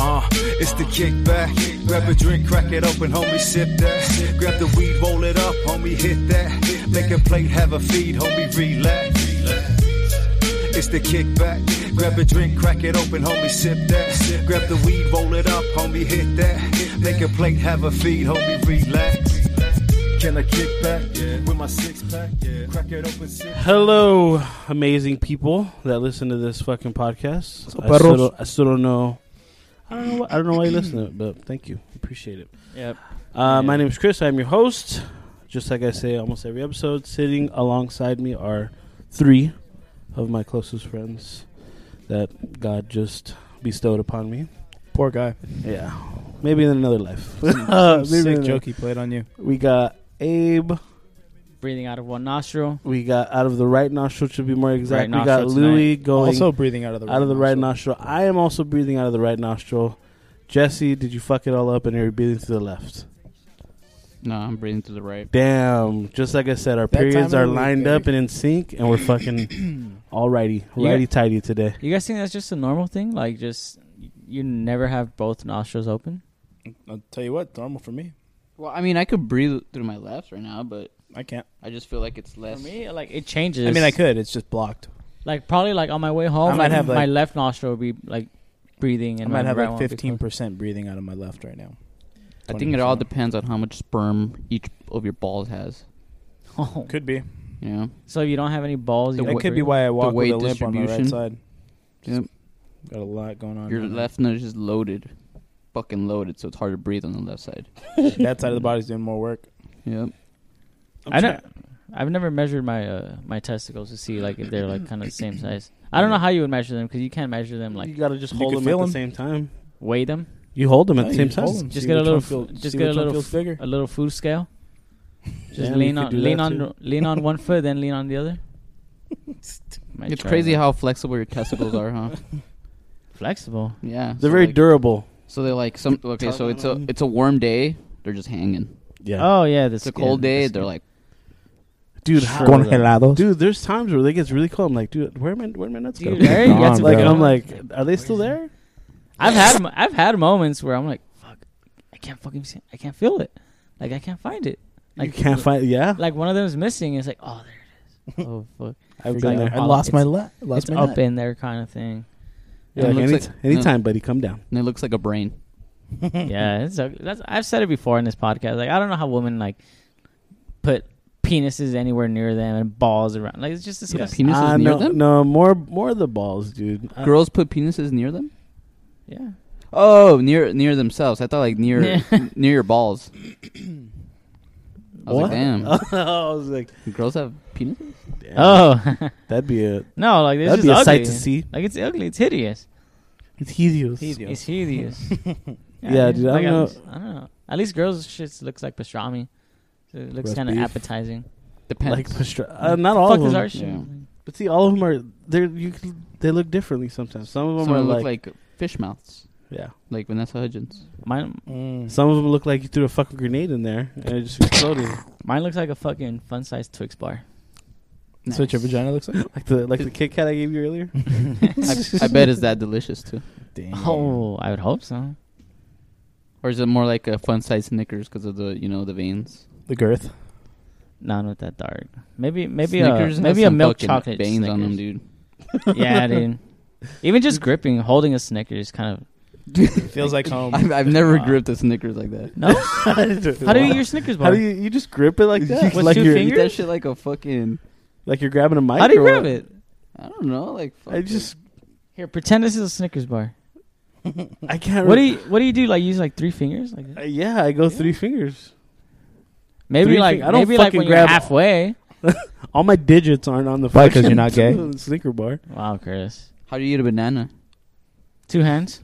Uh, It's the kickback. Grab a drink, crack it open, homie, sip that. Grab the weed, roll it up, homie, hit that. Make a plate, have a feed, homie, relax. It's the kickback. Grab a drink, crack it open, homie, sip that. Grab the weed, roll it up, homie, hit that. Make a plate, have a feed, homie, relax. Can I kick back with my six pack? Crack it open, sip. Hello, amazing people that listen to this fucking podcast. I still, perros? don't- I still don't know. I don't know. why- I don't know why you listen to it, but thank you, appreciate it. Yep. Uh, My name is Chris. I'm your host. Just like I say, almost every episode, sitting alongside me are three of my closest friends that God just bestowed upon me. Poor guy. Yeah, maybe in another life. Uh, maybe in Sick another- joke he played on you. We got Abe. Breathing out of one nostril. We got out of the right nostril should be more exact. Right we got nostril Louis going also breathing out of the out of the right nostril. I am also breathing out of the right nostril. Jesse, did you fuck it all up and you're breathing to the left? No, I'm breathing to the right. Damn. Just like I said, our That periods time are of week, lined baby. up and in sync and we're fucking all righty. You got- Righty tighty today. You guys think that's just a normal thing? Like, just you never have both nostrils open? I'll tell you what, normal for me. Well, I mean, I could breathe through my left right now, but I can't. I just feel like it's For less. me, like it changes. I mean, I could. It's just blocked. Like probably like on my way home, I might like, have, like- my left nostril would be like breathing, I and might my have right like one would be fifteen closed. percent breathing out of my left right now. I think it all 20%. depends on how much sperm each of your balls has. Oh. Could be. You know, So you don't have any balls. you The That don't weight- could be breathe? why I walk with weight a limp on my right distribution. side. Just Yep. Got a lot going on. your right now. left nose is loaded, fucking loaded, so it's hard to breathe on the left side. that side of the body's doing more work. Yep. I don't. I've never measured my uh, my testicles to see like if they're like kind of the same size. I Mm. don't know how you would measure them because you can't measure them. you Like gotta just You hold could them at feel the 'em. same time. weigh them. You hold them at No, the you same hold time. 'em, Just see get a which little one f- feel- just see get a which one little feels f- bigger. A little food scale. Just Yeah, we lean could on do lean that on too. lean on one foot, then lean on the other. Might It's try crazy that. how flexible your testicles are, huh? flexible. Yeah. They're so very like- durable. So they're like some. Okay, so tug it's on a 'em. it's a warm day. They're just hanging. Yeah. Oh yeah, this It's a cold day. They're like, dude, Oh. how- Congelados. Dude, there's times where it gets really cold. I'm like, dude, where am I where am I nuts Dude, go? there you Gone, got to like go. I'm like, are they still there? I've had mo- I've had moments where I'm like, fuck, I can't fucking see, I can't feel it, like I can't find it, like you can't find. Yeah, like one of them is missing. It's like oh there it is. Oh fuck, I've it's been like- there. I lost my left. it's up in there kind of thing. Yeah, It like looks any, like- anytime, buddy, come down. and it looks like a brain. yeah, it's a, that's I've said it before in this podcast. Like I don't know how women like put penises anywhere near them and balls around. Like it's just Yeah. disgusting. Penises Ah, near no, them. no, more, more of the balls, dude. I- Girls put penises near them. Uh. Yeah. Oh, near near themselves. I thought like near near your balls. I was what? like, damn. I was like, Girls have penises? damn, Oh that'd be a no, like it's that'd just be a ugly. sight to see. Like it's ugly. It's hideous. It's hideous. It's hideous. Yeah, dude, I like, don't know. at least- I don't know. At least girls' shit looks like pastrami. So it looks Roast kind of beef. appetizing. Depends. Like pastra- uh, not all Fuck of is them, our shit. Yeah. but see, all of them are they you c- they look differently sometimes. Some of them Some are look like, like fish mouths, yeah, like Vanessa Hudgens. Mine, Mm. some of them look like you threw a fucking grenade in there and it just exploded, mine looks like a fucking fun-sized Twix bar. That's what your Nice. vagina looks like. like the like the Kit Kat I gave you earlier. I, I bet it's that delicious too. Damn. Oh, I would hope so. Or is it more like a fun size Snickers because of the you know the veins? The girth. Not with that dark. Maybe, maybe Snickers a has maybe a some milk fucking chocolate veins on them, Snickers. dude. yeah, dude. Even just gripping, holding a Snickers, kind of. Feels like home. I've, I've never gripped a Snickers like that. No, How do how do you eat your Snickers bar? How do you you just grip it like that? With like two you're Eat fingers? that shit like a fucking like you're grabbing a mic. How do you or grab what? it? I don't know. Like fuck I just Here, pretend this is a Snickers bar. I can't. What do you What do you do? Like use like three fingers? Like Uh, yeah, I go three fingers. maybe three like fing- I don't maybe like fucking when grab- you're halfway. All my digits aren't on the. Why, 'cause fucking you're not gay? Sneaker bar. Wow, Curtis. how do you eat a banana? Two hands.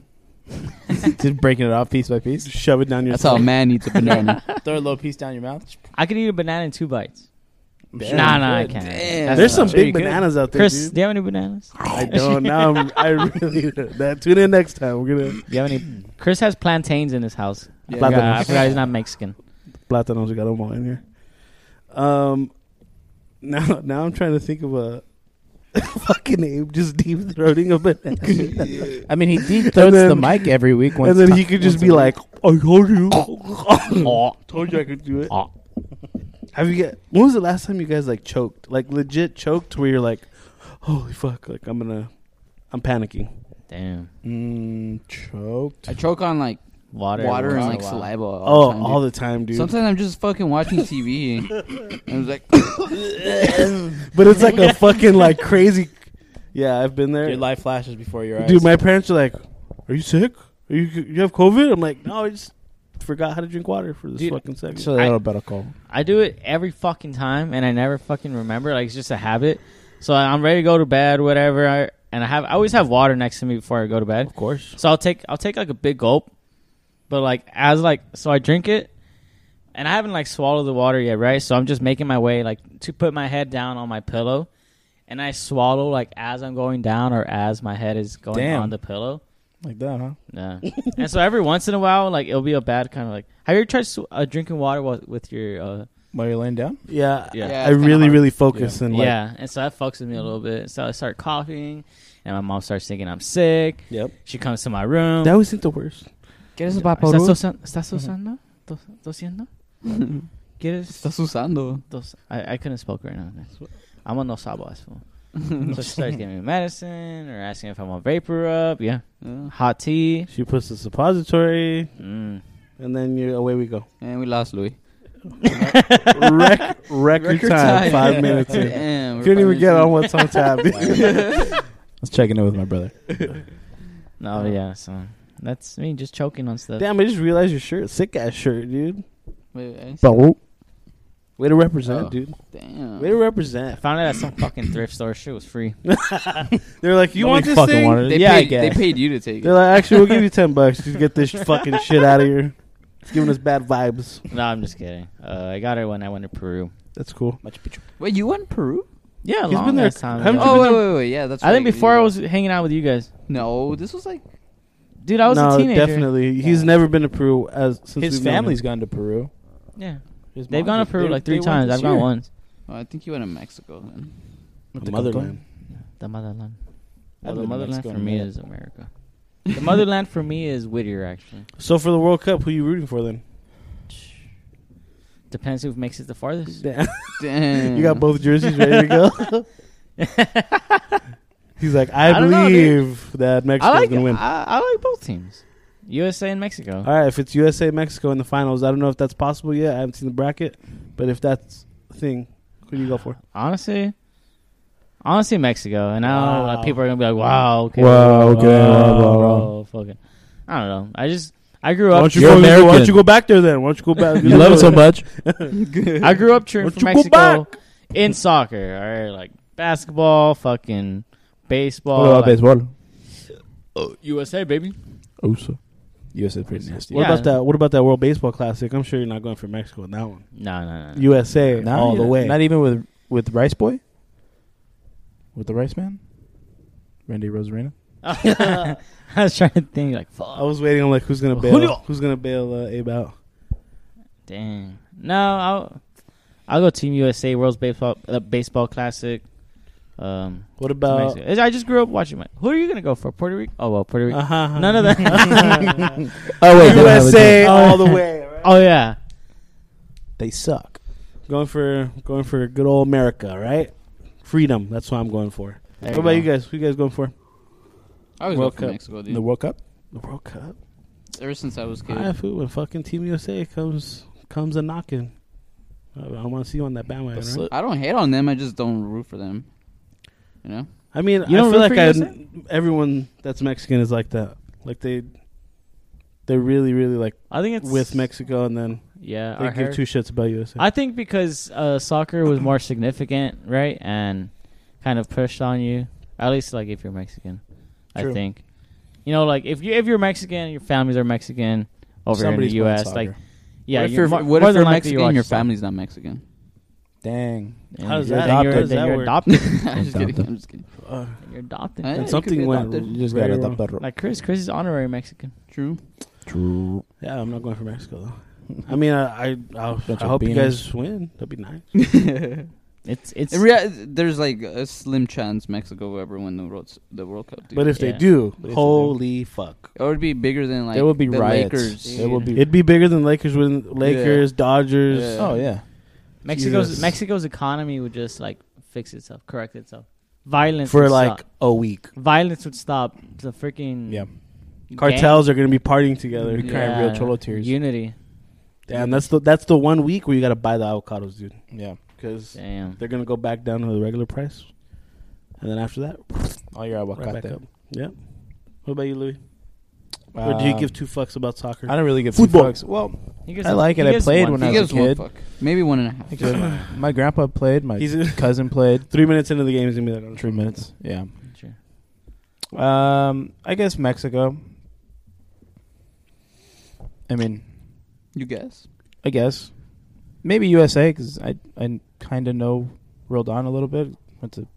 just breaking it off piece by piece. Shove it down your. That's how a man eats a banana. Throw a little piece down your mouth. I could eat a banana in two bites. Damn. nah, nah, I can't. Damn. That's There's some not- Sure you big could. bananas out there, Chris, do dude. you have any bananas? I don't. Now I'm, I really. That, tune in next time. We're gonna Do you have any? Chris has plantains in his house. I, Yeah. forgot, I Plantains. forgot he's not Mexican. platanos. We got them all in here. Um, now now I'm trying to think of a fucking Abe just deep throating a banana. I mean, he deep throats then- the mic every week. Once and then he could just once be a like, week. I told you. told you I could do it. Have you got, when was the last time you guys like choked? Like legit choked where you're like, holy fuck, like I'm gonna, I'm panicking. Damn. mm, choked. I choke on like Water. water every and once like in a while. saliva. Oh, All the time, all dude. the time, dude. Sometimes I'm just fucking watching TV and it's like, But it's like a fucking like crazy. Yeah, I've been there. Your life flashes before your eyes. Dude, my parents are like, "Are you sick? Are you you have COVID?" I'm like, "No, I just forgot how to drink water for this Dude, fucking second. so that'll better call. I do it every fucking time, and I never fucking remember. Like it's just a habit. So I- I'm ready to go to bed, whatever. I, and I have, I always have water next to me before I go to bed. Of course, So I'll take, I'll take like a big gulp, but like as like, so I drink it, and I haven't like swallowed the water yet, right? So I'm just making my way, like to put my head down on my pillow, and I swallow like as I'm going down or as my head is going Damn. on the pillow. Like that, huh? Yeah. and so every once in a while, like it'll be a bad kind of like. Have you ever tried sw- uh, drinking water while, with your? Uh, While you're laying down? yeah, Yeah. yeah. Yeah, I it's kinda really, hard. really focus and like, yeah, and so that fucks with me a little bit. So I start coughing, and my mom starts thinking I'm sick. yep. She comes to my room. That wasn't the worst. ¿Quieres ¿Estás vaporú? tosan- estás tosando? Tos- ¿Tosiendo? ¿Quieres? Estás usando. Tos- I, I couldn't speak right now. guys. I'm on no sabas. fool. so she starts giving me medicine or asking if I want vapor up. Yeah, Yeah. hot tea. She puts the suppository, Mm. and then you away we go. And we lost Louis. Wreck, record Record time. time. Five minutes in. Damn, we're Couldn't five even get on minutes what's on tap. I was checking it with my brother. No, yeah. So that's me just choking on uh, stuff. Damn, I just realized your shirt, sick ass shirt, dude. in. Wait, I didn't see- But Way to represent, Oh. dude. Damn. Way to I represent. found it at some fucking thrift store. Shit was free. They're like, you Nobody want this fucking thing? wanted it. They Yeah, I paid, they guess. paid you to take They're it. like, actually, we'll give you ten bucks to get this fucking shit out of here. It's giving us bad vibes. No, I'm just kidding. Uh, I got it when I went to Peru. That's cool. Wait, you went Peru? Yeah, He's long been there- ass time. haven't ago. you Oh wait, wait, wait, yeah, that's. I think right. before I was hanging out with you guys, No, this was like. dude. I was no, a teenager. definitely. He's never been to Peru as since his we've known family's him. gone to Peru. Yeah, His they've mom gone to did. Peru They- like three they went times. this I've gone year. once. Oh, I think you went to Mexico then. The motherland. The motherland. I've Well, been the to motherland Mexico for in a me minute. is America. The motherland for me is Whittier, actually. So for the World Cup, who you rooting for then? Depends who makes it the farthest. Damn. Damn. you got both jerseys ready to go. He's like, I, I don't know, believe that Mexico's I like. gonna win. I, I like both teams, USA and Mexico. All right, if it's USA Mexico in the finals, I don't know if that's possible yet. I haven't seen the bracket, but if that's a thing, who do you go for? Honestly, honestly, Mexico. And now Wow. like, people are gonna be like, "Wow, okay, Wow, okay, wow, blah, blah, bro, fucking." I don't know. I just I grew Why up. don't, you You're go, why don't American. you go back there then? Why don't you go back? You love it so much. I grew up cheering Why for don't you go Mexico in soccer. All right, like basketball, fucking baseball, What about like, baseball? Oh, USA, baby. Uso. USA is pretty nasty. What Yeah. about that? What about that World Baseball Classic? I'm sure you're not going for Mexico in that one. No, no, no, no. USA Not all the even- way. Not even with with Rice Boy. With the Rice Man. Randy Rosarena. I was trying to think, like, I fuck, was waiting on like who's gonna Julio. bail? Who's gonna bail uh, Abe out? dang. No, I'll I'll go Team USA, World Baseball uh, Baseball Classic. Um, What to about? Mexico. I just grew up watching. My, who are you gonna go for? Puerto Rico? Oh well, Puerto Rico. Uh-huh. None of that. Oh they don't have a USA team. all the way. right? oh yeah, They suck. Going for going for good old America, right? Freedom. That's what I'm going for. There what you about go. you guys? Who you guys going for? I was World for Cup. Mexico, The dude. World Cup. The World Cup. Ever since I was a kid. I feel when fucking Team USA comes comes a knocking. I, I want to see you on that bandwagon. That's right? it. I don't hate on them. I just don't root for them. You know. I mean, You I don't feel root like for I, USA? everyone that's Mexican is like that. Like they, they're really, really like I think it's with Mexico, and then Yeah, they our give heri- two shits about USA. I think because uh, soccer was more significant, right, and kind of pushed on you. At least like if you're Mexican, I True. think. You know, like if you if you're Mexican, your families are Mexican over here in the Somebody's playing U.S. Like, soccer. yeah, What if you're you're, more, what more if than you're likely Mexican? watch and your soccer. family's not Mexican. Dang. And How does you're- that- then how You're, does then that you're work? adopted. I'm just Don't kidding. doubt I'm just kidding. Uh, Then you're adopted. Eh, you and could something be went. adopted. You just very got it wrong. up Like Chris, Chris is honorary Mexican. True. True. Yeah, I'm not going for Mexico though. I mean, I I, I'll, Bunch I of hope you beaners. guys win. That'd be nice. It's it's In rea- there's like a slim chance Mexico will ever win the World the World Cup. Dude. But if Yeah. they do, But if they holy fuck. it would be bigger than like There would be the riots. Lakers. It will be. It'd be bigger than Lakers win Lakers, Dodgers. Yeah. oh yeah. Mexico's Jesus. Mexico's economy would just like fix itself, correct itself. Violence For would like stop. a week. violence would stop. The Mm. freaking Yeah. gang- Cartels are gonna be partying together. Be crying real cholo tears. Unity. Damn, that's the that's the one week where you gotta buy the avocados, dude. Yeah. Because Damn. they're gonna go back down to the regular price. And then after that, All your right back avocado. up. Yeah. What about you, Louis? or do you Um, give two fucks about soccer? I don't really give two Football. fucks. Well, He gives I a- like it. he I gives played one when I He fuck. was a gives one kid. fuck, maybe one and a half. actually, my grandpa played. My He's a- cousin played. Three minutes into the game, he's gonna be like, Three minutes. Yeah. Sure. Um, I guess Mexico. I mean, You guess? I guess maybe USA because I I kind of know Roldan a little bit. Went to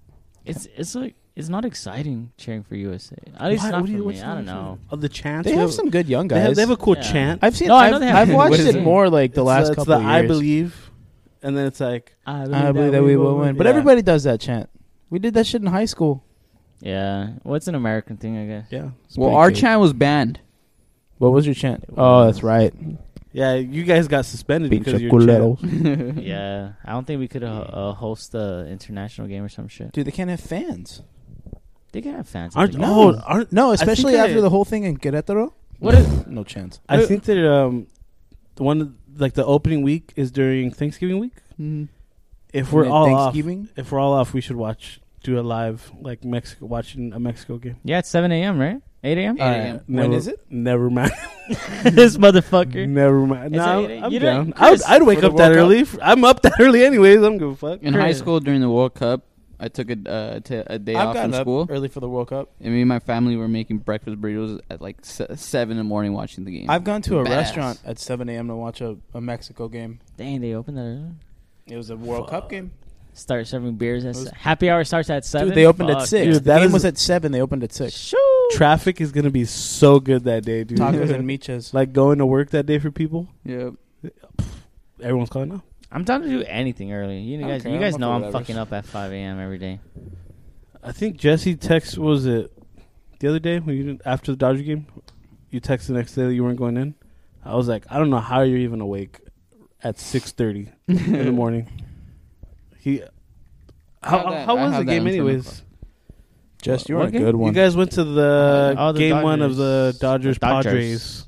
It's it's like it's not exciting cheering for USA. At least Why? not What do you- for me. what's I don't the- know. Of the chance, they we have some good young They have, guys. they have a cool Yeah. chant. I've seen. No, I I've, know they have I've good watched young it guys. more like the It's last it's couple the of I years. believe, and then it's like I I believe that we will win. But Yeah. everybody does that chant. We did that shit in high school. Yeah. Well, it's an American thing, I guess. Yeah. Well, our chant was banned. What was your chant? Oh, that's right. Yeah, you guys got suspended because of your Pinche culeros. chant. yeah. I don't think we could uh, uh, host the international game or some shit. Dude, they can't have fans. They can have fans. at Aren't- the game. no, No. aren't, No, think especially I- after the whole thing in Querétaro. What is? No chance. I think that um, the one like the opening week is during Thanksgiving week. Mhm. If we're all off, Thanksgiving. if we're all off, we should watch do a live like Mexico watching a Mexico game. Yeah, it's seven a.m. Right? Eight a.m. Yeah. 8 a.m. When Never- is it? Never mind. this motherfucker. Never mind. It's No, like, I'm, I'm you don't- down. I would, Chris, I'd wake for the up that World Cup? early. f- I'm up that early anyways. I'm gonna fuck. In high Crazy. school during the World Cup, I took a uh, t- a day I've off from gotten up school, early for the World Cup. and me and my family were making breakfast burritos at like se- seven in the morning, watching the game. I've gone to a Badass. restaurant at 7 a.m. to watch a, a Mexico game. Dang, they opened that. Early. It was a World Cup game. Start serving beers at Those- se- happy hour starts at seven. Dude, they opened Fuck, at 6. Dude, the that game is- was at 7. They opened at 6. Shoo. Traffic is gonna be so good that day, dude. Tacos and michas. like going to work that day for people. yeah. Everyone's calling now. I'm down to do anything early. You I guys, don't you care. guys I'm know up for I'm whatever. fucking up at 5 a.m. every day. I think Jesse text what was it the other day when you didn't, after the Dodger game, you text the next day that you weren't going in. I was like, I don't know how you're even awake at six thirty in the morning. He, how, have how, that- how I was have the that game in front of anyways? Just, What game? You guys went to the Oh, Uh, the game one of the Dodgers, Dodgers. The Dodgers. Padres.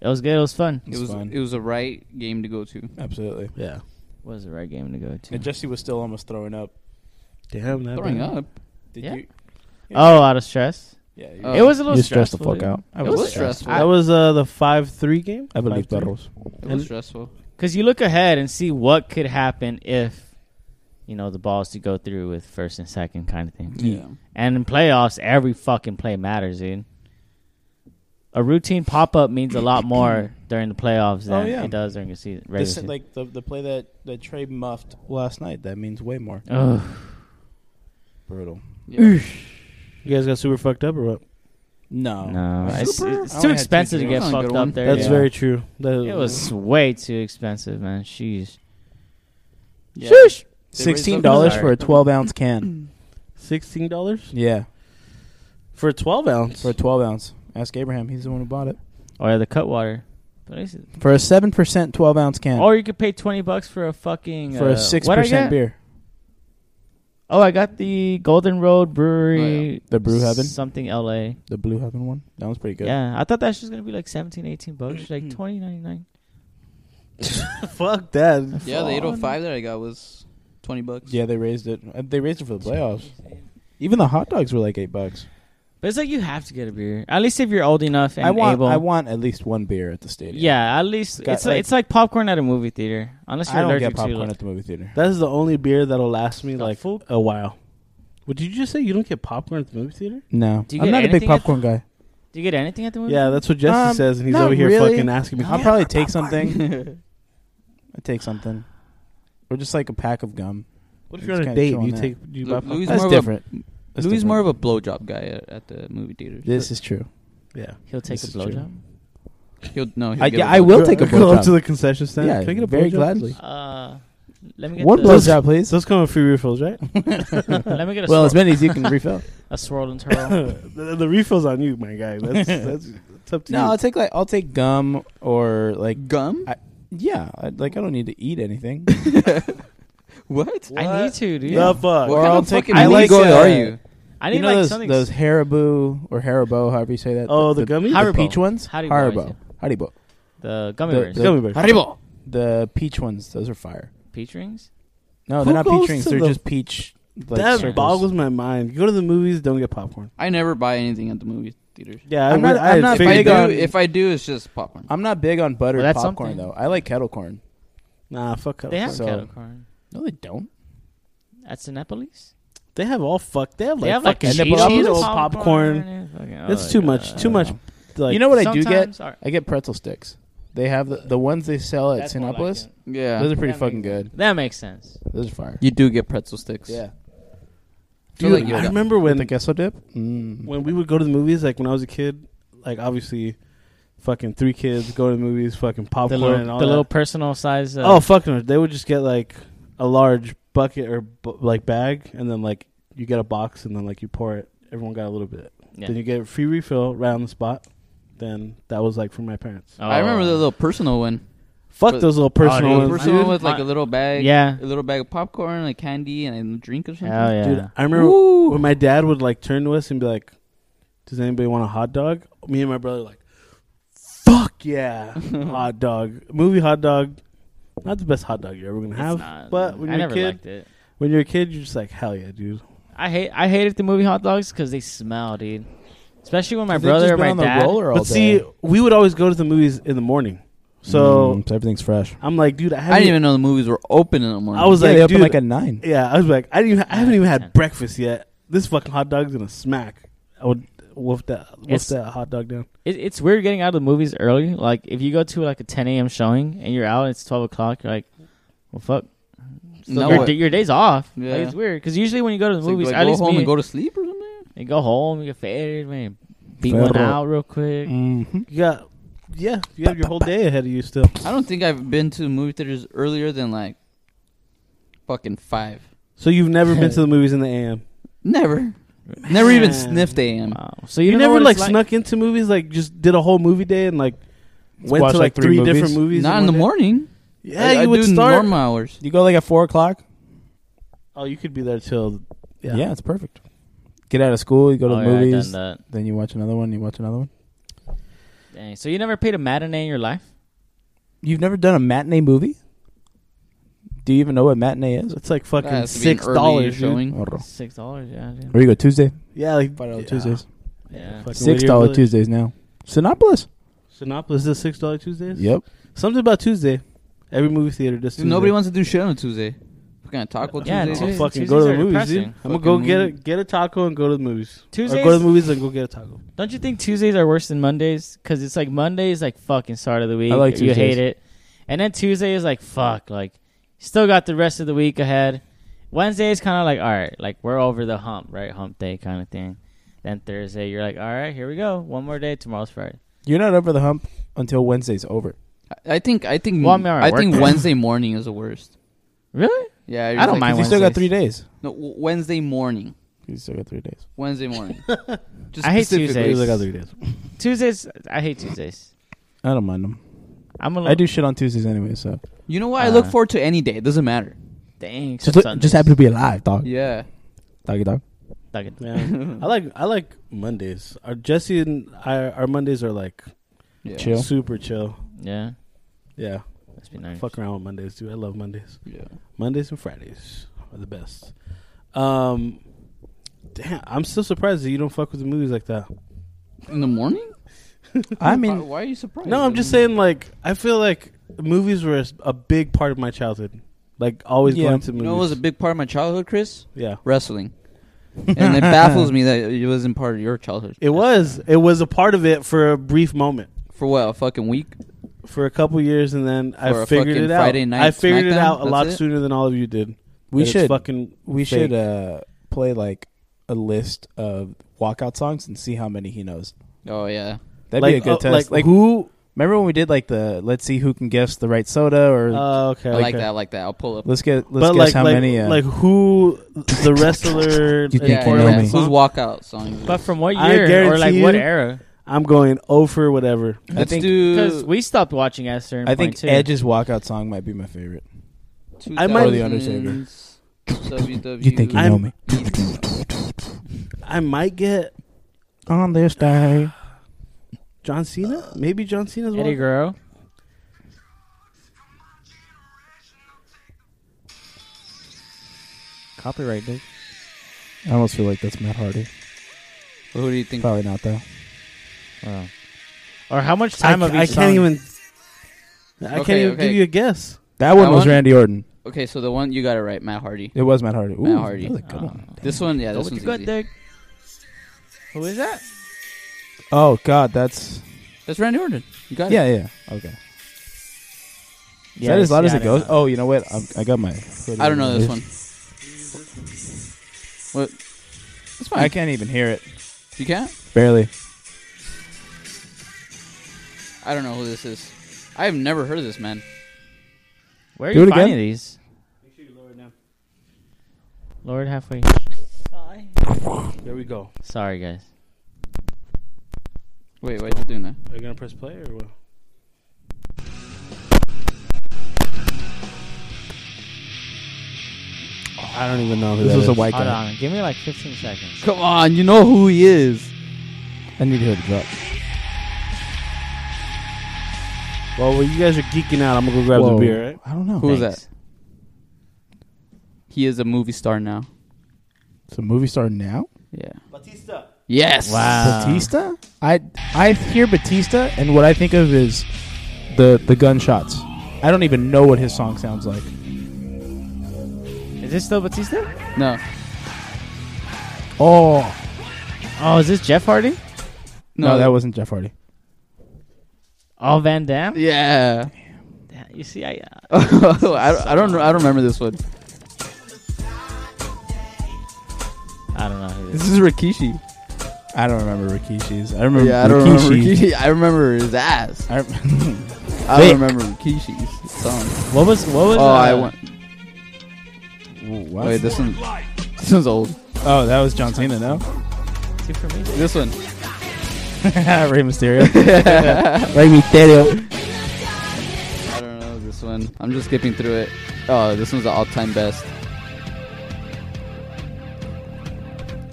It was good. It was fun. It was it was a right game to go to. Absolutely. Yeah, was the right game to go to. And Jesse was still almost throwing up. damn that. Throwing bad. up. Did Yeah. you? oh, out of stress. Yeah. Oh. it was a little you stressed stressful. the fuck dude. out. I It was was stressful. stressful. That was uh, the five three game. I believe 5-3? Barros. It was And- stressful. Because you look ahead and see what could happen if, you know, the balls to go through with first and second kind of thing. Yeah. And in playoffs, every fucking play matters, dude. A routine pop up means a lot more during the playoffs than Oh, yeah. it does during the season. Regular This, season. like the the play that that Trey muffed last night. That means way more. Ugh. Brutal. Yeah. You guys got super fucked up or what? No. No, it's, Oh. I it's Super? only too had two expensive to drinks. get That's not a fucked good up one. there. That's dude. Yeah. very true. That It was way too expensive, man. Sheesh. Yeah. Sheesh. Sixteen dollars Sorry. for a twelve ounce can. sixteen dollars yeah, for a twelve ounce. for a twelve ounce. Ask Abraham. He's the one who bought it Or the cut water. But I said- for a seven percent twelve ounce can. Or you could pay twenty bucks for a fucking for uh, a six what'd I percent get? beer. Oh, I got the Golden Road Brewery. Oh, yeah. The Brew Heaven? something L.A. The Blue Heaven one. That one's pretty good. Mm-hmm. Yeah, I thought that shit was gonna be like 17, 18 bucks, like twenty ninety nine. Fuck that. Yeah, the 805 that I got was 20 bucks. Yeah, they raised it. Uh, They raised it for the playoffs. Even the hot dogs were like eight bucks. But it's like you have to get a beer, at least if you're old enough and I want. able. I want at least one beer at the stadium. yeah, at least Got, it's like, like- it's like popcorn at a movie theater, unless I you're don't allergic get popcorn to. at the movie theater. That is the only beer that'll last me The like fuck? a while. What did you just say? You don't get popcorn at the movie theater? No, Do you I'm get not a big anything at the- popcorn guy. Do you get anything at the movie? Yeah, that's what Jesse Um, says, and he's not over here really. fucking asking me. I'll probably take something. I take something, or just like a pack of gum. What if you're It's on a kinda date? chill Do you on take? Do you buy Lu- popcorn? Louis- He's That's more of a- different. That's Louis different. more of a blowjob guy at, at the movie theater. This is true. Yeah. He'll take This is a true. blowjob. He'll, no, he'll I, give yeah, a I will Go- take a go up blowjob. to the concession stand. Yeah, Can I get a very blowjob, gladly. please? Uh, Let me get One the- blowjob, please. Those come with free refills, right? Let me get a Well, as swirl, many as you can refill. a swirl and twirl. the, the refills on you, my guy. That's that's, that's up to No, you. I'll take like I'll take gum or like Gum? yeah, I, like I don't need to eat anything. What? I need to, dude. The fuck. What kind I'll of take- fucking I like, amigo uh, are you? I need you know like those something. those Haribo or Haribo, however you say that. oh, the, gummy. Haribo. peach ones. Haribo, Haribo, Haribo. the gummy the- bears, the- gummy bear. Haribo. The peach ones. Those are fire. peach rings. No, Who they're not goes peach rings. to They're the- just peach. Like, that circles. boggles my mind. You go to the movies, don't get popcorn. I never buy anything at the movie theaters. Yeah, I'm not- I'm not If I, Big do, on- if I do, it's just popcorn. I'm not big on buttered Well, that's popcorn something. though. I like kettle corn. Nah, fuck up. They have So- kettle corn No, they don't. at Cinepolis. They have all fuck. They have like they have like fucking fucking Cheetos, Cheetos, popcorn. and fucking- oh That's my too God. much. Too I much. don't Like, you know what I do get? Sometimes- all right. I get pretzel sticks. They have the, the ones they sell at That's more like Sinopolis. it. yeah. Those are pretty That fucking makes good. That makes sense. Those are fire. You do get pretzel sticks. Yeah. Feel Dude, like you I got- remember With the when queso dip. Mm. when we would go to the movies. Like when I was a kid. Like obviously, fucking three kids go to the movies. Fucking The popcorn little, and all the that. little personal size. Uh, oh fuck no! They would just get like a large bucket or bu- like bag, and then like you get a box, and then like you pour it. Everyone got a little bit. Yeah. Then you get a free refill right on the spot. Then that was like for my parents. Oh. I remember the little personal one. Fuck But- those little personal Personal, ones, personal dude. with like a My- little bag. Yeah. A little bag of popcorn, like candy, and a drink or something. Hell yeah. Dude, I remember when my dad would like turn to us and be like, "Does anybody want a hot dog?" Me and my brother like, "Fuck yeah, hot dog!" Movie hot dog, not the best hot dog you're ever gonna It's have, not- but when I you're a never kid, liked it. when you're a kid, you're just like, "Hell yeah, dude!" I hate I hated the movie hot dogs because they smell, dude. Especially when my They've just brother or been my on the dad. roller all But see, day. we would always go to the movies in the morning, so Mm, so everything's fresh. I'm like, dude, I I haven't. didn't even know the movies were open in the morning. I was Yeah, like, they open dude, like at nine. yeah, I was like, I didn't, even, I haven't even had Ten. breakfast yet. This fucking hot dog's gonna smack. I would wolf that, wolf It's- that hot dog down. It, it's weird getting out of the movies early. Like if you go to like a 10 a.m. showing and you're out, and it's 12 o'clock. You're like, well, fuck. Now your, what? d- your day's off. Yeah. Like, it's weird because usually when you go to the It's like, movies, do I at go least home me, and go to sleep or something. you go home, you get faded, man, beat one Federal. out real quick. Mhm. You got, yeah, you have your whole day ahead of you still. I don't think I've been to movie theaters earlier than like fucking five. So you've never been to the movies in the AM. Never, never even Man. sniffed AM. Wow. So you, You, don't know never what like it's snuck into movies, like just did a whole movie day and like went watch, to like, like, three three movies? different movies. Not in the one day? morning. Yeah, I, you I would do start. normal hours. You go like at four o'clock. Oh, you could be there till. Yeah. Yeah. it's perfect. Get out of school. You go to Oh, the yeah, I've movies. done that. Then you watch another one. You watch another one. Dang. So you never paid a matinee in your life? You've never done a matinee movie. Do you even know what matinee is? It's like That fucking has to be an six early dollars. dude. showing. Six dollars. Yeah. dude. Where you go Tuesday? Yeah, like Five dollar yeah. Tuesdays. Yeah. Fucking Six Whittier dollar Village. Tuesdays now. Sinopolis. Sinopolis does six dollar Tuesdays. Yep. Something about Tuesday. Every movie theater does. Dude, Tuesday. nobody wants to do shit on a Tuesday. What kind of taco Yeah, I'll Tuesday? Tuesday- fucking Tuesdays go to the are movies, depressing. dude. I'm gonna go Fucking get a movie. get a taco and go to the movies. Tuesdays- or go to the movies and go get a taco. Don't you think Tuesdays are worse than Mondays? Because it's like Monday is like fucking start of the week. I like You Tuesdays. hate it, and then Tuesday is like fuck. Like still got the rest of the week ahead. Wednesday is kind of like all right, like we're over the hump, right? Hump day kind of thing. Then Thursday, you're like, all right, here we go. One more day. Tomorrow's Friday. You're not over the hump until Wednesday's over. I think I think Well, I mean, all right, I think work. Wednesday morning is the worst. Really? Yeah, I don't mind You still got Wednesdays. three days. No, w- Wednesday morning. You still got three days. Wednesday morning. Just I hate specifically. Tuesdays. Tuesdays, I got three days. Tuesdays. I hate Tuesdays. I don't mind them. I'm a I do shit on Tuesdays anyway, so You know what? I look Uh, forward to any day. It doesn't matter. Dang. just, just happy to be alive, dog. Yeah. Doggy dog. Yeah. I like I like Mondays. Our Jesse and I, our Mondays are like Yeah. Chill. super chill. Yeah. Yeah, Must be nice. fuck around with Mondays, dude. I love Mondays. Yeah. Mondays and Fridays are the best. Um, damn, I'm still surprised that you don't fuck with the movies like that. In the morning? I why, mean, why are you surprised? No, I'm I just mean, saying. Like, I feel like movies were a s- a big part of my childhood. Like, always Yeah. going to You movies. know, what was a big part of my childhood, Chris. yeah, Wrestling, and it baffles me that it wasn't part of your childhood. it was. It was a part of it for a brief moment, for what a fucking week. for a couple years, and then For I a figured fucking it out. Friday night I figured it SmackDown? out a lot That's it? sooner than all of you did. That We it's should- fucking we fake. should uh, play like a list of walkout songs and see how many he knows. Oh yeah, That'd be a good uh, test. Like, who oh, Remember when we did like the let's see who can guess the right soda or Oh, okay. I like okay. that. I like that. I'll pull up. let's get let's But guess like, how like, many uh, like who the wrestler? You think Yeah, in you yeah, know yeah. Portland me. Whose song? walkout song? is it? But from what I year or like guarantee what you- era? I'm going over whatever. I Let's think Because do. we stopped watching at a certain I think point too. Edge's walkout song might be my favorite. I might- Or The Undertaker. 2000s WWE. You think you I'm- know me? I might get On this day, John Cena. Maybe John Cena's Eddie one. Guerrero. Copyright, dude. I almost feel like that's Matt Hardy. Who do you think? Probably not though. Wow. Or how much I, time of I each can't song? even. I can't Okay, even okay. give you a guess. That one That was one? Randy Orton. Okay, so the one you got it right, Matt Hardy. It was Matt Hardy. Ooh, Matt Hardy. that was a good Oh. one. This one, yeah, Go this with one's your gut, easy. Dick. Who is that? Oh God, that's That's Randy Orton. You got yeah, it. yeah. Okay, is that as loud as it goes? Oh, you know what? I'm, I got my. I don't know this one. What? It's fine. I can't even hear it. You can't? Barely. I don't know who this is. I have never heard of this man. Where are Do you it again. finding these? Lower it halfway. There we go. Sorry, guys. Wait, why is it doing that? Are you gonna press play or what? I don't even know who This that was a is. white Hold guy. on. Give me like 15 seconds. Come on, you know who he is. I need to hear the drop. Well, well, you guys are geeking out. I'm gonna go grab Whoa. the beer. Right? I don't know. Who was Thanks. that? He is a movie star now. It's a movie star now. Yeah. Batista. Yes. Wow. Batista. I I hear Batista, and what I think of is the the gunshots. I don't even know what his song sounds like. Is this still Batista? No. Oh Oh, is this Jeff Hardy? no, that wasn't Jeff Hardy. Oh, Van Damme? Yeah. Damn, You see, I. Uh, I, don't- I don't. I don't remember this one. I don't know who this This is. is Rikishi. I don't remember Rikishi's. I remember. Yeah, I don't remember Rikishi. I remember his ass. I rem- I Vic. don't remember Rikishi's song. What was. What was. Oh, I uh, want. what? Wait, this one. This one's old. oh, that was John Cena. No, Two for me. This one. Rey Mysterio. I Rey Mysterio. don't know this one. I'm just skipping through it. Oh, this one's the all-time best.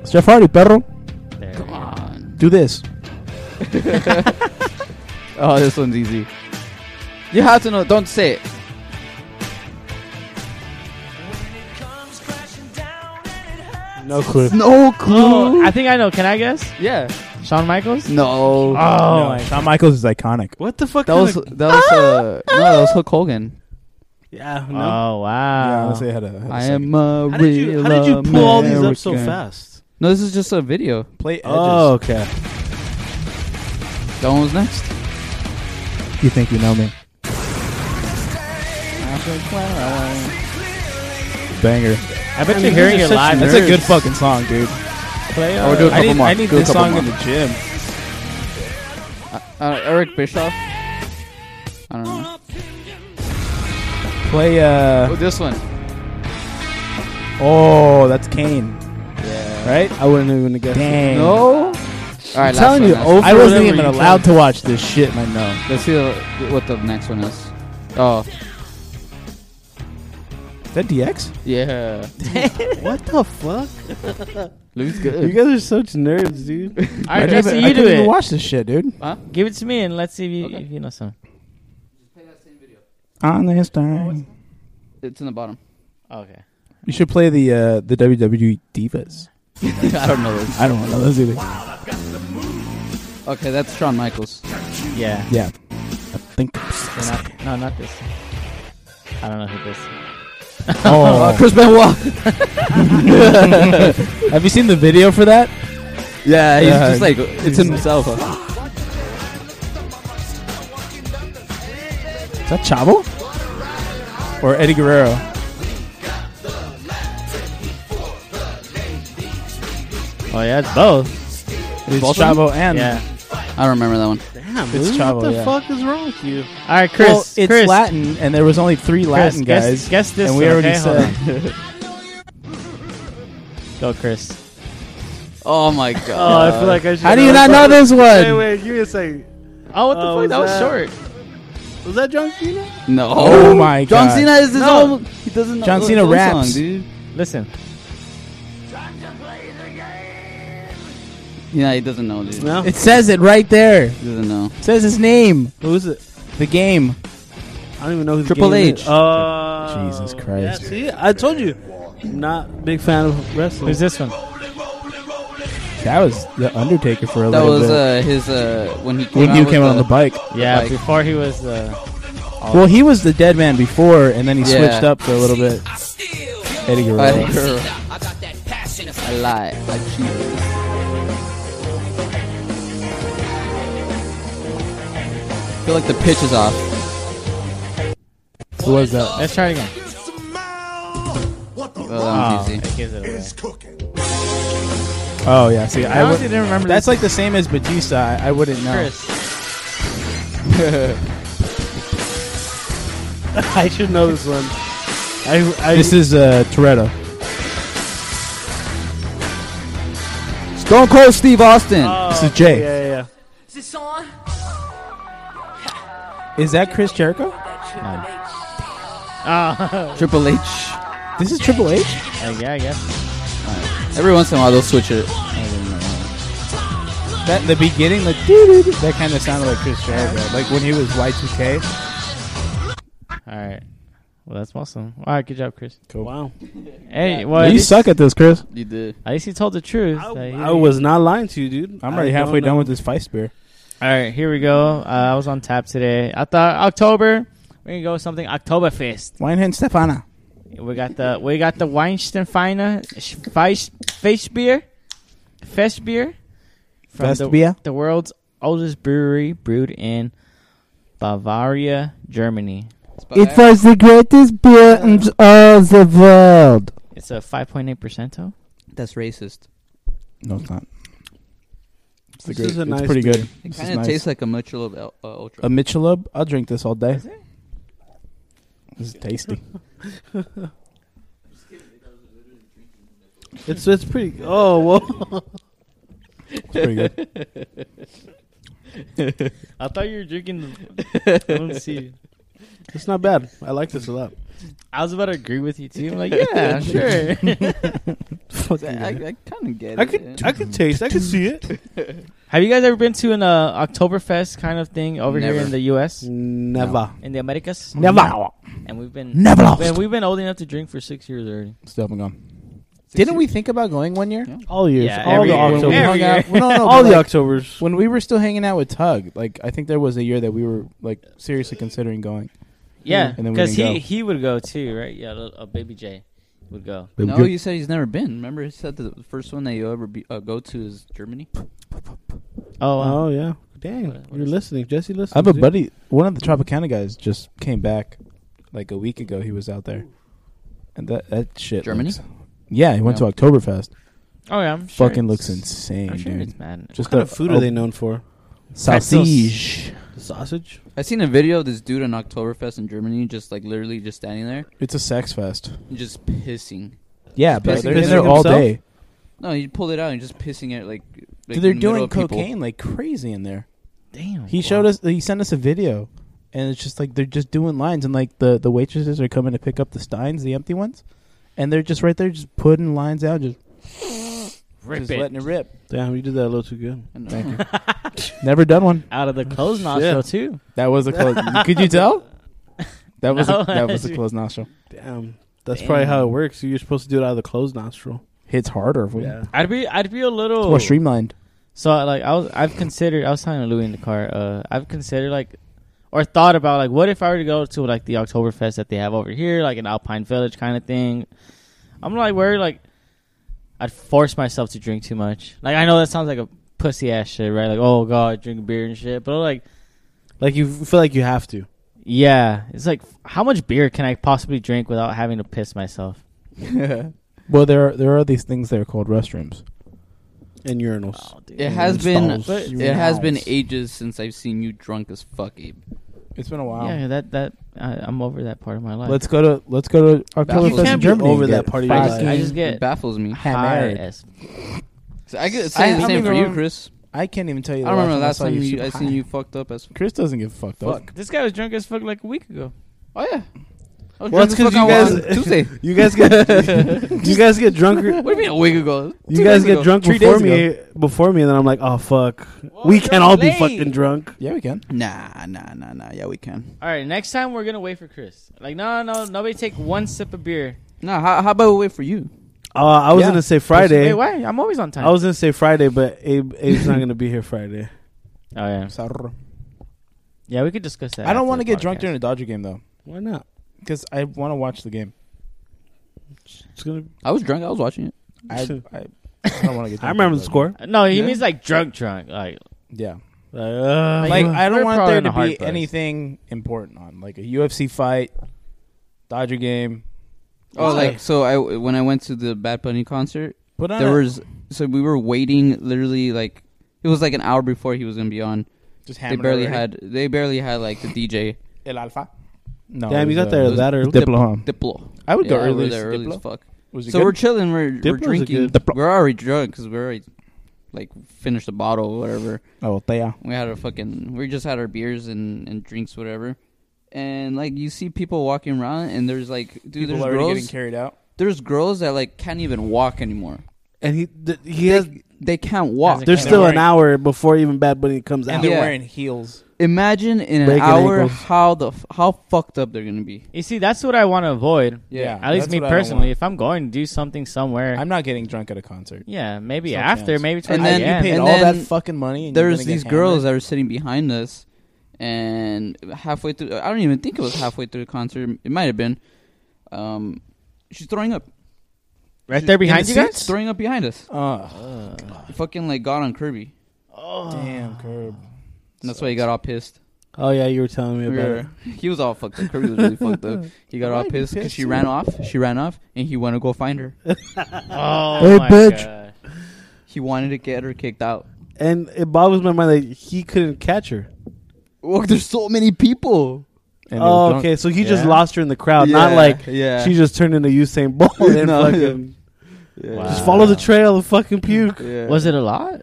It's Jeff Hardy, perro. There. Come on. Do this. Oh, this one's easy. You have to know. Don't say it. No clue. No clue. Oh, I think I know. Can I guess? yeah. Shawn Michaels? No. Oh, no, Shawn Michaels is iconic. What the fuck? that kinda- was that was uh no that was Hulk Hogan. yeah. No. Oh, yeah, wow. honestly, I had a. had a I second. am a how did you real How did you pull all these up so American. fast? No, this is just a video. play. Edges. Oh, okay. That one was next. you think you know me? Banger. I bet I you're mean, hearing these are it such live. That's nerds. a good fucking song, dude. Play, I would do a uh, couple I need, more. I need do a this couple song more. in the gym. Uh, Eric Bischoff. I don't know. Play. Oh, uh this one. Oh, that's Kane, Yeah. right? I wouldn't even have guessed. it. Dang. No. All right. I'm last telling one, you, last over one. I wasn't whatever even you allowed to watch this shit. I know. Let's see the- what the next one is. Oh, Is that DX? yeah. What the fuck? Looks You good. guys are such nerds, dude. All right, I Jesse, never- you I do couldn't it. even watch this shit, dude. Huh? Give it to me and let's see if you, Okay. if you know some. On this time. It's in the bottom. Okay. You should play the uh, the WWE divas. I don't know this. I don't know those either. Okay, that's Shawn Michaels. Yeah. Yeah, I think. They're not- no, not this. I don't know who this. Is. Uh, Oh, Chris Benoit. have you seen the video for that? Yeah, he's Yeah, just like it's himself. huh? Is that Chavo or Eddie Guerrero? Oh yeah, it's both. It's both of Chavo and Oh, yeah. I don't remember that one. Damn, It's dude, Chavo, Oh, what the yeah. fuck is wrong with you? All right, Chris. well, it's Chris, Latin, and there was only three Chris, Latin guess- guys. Guess this. and we one, already okay? Hold said on. Go, Chris. Oh my god. Oh, I feel like I should. How do you not know this Wait, one? wait, give me a second. Oh, what the Oh, fuck? was That was that- short. Was that John Cena? no. Oh my John God. Cena is his No. own. He doesn't know John his Cena own raps. song, dude. Listen. Yeah, he doesn't know, dude. No. It says it right there. He doesn't know. It says his name. Who's it? The game. I don't even know who the Triple game H. Is. Oh, Jesus Christ. Yeah, see, I told you, not big fan of wrestling. Who's this one? That was the Undertaker for a That little bit. was uh, his uh, when he came when uh, out you with came out on the bike. Yeah, Like- before he was. Uh, Well, he was the dead man before, and then he Yeah. switched up for a little bit. Eddie I Guerrero. heard. I lie. I cheat. I feel like the pitch is off. Who was that? let's try it again. Oh, that one's Oh, easy. it gives it away. Oh yeah, see, I I honestly would. didn't remember. That's this. like the same as Batista. I, I wouldn't know. Chris. I should know this one. I, I This is uh, Toretto. Stone Cold Steve Austin. Oh, this is Jay. Yeah, yeah, yeah. Is that Chris Jericho? Triple H. This is Triple H. Uh, yeah, I guess. Every once in a while they'll switch it. That the beginning, the doo-doo-doo, that kind of sounded like Chris Jericho, like when he was Y2K. All right. Well, that's awesome. All right, good job, Chris. Wow. Hey, well, at you least, suck at this, Chris. You did. at least he told the truth. I, Like, he- I was not lying to you, dude. I'm already I don't halfway know. done with this Feist beer. All right, here we go. Uh, I was on tap today. I thought October. We can go with something Oktoberfest. Winehand Stefana. We got the we got the Weinsteinfeiner Fish beer, Fest beer, from Fest the, beer? the world's oldest brewery, brewed in Bavaria, Germany. was the greatest beer in of the world. It's a five point eight percento. That's racist. No, it's not. It's, the This is a it's nice pretty beer. good. It This is kind of nice. tastes like a Michelob El- uh, Ultra. a Michelob. I'll drink this all day. This is tasty. It's it's pretty. Oh, whoa. It's pretty good. I thought you were drinking. see. it's not bad. I like this a lot. I was about to agree with you too. I'm like, yeah, sure. I, I, kind of get it. I could I could taste. I could see it. Have you guys ever been to an uh, Oktoberfest kind of thing over here Never. in the U.S. Never. in the Americas? Never, And we've been never lost. man, we've been old enough to drink for six years already. Still haven't gone. Didn't we think about going one year? All years. Yeah, all every the year. when we October. Every- hung year. out, well, no, no, All but, the like, Octobers. when we were still hanging out with Tug, like I think there was a year that we were like seriously considering going. Yeah, And then we because didn't he go. he would go too, right? Yeah, little, uh, baby J would go. No, you said he's never been. Remember, he said the first one that you ever be, uh, go to is Germany. Oh, Oh yeah. Dang, What- what you're is- listening, Jesse. Listen. I have a buddy. One of the Tropicana guys just came back like a week ago. He was out there, and that that shit. Germany? looks- yeah, he went Yeah. to Oktoberfest. oh yeah, I'm sure Fucking it's- looks insane, I'm sure dude. it's mad. Just What kind a- of food a are they known for? Sausage. The sausage. I seen a video of this dude on Oktoberfest in Germany, just like literally just standing there, It's a sex fest. and just pissing. Yeah, but but they're they're in in there there all themselves? day. No, he pulled it out and just pissing at like. like Dude, in they're the middle doing of people. cocaine like crazy in there. Damn. He showed us. He sent us a video, and it's just like they're just doing lines, and like the the waitresses are coming to pick up the steins, the empty ones, and they're just right there, just putting lines out, just, Rip just it. letting it rip. Damn, you did that a little too good. I know. Thank you. Never done one. out of the closed nostril too. That was a close. could you tell? That was No, a, that was a actually. closed nostril. Damn, that's probably how it works. You're supposed to do it out of the closed nostril. Hits harder. If we, I'd be I'd be a It's little more streamlined. So like I was I've considered I was talking to Louis in the car. Uh, I've considered like or thought about like what if I were to go to like the Oktoberfest that they have over here, like an Alpine Village kind of thing. I'm like worried like I'd force myself to drink too much. Like I know that sounds like a pussy ass shit, right? Like oh god, drink beer and shit. But like Like you f- feel like you have to. yeah, it's like how much beer can I possibly drink without having to piss myself? Well, there are, there are these things that are called restrooms. and urinals. Oh, dude. It has been Stalls. But- it has been Stalls. ages since I've seen you drunk as fuck, Abe. It's been a while. Yeah, that that I, I'm over that part of my life. um, Let's go to let's go to You Oktoberfest in can't be Germany. over and that get part of your life. fucking- I just It get baffles me. high hammered. as So I could I- say I the don't same for even you, remember- Chris. I can't even tell you. I The don't remember the last last time I saw you, super I high. seen you fucked up as Chris doesn't get fucked up. fuck. This guy was drunk as fuck like a week ago. Oh yeah. I was Well, drunk that's as 'cause fuck you on guys- one Tuesday. You guys get you guys get drunker. What do you mean a week ago? You Two guys days get ago. drunk Three before days me before me, and then I'm like, oh fuck, we can't all be fucking drunk. Yeah, we can. Nah, nah, nah, nah. Yeah, we can. All right, next time we're gonna wait for Chris. Like, no, no, nobody take one sip of beer. Nah, how, how about we wait for you? Uh, I was Yeah. gonna say Wait, Friday. why? I'm always on time. I was gonna say Friday, but Abe, Abe's not gonna be here Friday. oh yeah, Sarr. yeah. We could discuss that. I don't want want to get drunk during a Dodger game though, Why not? because I want to watch the game. It's gonna. I was drunk. I was watching it. I, I, I don't want to get. Drunk I remember during the score. Uh, No, he Yeah. means like drunk, drunk. Like, Yeah, Like, uh, Like, like we're- I don't we're want probably there in a to hard be place. anything important on, like a UFC fight, Dodger game. Oh, Why? like so. I when I went to the Bad Bunny concert, Put on there a- was so we were waiting literally like it was like an hour before he was gonna be on. just They hammered barely already. had they barely had like the DJ El Alfa. No, Damn, it you was, got uh, there it was that early. Diplo. huh? Diplo. I would go Yeah, we were early. there early as Diplo. fuck. Was it So good? we're chilling. We're Diplo's we're a drinking. good- Diplo. We're already drunk because we're already like finished the bottle or whatever. oh, yeah. We had our fucking. We just had our beers and and drinks whatever. And like you see people walking around, and there's like dude, People there's already getting girls. carried out. There's girls that like can't even walk anymore. and he th- he has. They can't walk. They're There's still wearing- an hour before even Bad Bunny comes And out. they're Yeah. wearing heels. Imagine in an Breaking hour ankles. how the f- how fucked up they're gonna be. you see, that's what I want to avoid. Yeah. At least that's me what I don't personally, want. if I'm going to do something somewhere, I'm not getting drunk at a concert. yeah, maybe No after, chance. maybe towards And the then you end. Paid And all then that fucking money. And you're There's gonna get these hammered? girls that are sitting behind us, and halfway through, I don't even think it was halfway through the concert. It might have been. Um, she's throwing up. right there behind the you guys. seats? Throwing up behind us. Ugh. Fucking like got on Kirby. damn, curb. And that's why he got all pissed. Oh yeah, you were telling me about Yeah. it. He was all fucked up. Kirby was really fucked up. He got all Why'd he pissed because piss she you? ran off. She ran off, and he wanted to go find her. Oh Hey, my bitch. God. He wanted to get her kicked out. And it boggles my mind that he couldn't catch her. Well, there's so many people. And it Oh, was drunk. okay, so he just Yeah. lost her in the crowd, not Yeah, like yeah. she just turned into Usain Bolt Oh, and No, yeah. fucking Yeah. Wow. just follow the trail of fucking puke. Yeah. Was it a lot?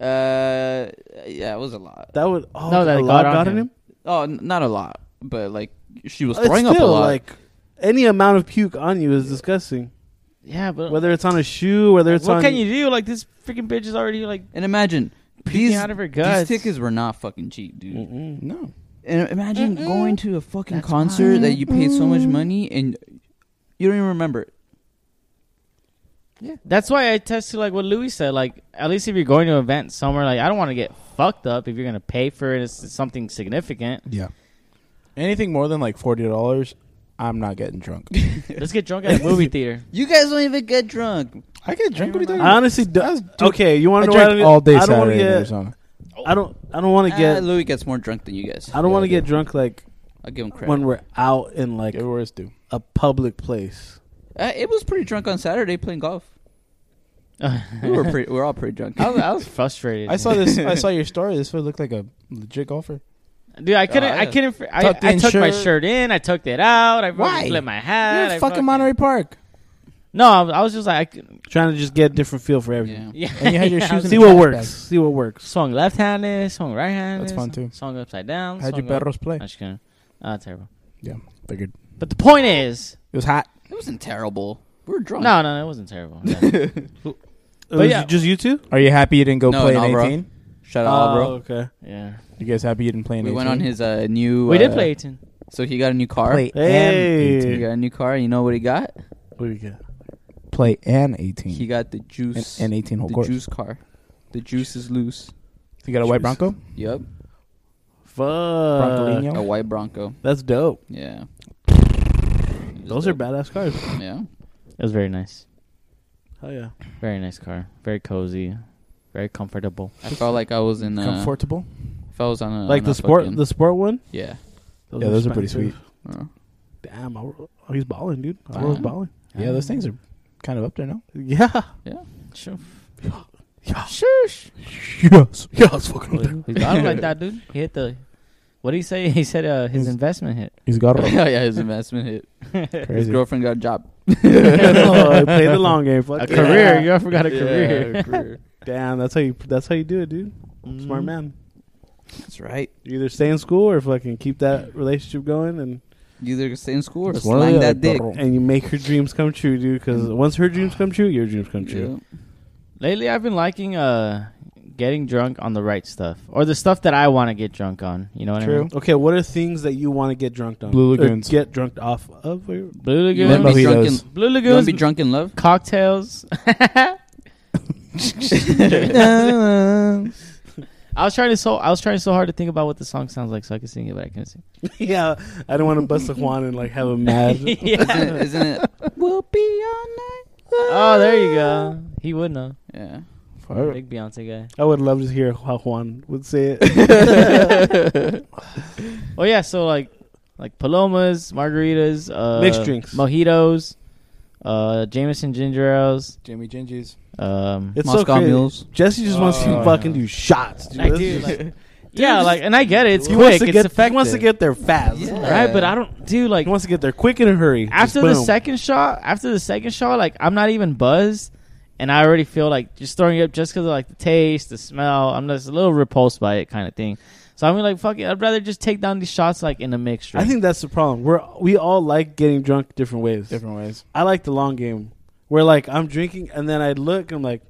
Uh, yeah, it was a lot. That would oh No, that a got lot on got in him. him. Oh, n- not a lot, but like she was It's throwing up a still, lot. Like any amount of puke on you is disgusting. Yeah, but Whether it's on a shoe, whether it's what on can you do? Like this freaking bitch is already like and imagine peeking these out of her these guts. tickets were not fucking cheap, dude. Mm-mm. No. And imagine going to a fucking That's concert why- that you paid so much money and you don't even remember it. Yeah. That's why I test to like what Louis said. Like at least if you're going to an event somewhere, like I don't want to get fucked up if you're gonna pay for it. It's something significant. Yeah. Anything more than like forty dollars, I'm not getting drunk. Let's get drunk at a movie theater. You guys don't even get drunk. I get drunk. What are you talking I about? honestly do, I was- dude, okay. You I want to drank all day I don't wanna Saturday in get, Arizona. I don't. I don't Ah, want to Yeah, get. Eh, Louis gets more drunk than you guys. I don't Yeah, want I to get do. drunk like I'll give him credit. when we're out in like Everywhere is due. a public place. Uh, it was pretty drunk on Saturday playing golf. We were pretty. we're all pretty drunk. I was, I was frustrated. I saw this. I saw your story. This foot looked like a legit golfer. dude. I couldn't. Oh, I yeah. couldn't. fr- I, Tucked I in took my shirt. shirt in. I tucked it out. I Why? fucking flipped my You're hat. in I fucking, Monterey Park. No, I was, I was just like, I could- Trying to just get a different feel for everything. yeah. yeah. And you had your I shoes was- in See a what trash works. bag. See what works. Swung left handed. Swung right handed. That's fun, too. Swung upside down. How'd your swung up- barrels play? I'm just kidding. Oh, terrible. Yeah, figured. But the point is, It was hot. It wasn't terrible. We were drunk. no, no, it wasn't terrible. No. But yeah. yeah, just Oh, you two. Are you happy you didn't go No, play no, in bro. 18? Shout out, Oh, bro. Okay. yeah, You guys happy you didn't play in We 18? went on his uh, new. we uh, did play 18. So he got a new car. play Hey. and He 18. got a new car. You know what he got? What do you get? Play and Mm. 18. He got the and, juice. and 18 oh, whole the course. juice car. The juice is loose. You got a white Juice. Bronco? Yep. Uh, Fuck. Broncolino? A white Bronco. That's dope. Yeah. Those are badass cars. Yeah. It was very nice. Hell yeah. Very nice car. Very cozy. Very comfortable. I felt like I was in a. Comfortable? if I was on a. like on the a sport, fucking- the sport one. yeah. Yeah, those are pretty expensive. Uh, Damn, I, oh, he's balling, dude. I Wow. was balling. Yeah, those things are kind of up there now. Yeah, Sure. Shush. Yes. Yes, fucking He's got him like that, dude. He hit the. What did he say? He said uh, his investment hit. He's got oh it. yeah, his investment hit. His Crazy. girlfriend got a job. oh, play the long game. Fuck A yeah. career. You all forgot a Yeah, career. career. Damn, that's how you. That's how you do it, dude. Smart man. That's right. You either stay in school or fucking keep that relationship going, and You either stay in school or It's one or slang the that dick. other, and you make her dreams come true, dude. Because once her dreams come true, your dreams come true. Lately, I've been liking uh, getting drunk on the right stuff or the stuff that I want to get drunk on. You know what I mean? Okay, what are things that you want to get drunk on? Blue Or Lagoons. Get drunk off of. or- Blue You want Lagoon. to be Mojitos. drunk in, Blue you wanna Lagoon. be drunk in love? cocktails. I was trying to so I was trying so hard to think about what the song sounds like so I could sing it, but I couldn't sing. yeah, I don't want to bust a Juan and like have a mad. Isn't it? Isn't it we'll be on night. Oh, there you go. He would know. Yeah. Big Beyonce guy. I would love to hear how Juan would say it. Oh yeah, so like like palomas, margaritas, uh, Mixed drinks. mojitos, uh, Jameson ginger ales. Jimmy Gingies. Um, It's so Moscow crazy. mules. Jesse just wants to Oh, fucking yeah. do shots, dude. like, That's dude, just- like- yeah, like, and I get it. It's he quick. wants to it's get. effective. He wants to get there fast. Yeah. right, but I don't, dude. Like He wants to get there quick in a hurry. Just after the boom. second shot, after the second shot, like I'm not even buzzed, and I already feel like just throwing up just because of like the taste, the smell. I'm just a little repulsed by it, kind of thing. So I'm like, fuck it. I'd rather just take down these shots like in a mixture. I think that's the problem. We're we all like getting drunk different ways. Different ways. I like the long game. Where like I'm drinking and then I look and I'm like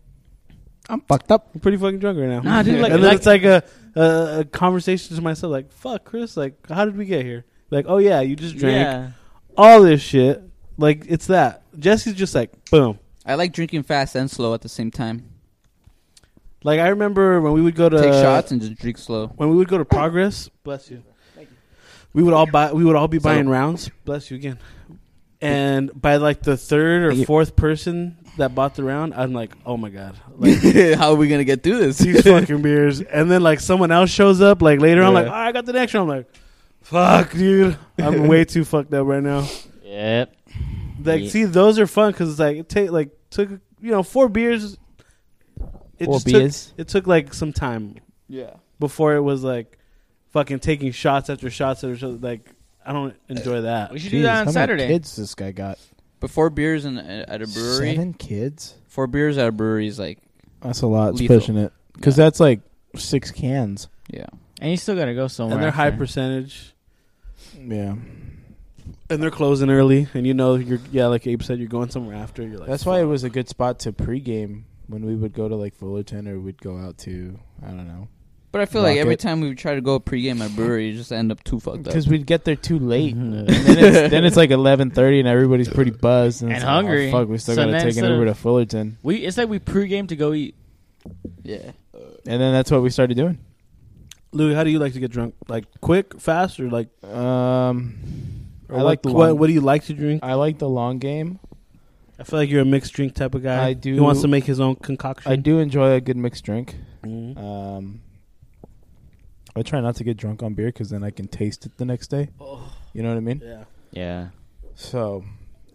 I'm fucked up. I'm pretty fucking drunk right now. Nah, dude, like- and then like- it's like a, a a conversation to myself like fuck Chris like how did we get here? Like oh yeah you just drank yeah. all this shit like it's that Jesse's just like boom. I like drinking fast and slow at the same time. Like I remember when we would go to Take shots and just drink slow. when we would go to Progress. Bless you. We would all buy. We would all be Salud. buying rounds. Bless you again. And by like the third Thank or you. fourth person that bought the round, I'm like, oh my god, like How are we gonna get through this? these fucking beers. And then like someone else shows up like later on, like Yeah. "Oh, I got the next round. I'm like, fuck, dude, I'm way too fucked up right now. Yep. Like, Yeah. see, those are fun because it's like it take like took you know four beers. It Four just took- beers. it took like some time yeah. before it was like fucking taking shots after shots after shots. Like I don't enjoy that. We should do that on Saturday. kids this guy got? But four beers in, at a brewery. Seven kids? Four beers at a brewery is like That's a lot. It's Lethal. pushing it. Because Yeah. that's like six cans. yeah. And you still gotta go somewhere. And they're high after. percentage, Yeah. and they're closing early, and you know you're yeah, like Abe said, you're going somewhere after. You're like That's why it was a good spot to pregame when we would go to like Fullerton or we'd go out to, I don't know. But I feel like Rocket. every time we try to go pregame at a brewery, you just end up too fucked up. Because we'd get there too late. and Mhm. then, it's, then it's like 11.30 and everybody's pretty buzzed. And, And it's like, oh, hungry. fuck, we still So got to then take an instead Uber of- to Fullerton. We it's like we pregame to go eat. Yeah. And then that's what we started doing. Louis, how do you like to get drunk? Like quick, fast, or like Um, or I like the what? long- What do you like to drink? I like the long game. I feel like you're a mixed drink type of guy. I do- He wants to make his own concoction. I do enjoy a good mixed drink. Mhm. Um, I try not to get drunk on beer because then I can taste it the next day. You know what I mean? Yeah. Yeah. So,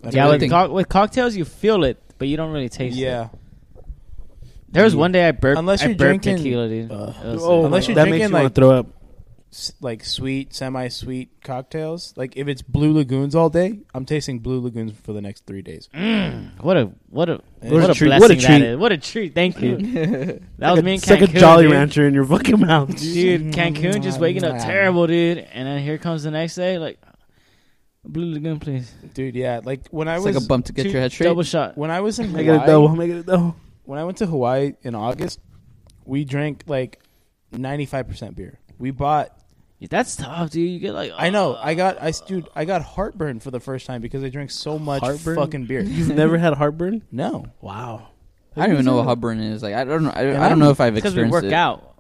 I Yeah. don't With, think- co- with cocktails, you feel it, but you don't really taste it. yeah. There was one day I burped. Unless I you're burped drinking- tequila, dude. It was Oh, like- Unless you're that drinking, makes you want like- to throw up. S- like sweet, semi-sweet cocktails. Like if it's Blue Lagoons all day, I'm tasting Blue Lagoons for the next three days. What a what a What what, a a, treat. blessing What a that treat. is. What a treat. Thank you. that was me and It's like Cancun. a Jolly dude. Rancher in your fucking mouth. Dude, Cancun just waking up terrible, dude. And then here comes the next day, like Blue Lagoon, please. Dude, yeah. Like when I It's was like a bump to get Two- your head Double straight. shot. when I was in Make it a Hawaii, double. Make it a double. when I went to Hawaii in August, we drank like 95% beer. We bought That's tough, dude. You get like I know. uh, I got I dude, I got heartburn for the first time because I drank so much Heartburn? fucking beer. You've never had heartburn? No. Wow. I don't even know what heartburn is. Like I don't know. I, I I'm- don't know if I've because we experienced work it. out.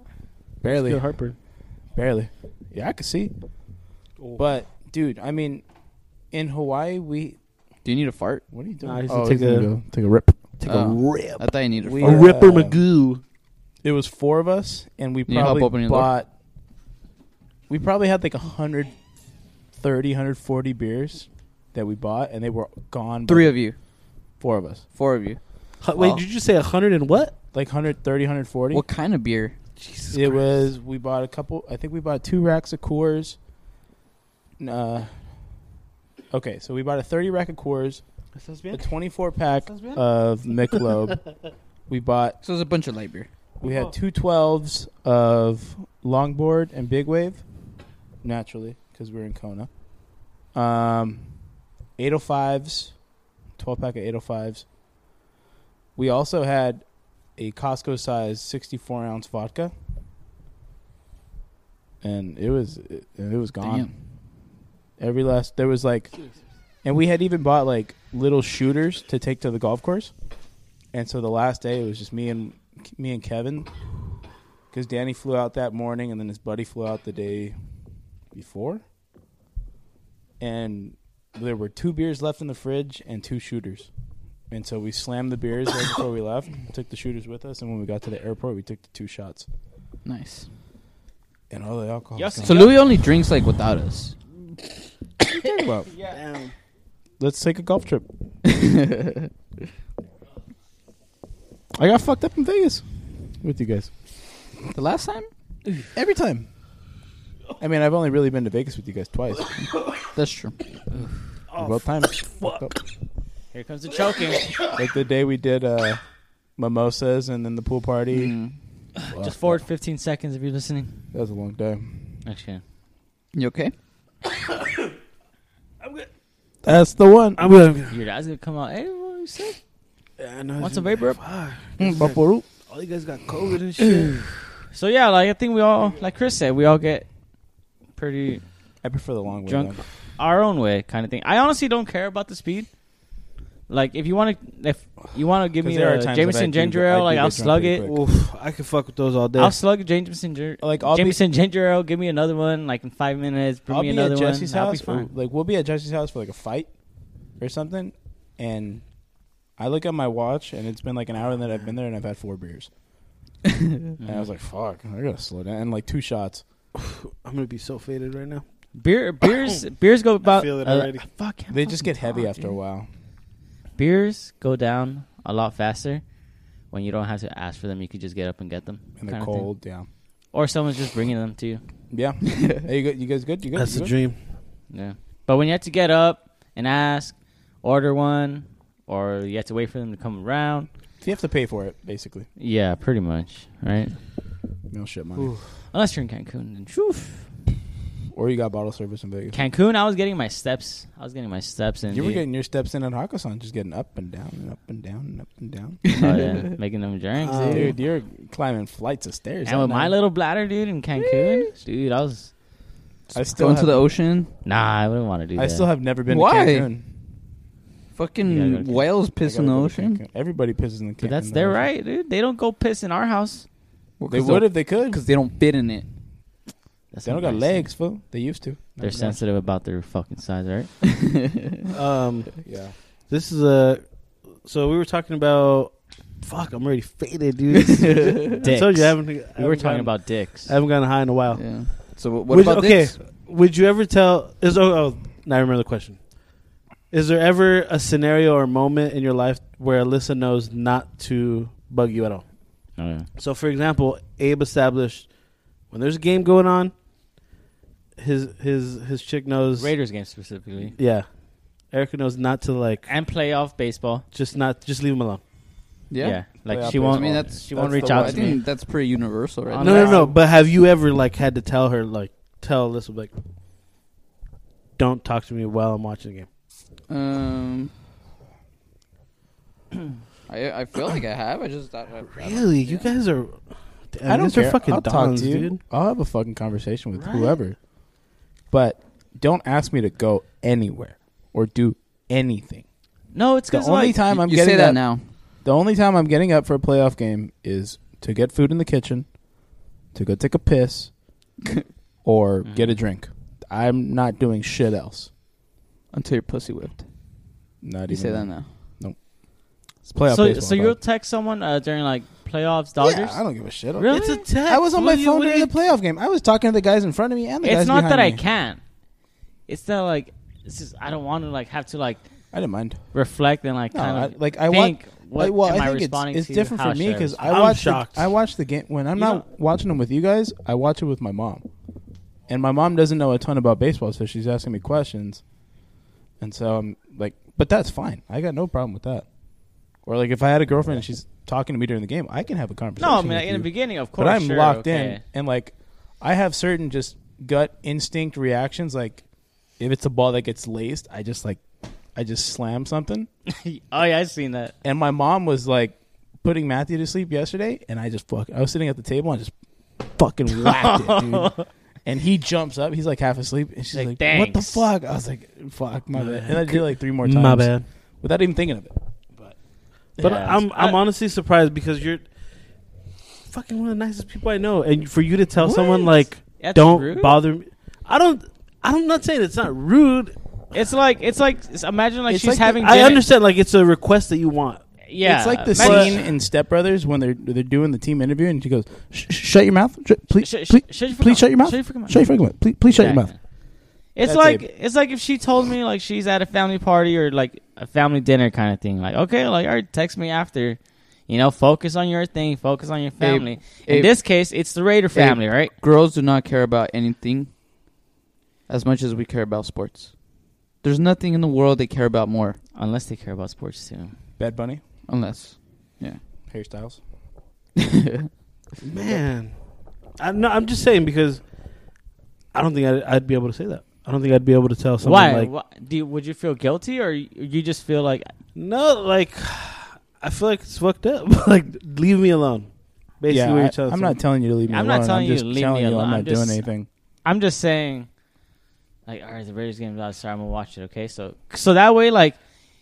Barely. Good heartburn. Barely. Yeah, I could see. But dude, I mean in Hawaii we Do you need a fart? what are you doing? Oh, Nah, he's gonna take he's gonna a- go take a rip. Take Oh. a rip. I thought you needed a We- uh, fart. A Yeah. ripper magoo. It was four of us and we Need help probably opening the door? bought we probably had like 130 140 beers that we bought and they were gone by Three of you, four of us. four of you. Hu- Wait, Wow. did you say a hundred and what? like 130, 140. What kind of beer? Jesus it Christ. was we bought a couple. I think we bought two racks of Coors. Uh, okay, so we bought a 30 rack of Coors, a 24 pack Sounds bad. of Michelob. we bought So it's a bunch of light beer. We had two 12s of longboard and big wave, naturally, because we're in Kona. Um, 805s, 12 pack of 805s. We also had a Costco size 64 ounce vodka. And it was it, it was gone. Damn. Every last there was like and we had even bought like little shooters to take to the golf course. And so the last day it was just me and me and Kevin cuz Danny flew out that morning and then his buddy flew out the day before. And there were two beers left in the fridge and two shooters. And so we slammed the beers right before we left, took the shooters with us, and when we got to the airport, we took the two shots Nice. and all the alcohol. Yes. was So Louis only drinks like without us. gone. Well, let's take a golf trip. I got fucked up in Vegas with you guys. The last time? Every time. I mean, I've only really been to Vegas with you guys twice. That's true. Both times. Fucked up. Here comes the choking. Like the day we did uh, mimosas and then the pool party. Mm. Fuck, Just forward 15 seconds if you're listening. That was a long day. Actually, You okay? That's the one. I'm gonna. your dad's gonna come out. Hey, what you say? I know Want it's- some vapor? Fuck. Vaporu. All you guys got COVID and shit. So yeah, like I think we all, like Chris said, we all get pretty I prefer the long way. Drunk. though. our own way kind of thing. I honestly don't care about the speed. Like if you want to, if you want to give 'Cause me there are times a that I Jameson do- ginger I ale, do like get I'll drunk slug pretty it. quick. Oof, I could fuck with those all day. I'll slug Jameson ginger. Like I'll be, Jameson ginger ale. Give me another one, like in five minutes. Bring I'll me be another at Jesse's one. I'll be house. For, fine. like we'll be at Jesse's house for like a fight or something, and I look at my watch and it's been like an hour that I've been there and I've had four beers. And I was like, "Fuck, I gotta slow down." And like two shots. I'm gonna be so faded right now. Beer, beers, beers go about. feel it uh, already. fuck, They just get heavy after a while. Beers go down a lot faster when you don't have to ask for them. You could just get up and get them. And they're kinda thing. cold. Yeah, or someone's just bringing them to you. yeah. Are you, good? you guys good? You good? That's you the good? dream. Yeah. But when you have to get up and ask, order one, or you have to wait for them to come around. You have to pay for it, basically. Yeah, pretty much, right? No shit money. Oof. Unless you're in Cancun, then shoo. Or you got bottle service in Vegas. Cancun, I was getting my steps. I was getting my steps in. You were dude. getting your steps in at Hakusan, just getting up and down and up and down and up and down. Oh, yeah. making them drinks, Um, dude. Dude, you're climbing flights of stairs. And at with my night. little bladder, dude, in Cancun, dude, I was I Go still into the have, ocean. nah. I wouldn't want to do I that. still have never been Why? to Cancun. You gotta Fucking go to whales piss in the I gotta go to ocean. Cancun. Everybody pisses in the Cancun. Dude, that's their right, dude. They don't go piss in our house. They would if they could. because they don't fit in it. That's they not don't got nice. legs, fool. They used to. They're sensitive about their fucking size, right? Um, Yeah. this is a. So we were talking about. Fuck, I'm already faded, dude. I told you I haven't. I we were haven't talking gotten- about dicks. I haven't gotten high in a while. Yeah. So what, Oh. Would- about okay? this? Would you ever tell? Is oh, oh now I remember the question. Is there ever a scenario or moment in your life where Alyssa knows not to bug you at all? Oh, yeah. So, for example, Abe established when there's a game going on, his his his chick knows. Raiders game specifically, Yeah, Erica knows not to like. and playoff baseball. Just not. Just leave him alone. Yeah. like Playoff she won't. I mean, that's- she won't that's reach the out I one. to me. think that's pretty universal, right? On No, that. no, no. But have you ever like had to tell her like tell Alyssa like, don't talk to me while I'm watching the game. Um, I I feel like I have. I just I, I, I don't- Really, you yeah. guys are. I don't care. Fucking I'll dons, talk to you. dude. I'll have a fucking conversation with Right. whoever. But don't ask me to go anywhere or do anything. No, it's The because only like time You- I'm you getting say that up- now. The only time I'm getting up for a playoff game is to get food in the kitchen, to go take a piss, or Mm-hmm. get a drink. I'm not doing shit else. until your pussy whipped. Not even You say that now. It's playoff so. baseball, So you'll dog. text someone uh, during like playoffs, Dodgers. Yeah, I don't give a shit. Really? It's a text. I was on What my do you- phone what do during you- the playoff game. I was talking to the guys in front of me and the guys it's not behind that I me. can't. It's that like it's just I don't want to like have to like I didn't mind. reflect and like No, kind I, of like I think want what Like, well, am I, I think responding it's, it's to? different How for me should I because I I'm watch the, shocked. I watch the game when I'm You not watching them with you guys. I watch it with my mom, and my mom doesn't know a ton about baseball, so she's asking me questions, and so I'm like, but that's fine. I got no problem with that. Or like if I had a girlfriend and she's talking to me during the game, I can have a conversation. No, I mean with in the you. beginning, of course. but I'm sure, locked in okay. and like I have certain just gut instinct reactions. Like if it's a ball that gets laced, I just like I just slam something. oh yeah, I've seen that. And my mom was like putting Matthew to sleep yesterday, and I just fuck. I was sitting at the table and I just fucking whacked it, dude. And he jumps up. He's like half asleep, and she's Like, like, "What the "Thanks." fuck?" I was like, "Fuck, my My bad." bad. And I did it like three more times, My bad. without even thinking of it. But Yeah. I'm I'm I- honestly surprised because you're fucking one of the nicest people I know, and for you to tell someone like That's don't rude. bother me, I don't. I'm not saying it's not rude. It's like it's like it's- imagine like It's she's like the- having. I dinner. understand like it's a request that you want. Yeah, it's like the imagine- scene in Step Brothers when they're they're doing the team interview, and she goes, "Sh- sh- "Shut your mouth, Sh- please, Sh- sh- please, shut your fucking please shut your mouth. Shut your fucking mouth. shut your fucking mouth, please, please shut your mouth." Exactly. It's That's like it. it's like if she told me like she's at a family party or like a family dinner kind of thing. Like okay, like all right, text me after. You know, focus on your thing, focus on your family. In Abe. this case, it's the Raider family, right? Girls do not care about anything as much as we care about sports. There's nothing in the world they care about more, Unless they care about sports too. Bad Bunny unless. hairstyles. Man, I, no, I'm just saying because I don't think I'd, I'd be able to say that. I don't think I'd be able to tell someone Why? like Why- Do you, would you feel guilty or you- you just feel like no, like I feel like it's fucked up. like leave me alone. Basically, yeah, what you're I, telling am not someone. telling you to leave me I'm not alone. telling I'm you just to leave me telling you alone. I'm not I'm doing just- anything. I'm just saying, like, all right, the Raiders game's out. Sorry, I'm gonna watch it. Okay, so so that way, like,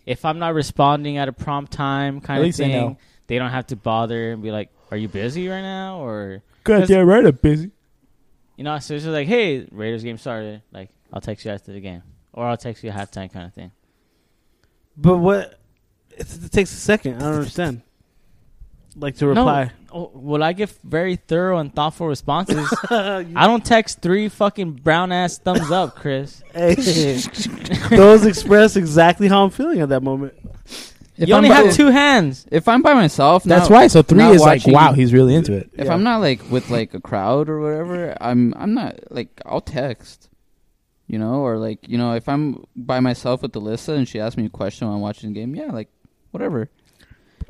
if I'm not responding at a prompt time, kind At of least they thing, know. they don't have to bother and be like, "Are you busy right now?" Or God damn right, I'm busy. you know, so it's just like, "Hey, Raiders game started. Like, I'll text you after the game, or I'll text you at halftime, kind of thing." But what? It's, it takes a second. I don't understand. Like to No. reply. Oh, well, I give very thorough and thoughtful responses. You- I don't text three fucking brown ass thumbs up, Chris. Hey, those express exactly how I'm feeling at that moment. If you only by- have two hands. If I'm by myself, That's not- why. So three not is watching- like, wow, he's really into it. If Yeah. I'm not like with like a crowd or whatever, I'm I'm not like I'll text, you know, or like you know if I'm by myself with Alyssa and she asks me a question while I'm watching the game, yeah, like whatever.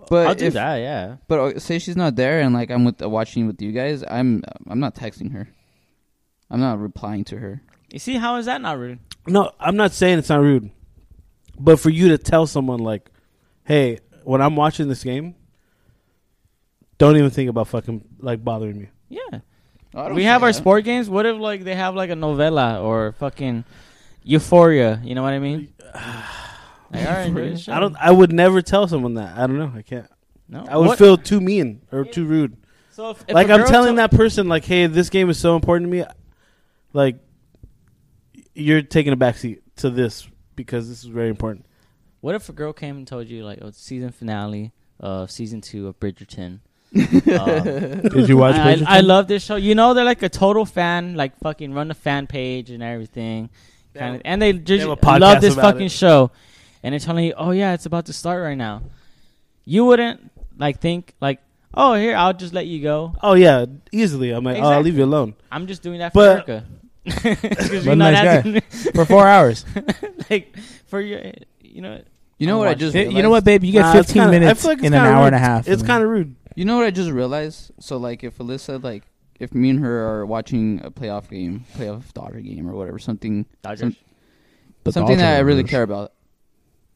But I'll do if, that. Yeah. But uh, say she's not there and like I'm with uh, watching with you guys, I'm I'm not texting her. I'm not replying to her. You see, how is that not rude? No, I'm not saying it's not rude, but for you to tell someone like, "Hey, when I'm watching this game, don't even think about fucking like bothering me." Yeah. Oh, I don't we say have our that. sport games. What if like they have like a novella or fucking Euphoria? You know what I mean? Like, all right, dude, sure. I don't. I would never tell someone that. I don't know. I can't. No. I would What- feel too mean or too rude. so if, if like a I'm girl telling tell- that person, like, "Hey, this game is so important to me." Like, you're taking a backseat to this because this is very important. What if a girl came and told you like, "Oh, it's season finale of season two of Bridgerton." um, Did you watch? I, Bridgerton? I, I love this show. You know, they're like a total fan. Like fucking run the fan page and everything. They Kind have- of, and they just have a podcast love this about fucking it. show. And they're telling you, oh yeah, it's about to start right now. You wouldn't like think like, oh here, I'll just let you go. Oh yeah, easily. I'm like, oh, I'll Exactly. leave you alone. I'm just doing that for But- Erica. 'Cause What a you're not nice guy. asking me, for four hours. like for your, you know, You know I'm what I watching. just Hey, you realized? know what, babe? You get Nah, it's 15 kinda- I minutes feel like it's in an kinda hour rude. and a half. It's kind of rude. You know what I just realized? So like if Alyssa like if me and her are watching a playoff game, playoff daughter game or whatever, something Dodgers. The something that I really Dodgers. care about.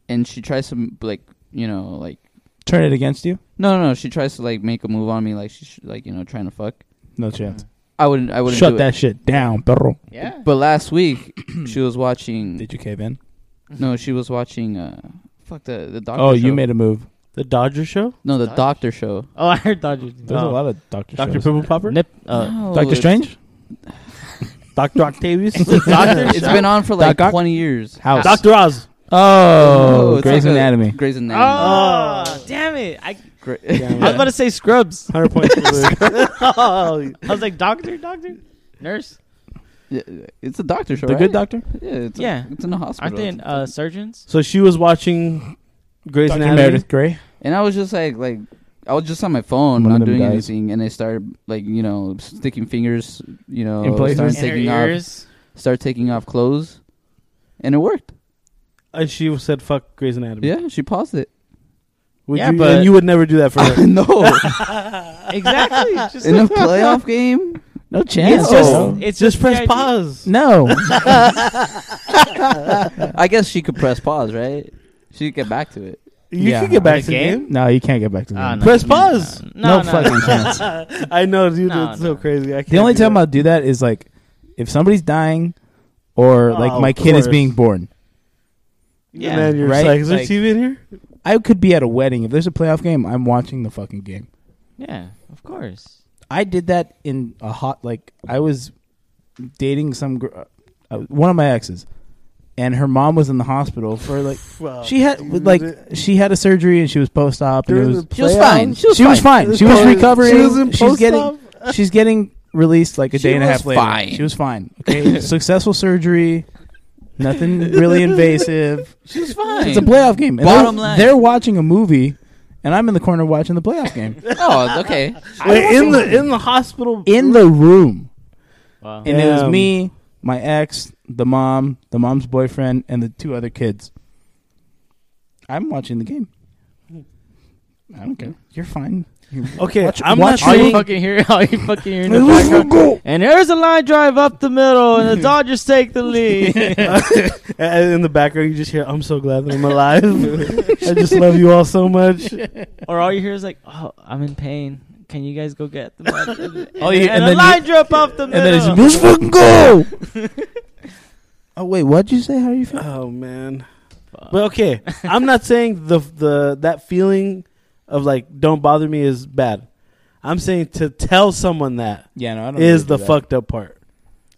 And she tries to like, you know, like Turn it against you? no, no, no, she tries to like make a move on me like she's like, you know, trying to fuck. No chance. I wouldn't I wouldn't Shut do that shit down, bro. It. yeah. But last week she was watching Did you cave in? No, she was watching uh fuck the the doctor Oh, show. you made a move. The Dodger show, No, the Dodgers? doctor show. Oh, I heard Dodgers. There's No. a lot of Doctor Doctor shows. Pimple Popper, Nip. Uh, No, Doctor it's- Strange? Doctor Octavius, Doctor It's been on for like Doc Ock? 20 years. House. Doctor Oz. oh, it's Grey's like a- Anatomy. Grey's Anatomy. Oh, damn it! I, Grey- I was about to say Scrubs. Hundred points. for the- Oh, I was like doctor, doctor, nurse. Yeah, it's a doctor show, the right? Good Doctor? Yeah, it's, Yeah. A, it's in a hospital. Aren't they It's- uh, surgeons? so she was watching Grey's Dr. Anatomy. Meredith Grey? And I was just like, like I was just on my phone, One of not them doing guys. anything, and I started like you know sticking fingers, you know, In places. start In her taking off, ears. start taking off clothes, and it worked. And she said, "Fuck Grey's Anatomy." Yeah, she paused it. Would Yeah, you, but- and you would never do that for her. no, exactly. Just- in a playoff game, No chance. it's No. just it's Just press the idea- pause. No. I guess she could press pause, right? She could get back to it. You Yeah. can get back The to the game? game. no, you can't get back to Oh, that. no, Press no, pause. No, no, no, fucking no. chance. I know, dude. No, it's no. so crazy. I can't The only do time that. I'll do that is like if somebody's dying or like Oh, my of kid is course. being born. Yeah. man, you're Right? just like, is there Like- TV in here? I could be at a wedding. If there's a playoff game, I'm watching the fucking game. Yeah, of course. I did that in a hot like I was dating some gr- uh, one of my exes, and her mom was in the hospital for like Well, she had Oh, dude, like it- she had a surgery and she was post op and it during was the She was playoffs, fine. She was she was fine. fine. She was She was recovering. in She's getting post-op? she's getting released like a She day and a was half later. fine. She was fine. Okay, successful surgery. Nothing really invasive. She was fine. It's a playoff game. And Bottom they're, line. they're watching a movie, and I'm in the corner watching the playoff game Oh, okay. Wait, in the in the hospital in the room. Wow. and it was Damn. me, my ex, the mom, the mom's boyfriend, and the two other kids. I'm watching the game. I don't care. You're fine. Okay, Watch- I'm watch all not you saying fucking hear, all you fucking hear in the background. And there's a line drive up the middle, and the Dodgers take the lead. and in the background you just hear I'm so glad that I'm alive. I just love you all so much. or all you hear is like, "Oh, I'm in pain. Can you guys go get the medical?" Oh, and, you- and and, a then line drop off the And then it's middle. let's fucking go. oh wait, what'd you say? How are you feeling? Oh man. Fuck. But okay, I'm not saying the the that feeling of like don't bother me is bad. I'm saying to tell someone that Yeah, no, I is really do the that. fucked up part.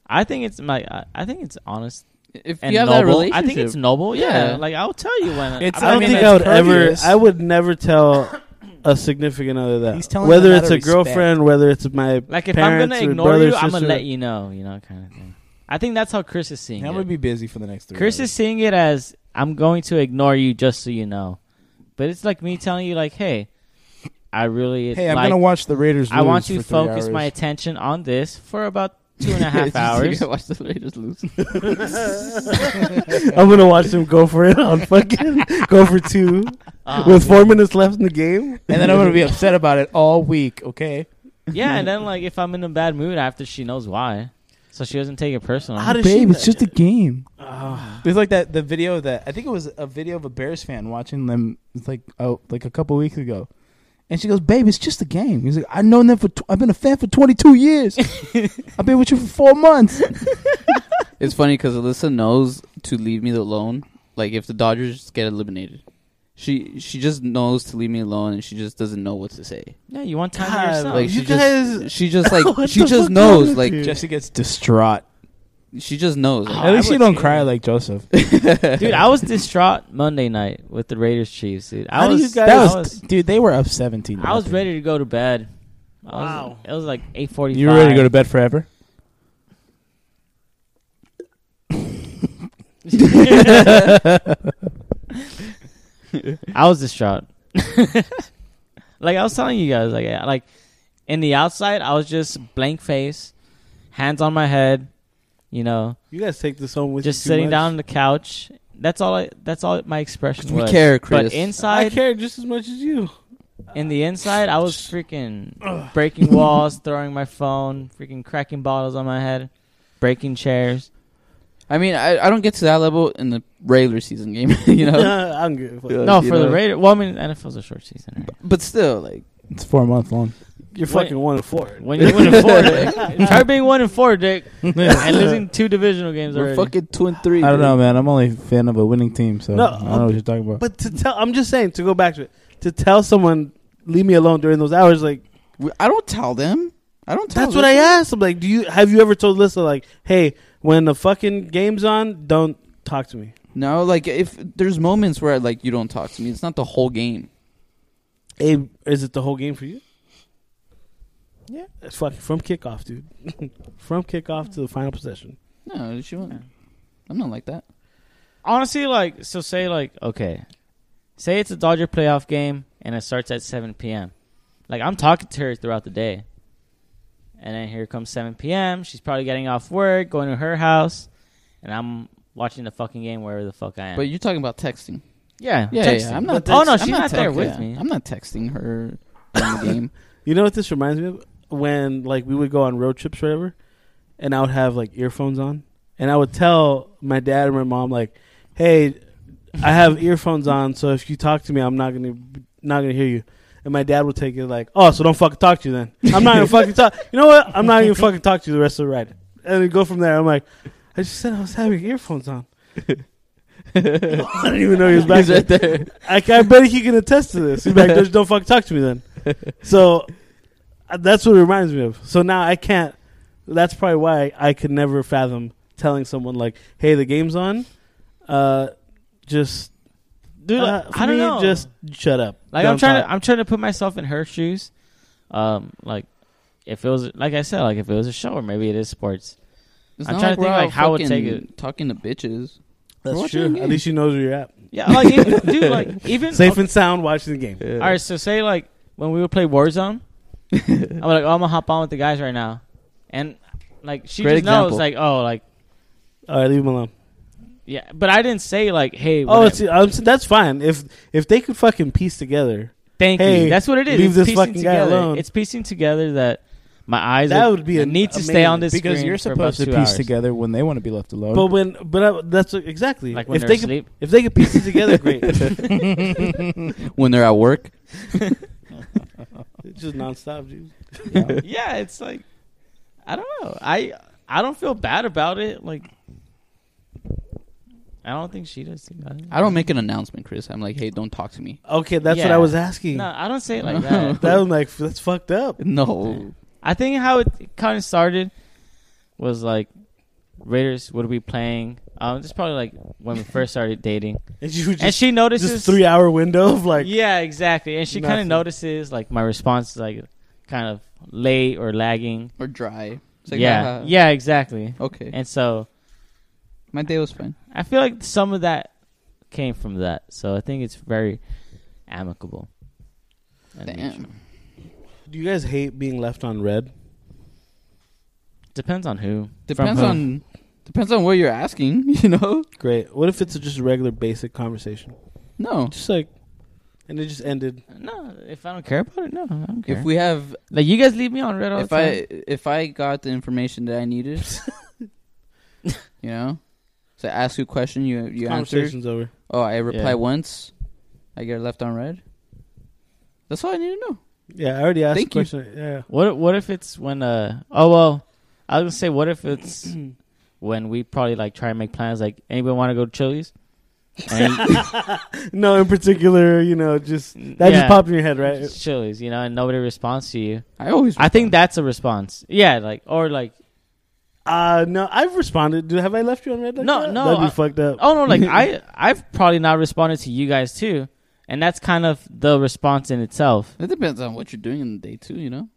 I think it's my. I- I think it's honest If and you have that noble. relationship, I think it's noble. Yeah. Yeah. Like I'll tell you when. It's- I don't mean, think that's I would courteous. ever. I would never tell a significant other that. He's telling whether them it's out of a girlfriend, whether it's my like if I'm parents gonna or ignore brother, you, I'm gonna sister. let you know. You know, kind of thing. I think that's how Chris is seeing I'm it. gonna be busy for the next three. Chris hours. is seeing it as I'm going to ignore you just so you know. But it's like me telling you, like, hey, I really Hey, I'm like- gonna watch the Raiders. I want lose you to for three focus my hours. attention on this for about two and a half It's just like, hours. I watched the Raiders lose. I'm gonna watch them go for it on fucking go for two Um, with four minutes left in the game. Uh-huh. and then I'm gonna be upset about it all week. Okay. yeah, and then like if I'm in a bad mood after, she knows why, so she doesn't take it personal. How does Babe, she? it's just a game. Ah. There's like that the video that I think it was a video of a Bears fan watching them. It's like oh, like a couple weeks ago, and she goes, "Babe, it's just a game." He's like, "I've known them for. Tw- I've been a fan for 22 years. I've been with you for four months." It's funny because Alyssa knows to leave me alone. Like if the Dodgers get eliminated, she she just knows to leave me alone, and she just doesn't know what to say. yeah, you want time God, to yourself. Like you she guys- just she just like What she the fuck just is knows with like you? Jesse gets distraught. she just knows. Like, Ah. Oh, At least I you would don't too. cry like Joseph. dude, I was distraught Monday night with the Raiders Chiefs, dude. I How do was, you guys- I That was, was, dude. They were up 17. I was ready to go to bed. I was, Wow. it was like eight forty-five. You were ready to go to bed forever. I was distraught. like I was telling you guys, like I- like in the outside, I was just blank face, hands on my head, you know, You guys take this home with just you too sitting much. down on the couch. That's all. I, that's all my expression We was. care, But Chris. I inside, care just as much as you. in the inside, I was freaking breaking walls, throwing my phone, freaking cracking bottles on my head, breaking chairs. I mean, I, I don't get to that level in the regular season game, you know. I'm good. Yeah. No, you for the know. Raiders. Well, I mean, NFL's a short season. Right? but still, like It's four months long. You're When- fucking one and four. When you're one and four, Dick. Try being one and four, Dick, and losing two divisional games we're already. fucking two and three. I don't dude. know, man. I'm only a fan of a winning team, so No, I don't know what you're talking about. But to tell, I'm just saying to go back to it. To tell someone leave me alone during those hours, like We- I don't tell them. I don't tell. that's what them. I asked. I'm like, do you have you ever told Lisa like, hey, when the fucking game's on, don't talk to me. No, like if there's moments where like you don't talk to me, it's not the whole game. Hey, is it the whole game for you? Yeah, it's fucking from kickoff, dude. from kickoff to the final possession. No, she won't. I'm not like that. honestly, like, so say, like, okay, say it's a Dodger playoff game and it starts at 7 p.m. Like I'm talking to her throughout the day, and then here comes 7 p.m. She's probably getting off work, going to her house, and I'm watching the fucking game wherever the fuck I am. But you're talking about texting. yeah, Yeah, text- yeah. I'm not. but- oh no, text- she's I'm not, there text- with yeah. me. I'm not texting her in the game. You know what this reminds me of? When like we would go on road trips or whatever, and I would have like earphones on, and I would tell my dad and my mom like, "Hey, I have earphones on, so if you talk to me, I'm not gonna not gonna hear you." And my dad would take it like, "Oh, so don't fucking talk to you then. I'm not gonna fucking talk. You know what? I'm not gonna fucking talk to you the rest of the ride." And we go from there. I'm like, "I just said I was having earphones on. I didn't even know he was back He's right there. there. I, I bet he can attest to this. He's like, "Just don't fucking talk to me then. So uh, that's what it reminds me of. So now I can't. That's probably why I, could never fathom telling someone like, "Hey, the game's on." Uh, just Dude, uh, like, for I don't me, know. Just shut up. Like Don't I'm trying talk. to I'm trying to put myself in her shoes. Um like if it was like I said, like if it was a show or maybe it is sports. It's I'm not trying to we're think, like, out how I would fucking take it. Talking to bitches. We're That's watching true. the At game. least you know where you're at. Yeah, like even, dude, like even Safe and sound, watching the game. all right, so say like when we would play Warzone, I'm like, oh, I'm gonna hop on with the guys right now, and like she Great just knows, example. like oh, like All right, leave him alone. yeah, but I didn't say like hey, Oh, whatever. it's, um, so that's fine. If if they could fucking piece together, thank hey, you. That's what it is. leave it's this piecing fucking guy together. alone. It's piecing together that my eyes That are- would be I an- need to stay amazing. on this because screen you're for about supposed to two piece hours. together when they want to be left alone. but when but I, that's exactly like when if they're they could asleep. if they could piece it together, great. When they're at work. It's just nonstop, dude. Yeah. yeah, it's like I don't know. I I don't feel bad about it. Like I don't think she does. Think I, I don't make an announcement, Chris. I'm like, hey, don't talk to me. Okay, that's what Yeah. I was asking. No, I don't say it like that. That was like that's fucked up. No. I think how it kind of started was like Raiders would be playing. Um, this is probably like when we first started dating, And you and just she notices just three hour window of like yeah, exactly. And she kind of Nothing. notices like my response is like kind of late or lagging. Or dry. It's like, yeah, "Ah, yeah, exactly. Okay. And so My day was fine. I feel like some of that came from that, so I think it's very amicable. and mutual. Damn. do you guys hate being left on red? Depends on who. Depends who. on depends on what you're asking, you know? Great. What if it's just a regular basic conversation? No. Just like and it just ended. No, if I don't care about it, no, I don't care. If we have like you guys leave me on red all if the time. I if I got the information that I needed you know? So I ask you a question, you you answer. Conversation's over. Oh, I reply Yeah. once, I get left on red. That's all I need to know. Yeah, I already asked Thank the question. Yeah. what what if it's when uh oh well, I was gonna say what if it's when we probably like try and make plans like anybody want to go to Chili's? And- No, in particular, you know, just that Yeah. just popped in your head, right? Chili's, you know, and nobody responds to you. I always I think that's a response. Yeah, like or like Uh no, I've responded. Dude, have I left you on red? Like No, that? no, That'd be I- fucked up. Oh no, like I I've probably not responded to you guys too. And that's kind of the response in itself. It depends on what you're doing in the day too, you know.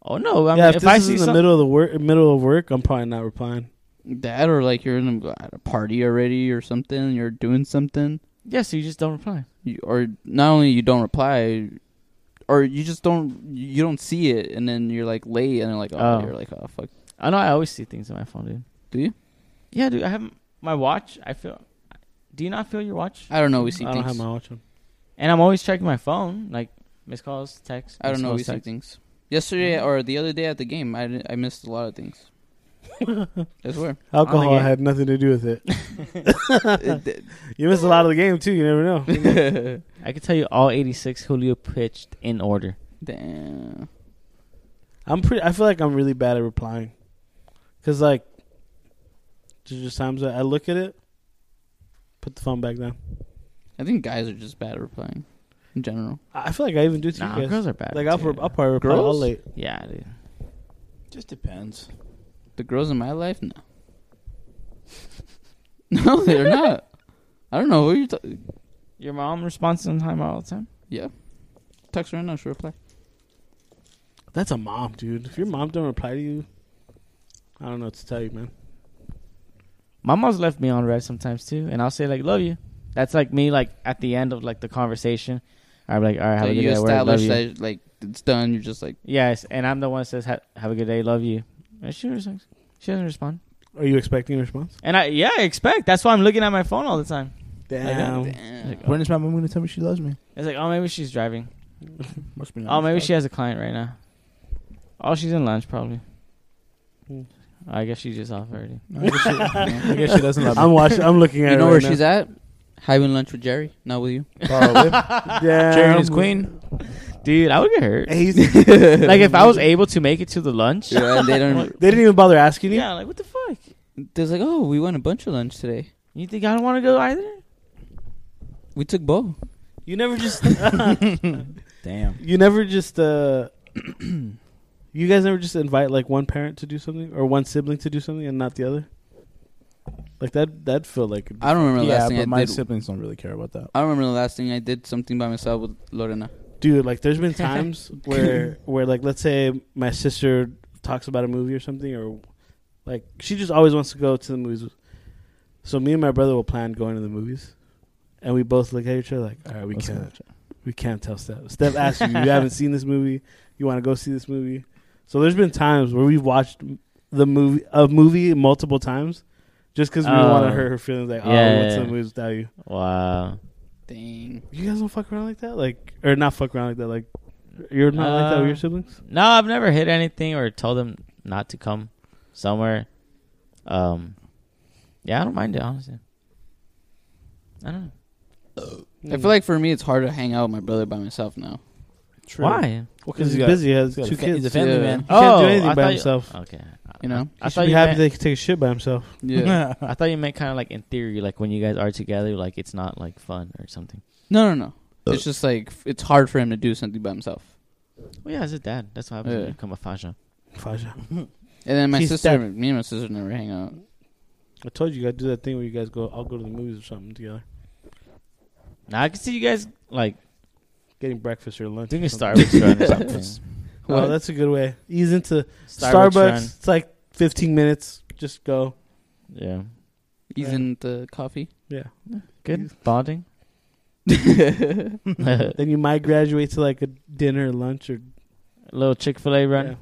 Oh no, I mean, yeah, if, if, this I is see in the some- middle of the work, middle of work, I'm probably not replying. That or like you're in a, at a party already or something. You're doing something, yeah, so you just don't reply. you, or not only you don't reply, or you just don't you don't see it, and then you're like late, and then like oh, Oh. you're like oh fuck. I know I always see things on my phone, dude. Do you? Yeah, dude, I have my watch. I feel Do you not feel your watch? I don't know. We see I don't things. have my watch on. And I'm always checking my phone, like missed calls, texts. I don't missed know. calls, We see texts. things. Yesterday or the other day at the game, I didn't- I missed a lot of things. I swear. Alcohol game. had nothing to do with it. You missed a lot of the game too. You never know. It- I could tell you all 86 Julio pitched in order. Damn. I'm pretty. I feel like I'm really bad at replying, cause like, there's just times that I look at it, put the phone back down. I think guys are just bad at replying in general. I I feel like I even do it to Nah, you guys. girls are bad. like I'll, too. pro- I'll probably reply all Girls? late. yeah, dude. just depends. The girls in my life, no. no, they're not. I don't know who you're talking. Your mom responds on time all the time. Yeah. Text her right now. She'll reply. That's a mom, dude. If your mom don't reply to you, I don't know what to tell you, man. My mom's left me on red sometimes too, and I'll say like "love you." That's like me like at the end of like the conversation, I'm like, all right, have so a good you day. at work, love establish you. that like it's done. You're just like Yes, and I'm the one that says, "Ha- "Have a good day, love you." And she doesn't. She doesn't respond. Are you expecting a response? And I, yeah, I expect. That's why I'm looking at my phone all the time. Damn. damn. When is my mom gonna tell me she loves me? It's like, oh, maybe she's driving. Must be. Oh, nice. maybe she has a client right now. Oh, she's in lunch probably. Hmm. I guess she's just off already. I guess she, I guess she doesn't love me. I'm watching. I'm looking at. You know her where right she's at? Having lunch with Jerry, not with you. now. Damn. Jerry and his queen. Dude, I would get hurt. Hey, he's- like if I was able to make it to the lunch. Yeah, Yeah, and they don't. they didn't even bother asking you. like what the fuck? They're like, oh, we went a bunch of lunch today. You think I don't want to go either? We took both. You never just. Damn. you never just. uh You guys never just invite like one parent to do something or one sibling to do something and not the other. Like that. That feel like. it'd be- I don't remember the Yeah, last but thing my I did. siblings don't really care about that. I don't remember the last thing I did something by myself with Lorena. dude like there's been times where where like let's say my sister talks about a movie or something or like she just always wants to go to the movies so me and my brother will plan going to the movies and we both look at each other like all right we Let's can't we can't tell steph steph asks you you haven't seen this movie you want to go see this movie so there's been times where we've watched the movie a movie multiple times just because we Oh. want to hurt her feelings like oh Yeah, what's yeah, the yeah. movies without you Wow. Dang. you guys don't fuck around like that like or not fuck around like that like you're not like that with Uh, your siblings No, I've never hit anything or told them not to come somewhere. Um, yeah, I don't mind it honestly. I don't know Mm. I feel like for me, it's hard to hang out with my brother by myself now. True. why. because he's He's got- busy. He has He's got two a fa- kids. He's a family Yeah. man. he can't do Oh, anything I by thought you- himself. Okay, You know? I I thought should be you happy meant, that he can take a shit by himself. Yeah. I thought you meant kind of like in theory, like when you guys are together, like it's not like fun or something. no, no, no. It's just like f- it's hard for him to do something by himself. Well, yeah, as a dad, that's what happens when Yeah. you become a fascia. Faja. And then my She's sister, deaf. me and my sister never hang out. I told you, you gotta do that thing where you guys go. I'll go to the movies or something together, Now I can see you guys like getting breakfast or lunch. doing a or something. Starbucks run or something. Well, What? that's a good way. Ease into Starbucks. Starbucks run. It's like 15 minutes. Just go. Yeah, He's in the coffee. Yeah. good bonding. yeah, Then you might graduate to like a dinner, lunch, or little Chick Fil A run.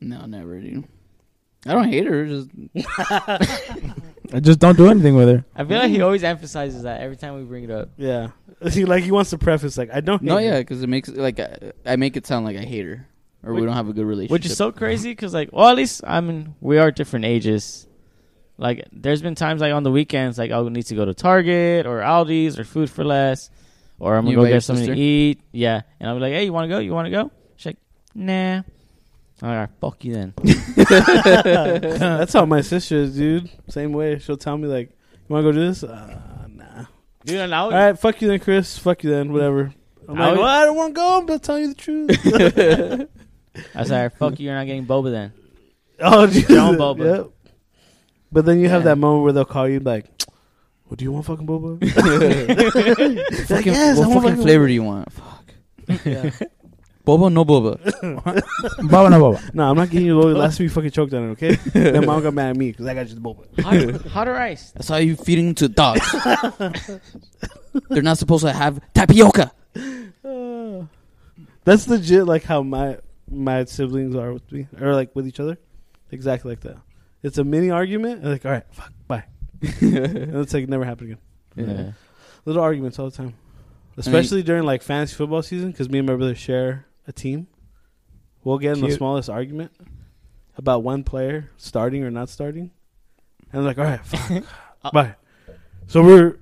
no, never, dude. I don't hate her. Just I just don't do anything with her. I feel like he always emphasizes that every time we bring it up. Yeah. He like he wants to preface like I don't. no, hate yeah, her. because it makes like I, I make it sound like I hate her or we Which- don't have a good relationship. Which is so crazy because, like, well, at least I mean, we are different ages. Like, there's been times like on the weekends, like, I'll need to go to Target or Aldi's or Food for Less, or I'm You gonna go invite your get something to sister? eat. Yeah, and I'll be like, hey, you want to go? You want to go? She's like, nah. All right, fuck you then. That's how my sister is, dude. Same way. She'll tell me like, "You want to go do this?" Uh, nah. Dude, and I All would, right, fuck you then, Chris. Fuck you then, whatever. I'm I like, would- well, I don't want to go. I'm just telling you the truth. I was like, all right, fuck you, you're not getting boba then. oh, Jesus. Don't, Boba. Yep. But then you have Yeah. that moment where they'll call you like, "Well, do you want fucking boba?" It's like, fucking, yes, I what want fucking flavor do you want? Fuck. Boba, no boba. Baba no baba. No, I'm not getting you the boba. Last week, you fucking choked on it. Okay. then mom got mad at me because I got you the boba. Hot, hot rice. That's how you feeding to dogs. They're not supposed to have tapioca. Uh, that's legit. Like how my my siblings are with me, or like with each other, exactly like that. It's a mini argument. And like, all right, fuck, bye. and it's like never happened again. Yeah. little arguments all the time, especially during like fantasy football season because me and my brother share a team. We'll get in the Cute. smallest argument about one player starting or not starting, and like, all right, fuck, bye. So we're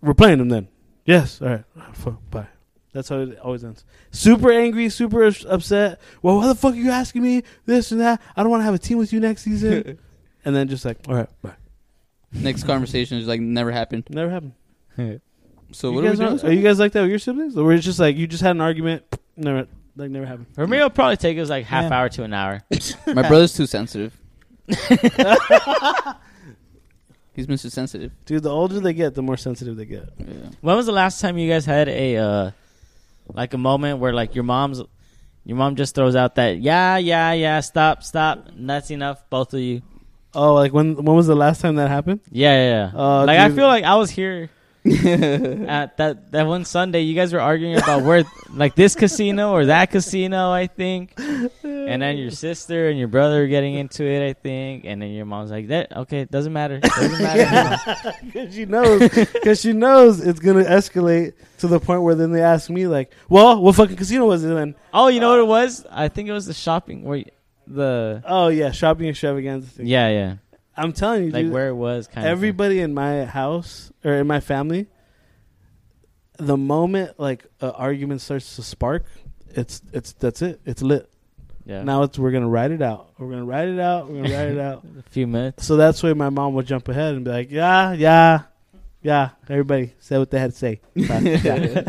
we're playing them then. Yes, all right, Ah, fuck, bye. That's how it always ends. Super angry, super ups- upset. Well, why the fuck are you asking me this and that? I don't want to have a team with you next season. and then just like, all right, bye. Next conversation is like never happened. Never happened. So You what are we guys doing? aren't- Are you guys like that with your siblings? Or it's just like you just had an argument, never like never happened. For me, it'll probably take us like half Yeah. hour to an hour. My brother's too sensitive. He's Mr. Sensitive. Dude, the older they get, the more sensitive they get. Yeah. When was the last time you guys had a uh, like a moment where like your mom's your mom just throws out that yeah yeah yeah stop stop that's enough both of you Oh, like when when was the last time that happened? yeah yeah, yeah. Uh, like I dude. feel like I was here at that that one Sunday, you guys were arguing about where like this casino or that casino, I think. And then your sister and your brother were getting into it, I think. And then your mom's like, "That okay? It doesn't matter. Doesn't matter." Because she knows, because she knows it's gonna escalate to the point where then they ask me like, "Well, what fucking casino was it then?" Oh, you know what it was? I think it was the shopping where you, the Oh yeah, shopping extravaganza thing. yeah yeah I'm telling you, like dude, where it was kind of thing. everybody in my house or in my family, the moment like an argument starts to spark, it's it's that's it. It's lit. yeah Now it's we're gonna ride it out. We're gonna ride it out. We're gonna ride it out. a few minutes. So that's why my mom would jump ahead and be like, "Yeah, yeah, yeah." Everybody said what they had to say. Yeah.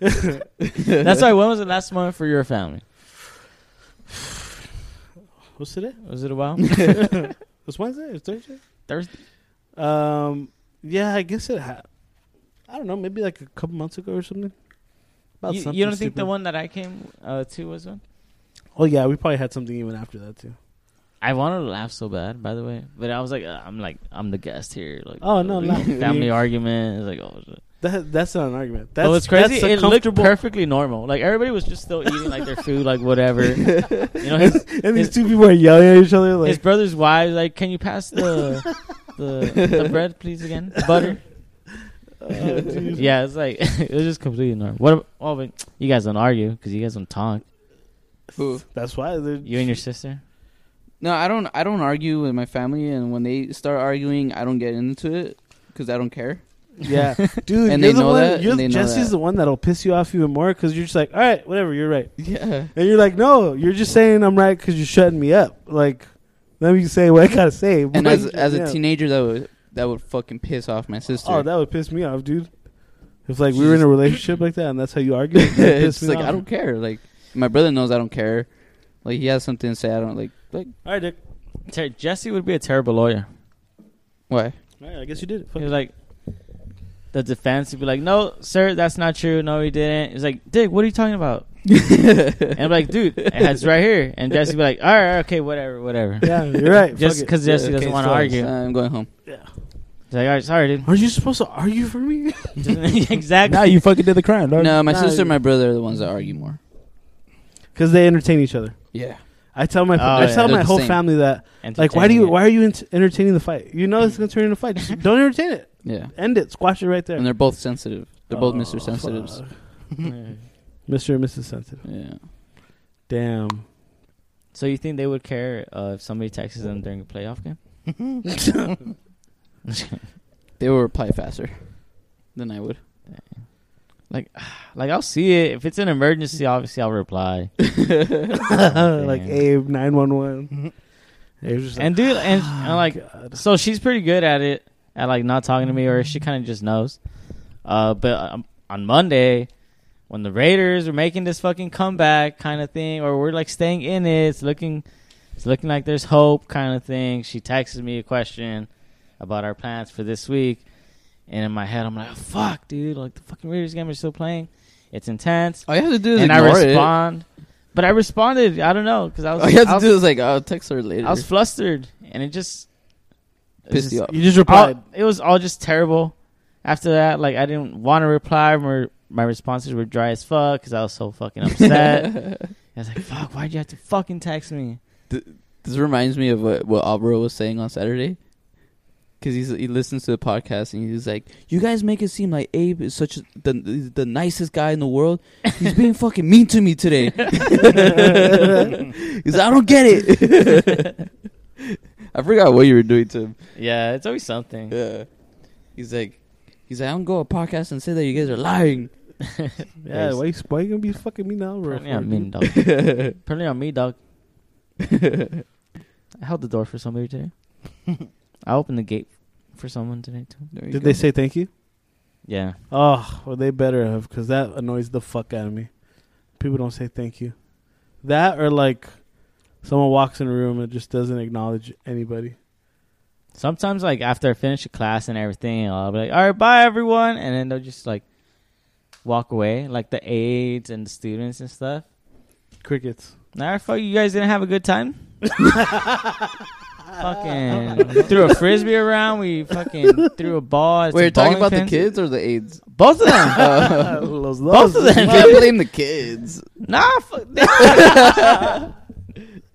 That's why. When was the last moment for your family? What's today? Was it a while? It's Wednesday. It's Thursday. Thursday. Um, yeah, I guess it. Ha- I don't know, maybe like a couple months ago or something. About You, something you don't think the stupid. one that I came uh, to was one? Oh yeah, we probably had something even after that too. I wanted to laugh so bad, by the way, but I was like, uh, I'm like, I'm the guest here. Like, Oh, no, uh, laugh. family argument. It's like, oh, shit. That that's not an argument. That's That's, what's Oh, crazy. That's a it looked comfortable. perfectly normal. Like everybody was just still eating like their food, like whatever. you know, his, and these his- two people are yelling at each other his like, brother's wives like, can you pass the the, the bread, please again, The butter? oh, dude. Yeah, it's like it was just completely normal. What? ab- Oh, but you guys don't argue because you guys don't talk. Who? That's why You and your sister. No, I don't. I don't argue with my family, and when they start arguing, I don't get into it because I don't care. Yeah, dude. And you're the they know one, that, and You're, they know Jesse's that. the one that'll piss you off even more because you're just like, all right, whatever, you're right, Yeah. and you're like, no, you're just saying I'm right because you're shutting me up. Like, let me say what I gotta say. And Like, as as a yeah. teenager, that would that would fucking piss off my sister. oh, that would piss me off, dude. If like we were in a relationship like that and that's how you argue, that'd it's piss me like off. I don't care. Like my brother knows I don't care. Like he has something to say. I don't like. Like All right, Dick. Ter- Jesse would be a terrible lawyer. why? All right, I guess you did it. Fuck He it. was like, the defense would be like, "No, sir, that's not true. No, he didn't." He's like, "Dick, what are you talking about?" and I'm like, "Dude, it's right here." And Jesse would be like, "All right, okay, whatever, whatever." Yeah, you're right. Just fuck it. because Jesse doesn't Okay, want to so, argue, uh, I'm going home. he's like, "All right, sorry, dude." Aren't you supposed to argue for me? exactly. now you fucking did the crime, Um, dog. No, my no, sister you- and my brother are the ones that argue more. Because they entertain each other. Yeah. I tell my Oh, I yeah. tell They're my the whole same. family that like why do you why are you ent- entertaining the fight? You know it's gonna turn into a fight. Just don't entertain it. Yeah. End it. Squash it right there. And they're both sensitive. They're both Oh, Mr. Sensitives. fuck. Mr. and Mrs. Sensitive. Yeah. Damn. So you think they would care uh, if somebody texts them during a playoff game? They will reply faster than I would. Like I'll see it if it's an emergency. Obviously, I'll reply. like Damn. Abe nine one one. And dude, and, and like God. So she's pretty good at it, at like not talking to me, or she kind of just knows. Uh, but um, on Monday, when the Raiders were making this fucking comeback kind of thing, or we're like staying in it, it's looking, it's looking like there's hope kind of thing. She texted me a question about our plans for this week, and in my head, I'm like, oh, "Fuck, dude! Like the fucking Raiders game is still playing. It's intense." All you have to do is And I ignore respond, but I responded. I don't know because I it. was. All you have I to was- do is like, I'll text her later. I was flustered, and it just it Pissed just- you off. you just replied. all- it was all just terrible. After that, like I didn't want to reply. My, my responses were dry as fuck because I was so fucking upset. I was like, "Fuck, why'd you have to fucking text me?" This reminds me of what, what Alvaro was saying on Saturday. Because he listens to the podcast and he's like, You guys make it seem like Abe is such a, the, the nicest guy in the world. He's being fucking mean to me today. he's like, I don't get it. I forgot what you were doing to him. Yeah, it's always something. Yeah. He's like, He's like, I don't go on a podcast and say that you guys are lying. yeah, why you, why you gonna be fucking mean now, bro? Apparently on me, dog. Apparently on me, dog. I held the door for somebody today. I opened the gate for someone today too. There you Did go. they say thank you? Yeah, Oh, well, they better have, because that annoys the fuck out of me. People don't say thank you. That or like someone walks in a room and just doesn't acknowledge anybody. Sometimes, like after I finish a class and everything, I'll be like, "All right, bye everyone," and then they'll just like walk away, like the aides and the students and stuff. Crickets. Nah, fuck, you guys didn't have a good time. fucking threw a frisbee around. We fucking threw a ball. at Wait, you're some talking bowling about the pins. kids or the AIDS? Both of them. Uh, Los Both dos. of you them. can't blame the kids. Nah, fuck.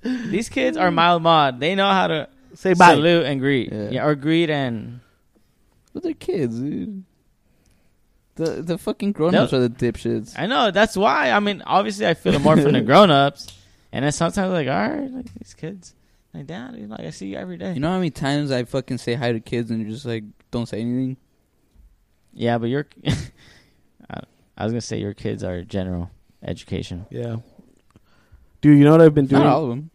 These kids are mild mod. They know how to Say bye. salute and greet. Yeah. Yeah. or greet and But they're kids, dude. The the fucking grown ups No. are the dipshits. I know that's why. I mean, obviously, I feel it more from the grown ups, and then sometimes like, all right, like these kids, like damn, dude, like I see you every day. You know how many times I fucking say hi to kids and you're just like don't say anything. yeah, but your, I, I was gonna say your kids are general education. Yeah. Dude, you know what I've been Not doing? all of them.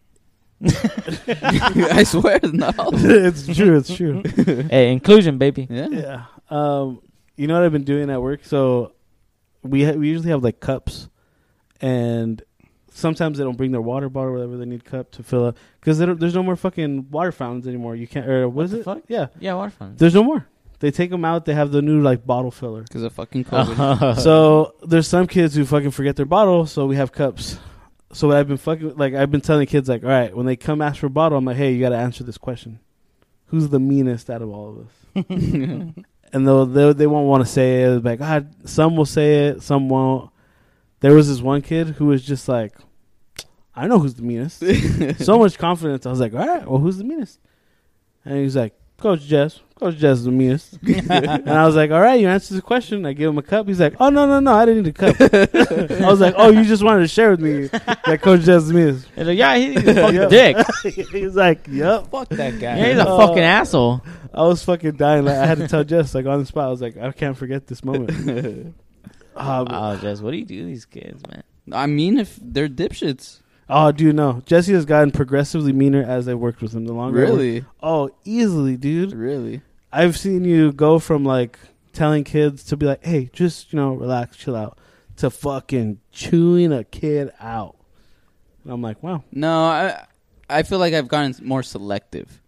I swear, not all of them. it's true. It's true. hey, inclusion, baby. Yeah. yeah. Um, you know what I've been doing at work? So we ha- we usually have like cups, and sometimes they don't bring their water bottle or whatever they need cup to fill up because there's no more fucking water fountains anymore. You can't. Or what is the it? fuck? Yeah. Yeah, water fountain. There's no more. They take them out. They have the new like bottle filler. Because of fucking Uh-huh. COVID. so there's some kids who fucking forget their bottle, so we have cups. So what I've been fucking like I've been telling kids like, all right, when they come ask for a bottle, I'm like, hey, you got to answer this question: Who's the meanest out of all of us? and they'll, they they won't want to say it. Like, ah, some will say it, some won't. There was this one kid who was just like, I know who's the meanest. so much confidence. I was like, all right, well, who's the meanest? And he's like, Coach Jess. Coach Jess is the meanest. and I was like, all right, you answered the question. I give him a cup. He's like, oh, no, no, no, I didn't need a cup. I was like, oh, you just wanted to share with me that Coach Jess is the meanest. They're like, yeah, he's a fucking Yep. dick. he's like, yep. Fuck that guy. Yeah, he's a Uh, fucking asshole. I was fucking dying. Like I had to tell Jess, like on the spot, I was like, I can't forget this moment. Uh, but- Wow, Jess, what do you do to these kids, man? I mean, if they're dipshits, oh, dude, no. Jesse has gotten progressively meaner as I worked with him. The longer, I worked- really, oh, easily, dude. really. I've seen you go from like telling kids to be like, hey, just you know, relax, chill out, to fucking chewing a kid out. And I'm like, wow. No, I I feel like I've gotten more selective.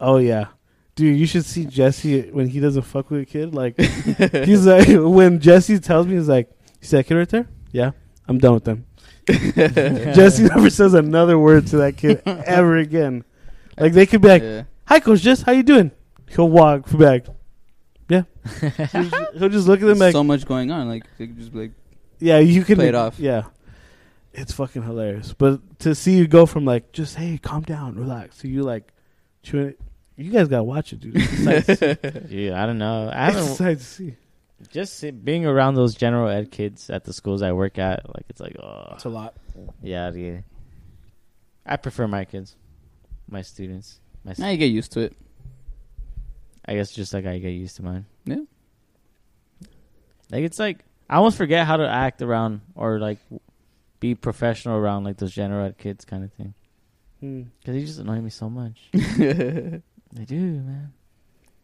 Oh yeah. Dude, you should see Jesse when he doesn't fuck with a kid. Like he's like when Jesse tells me he's like, You see that kid right there? Yeah. I'm done with them. Jesse never says another word to that kid ever again. Like they could be like, yeah. Hi Coach Jess, how you doing? He'll walk back. Yeah. he'll, just, he'll just look at them like so much going on. Like they could just be like, Yeah, you can Play it off. Yeah. It's fucking hilarious. But to see you go from like just hey, calm down, relax, to you like chewing it. You guys gotta watch it, dude. It's sight to see. Dude, I don't know. I It's haven't sight to see. just sit- being around those general ed kids at the schools I work at. Like it's like, oh, That's a lot. yeah, yeah. I prefer my kids, my students. My, s- now you get used to it. I guess just like I get used to mine. Yeah. Like it's like I almost forget how to act around or like be professional around like those general ed kids kind of thing. Hmm. Because they just annoy me so much. it's they do, man.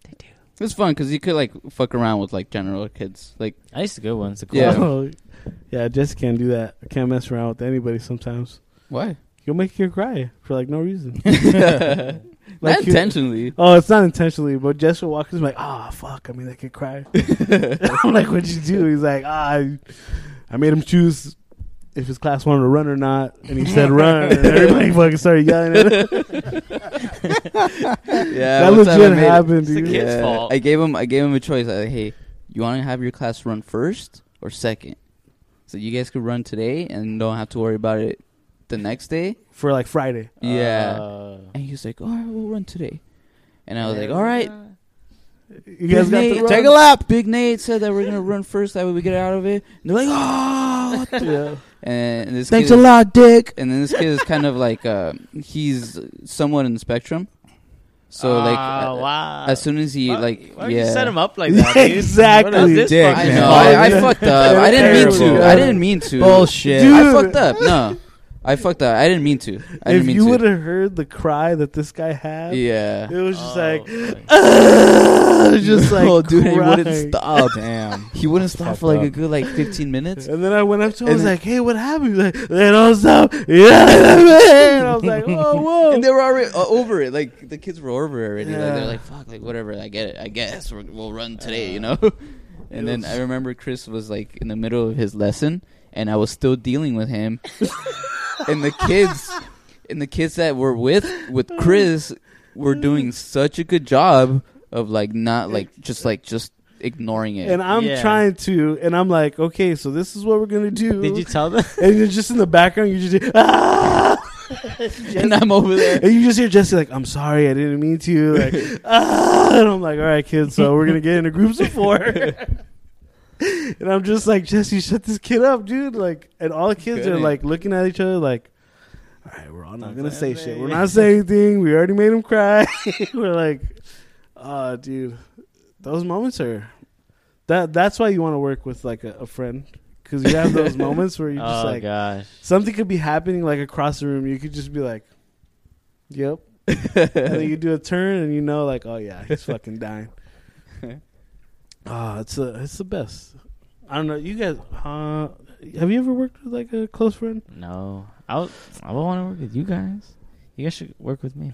They do. fun because you could like fuck around with like general kids. Like I used to go once. The cool Yeah. Oh, yeah, I just can't do that. I can't mess around with anybody sometimes. why? You'll make you cry for like no reason. Not Like you- intentionally. Oh, it's not intentionally, but Jess will walk in and be like, ah, fuck, I mean, I could cry. I'm like, what'd you do? He's like, ah, I, I made him choose if his class wanted to run or not. And he said run. and everybody fucking started yelling at him. Yeah, That one time I legit made it- happened, It's the dude. kid. Kid's fault. I gave him I gave him a choice. I like, hey, you want to have your class run first or second? So you guys could run today and don't have to worry about it the next day. For like Friday. Yeah. Uh, and he was like, "All right, we'll run today." And I was like, "All right, You guys got Nate, to run. take a lap." Big Nate said that we're gonna run first. That way we get out of it. And they're like, "Oh, what the-" Yeah. and this Thanks kid a is- lot, Dick. And then this kid is kind of like uh, he's somewhat in the spectrum. So like, Ah, uh, wow. as soon as he Why- like, why yeah, you set him up like that? dude? Exactly. What is this Dick, fucking I man. know. fault? I, I fucked up. I didn't mean Terrible. to. I didn't mean to. Bullshit. Dude. I fucked up. No, I fucked up. I didn't mean to. I didn't if mean you to. would have heard the cry that this guy had, yeah. it was just like, Oh, just like, oh, dude, he crying. wouldn't stop. Oh, Damn. He wouldn't stop Fucked for like a up. good like 15 minutes. And then I went up to him. I And was then- like, "Hey, what happened?" He's like, "They don't stop." Yeah, and I was like, "Whoa, Oh, whoa!" And they were already uh, over it. Like the kids were over it already. Like, Yeah. they're like, "Fuck, like whatever. I get it. I guess we're, we'll run today," you know. and then I remember Chris was like in the middle of his lesson, and I was still dealing with him, and the kids. and the kids that were with with Chris were doing such a good job of like not like just like just ignoring it. And I'm Yeah. trying to, and I'm like, okay, so this is what we're gonna do. Did you tell them? and you're just in the background, you just ah, and I'm over there. and you just hear Jesse like, "I'm sorry, I didn't mean to." Like, ah, and I'm like, "All right, kids, so we're gonna get into groups of four. and I'm just like, Jesse, shut this kid up, dude. Like, and all the kids Good. are like looking at each other, like, "All right, we're all eh? not gonna say say shit. it." We're not saying anything. We already made him cry. we're like, ah, dude, those moments are that. That's why you want to work with like a, a friend." Because you have those moments where you're just oh like, gosh. something could be happening like across the room. You could just be like, "Yep," and then you do a turn and you know, like, "Oh yeah, he's fucking dying." Ah, it's the it's the best. I don't know. You guys, uh, have you ever worked with like a close friend? No, I was, I would want to work with you guys. You guys should work with me.